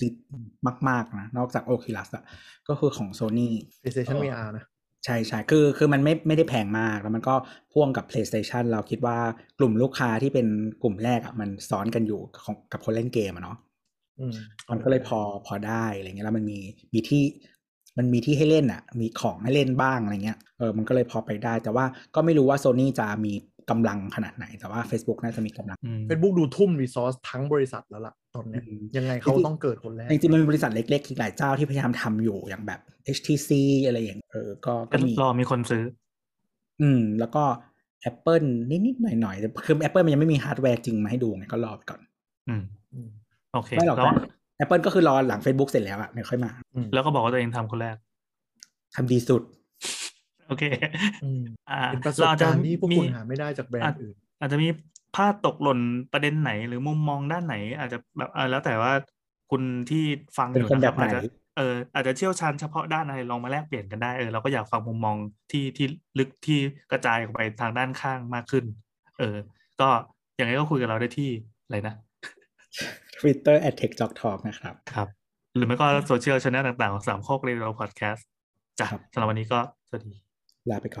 จริงมากๆนะ นอกจากโอคิลัสอะก็คือของโซ n y PlayStation อ๋อ VR นะ ใช่ใช่คือคือมันไม่ไม่ได้แพงมาก แล้วมันก็พ่วงกับ PlayStation เราคิดว่ากลุ่มลูกค้าที่เป็นกลุ่มแรกอะมันซ้อนกันอยู่ของกับคนเล่นเกมอะเนาะ อืม มันก็เลยพอพอได้อะไรเงี้ยแล้วมันมีมีที่มันมีที่ให้เล่นอ่ะ มีของให้เล่นบ้างอะไรเงี้ยเออมันก็เลยพอไปได้ แต่ว่าก็ไม่รู้ว่าโซ n y จะมีกำลังขนาดไหน แต่ว่า Facebook น่าจะมีกำลัง อืม Facebook ดูทุ่ม resource ทั้งบริษัทแล้วล่ะตอนเนี้ย อืม ยังไงเขาต้องเกิดคนแรก จริงๆมันมีบริษัทเล็กๆอีกหลายเจ้าที่พยายามทำอยู่อย่างแบบ HTC อะไรอย่างเออก็ ก็ ก็มี รอมีคนซื้อ อืม แล้วก็ Apple นิดๆหน่อยๆแต่คือ Apple มันยังไม่มีฮาร์ดแวร์จริงมาให้ดูไงก็รอไปก่อน อืม อืม โอเค ไม่หรอก แล้ว แอปเปิลก็คือรอหลัง Facebook เสร็จแล้วอะไม่ค่อยมา แล้วก็บอกว่าตัวเองทำคนแรก ทำดีสุด โอเค อืม อ่า เป็นประสบ เราอาจจะ การณ์ที่พวก มี คุณหาไม่ได้จากแบรนด์อื่น อาจจะมีพลาดตกหล่นประเด็นไหนหรือมุมมองด้านไหน อาจจะแบบเออแล้วแต่ว่าคุณที่ฟังอยู่ เป็นคน นะค แบ รั บบ ไหน อาจจะเอออาจจะเชี่ยวชาญเฉพาะด้านอะไรลองมาแลกเปลี่ยนกันได้เออเราก็อยากฟังมุมมองที่ที่ลึกที่กระจายออกไปทางด้านข้างมากขึ้น เออ ก็อย่างไรก็คุยกับเราได้ที่อะไรนะ Twitter at Tech Talk Talk นะครับ ครับ หรือไม่ก็โซเชียลช anel ต่างๆของสามโคกเรดิโอพอดแคสต์จ้ะ ครับ สำหรับวันนี้ก็สวัสดี ลาไปก่อน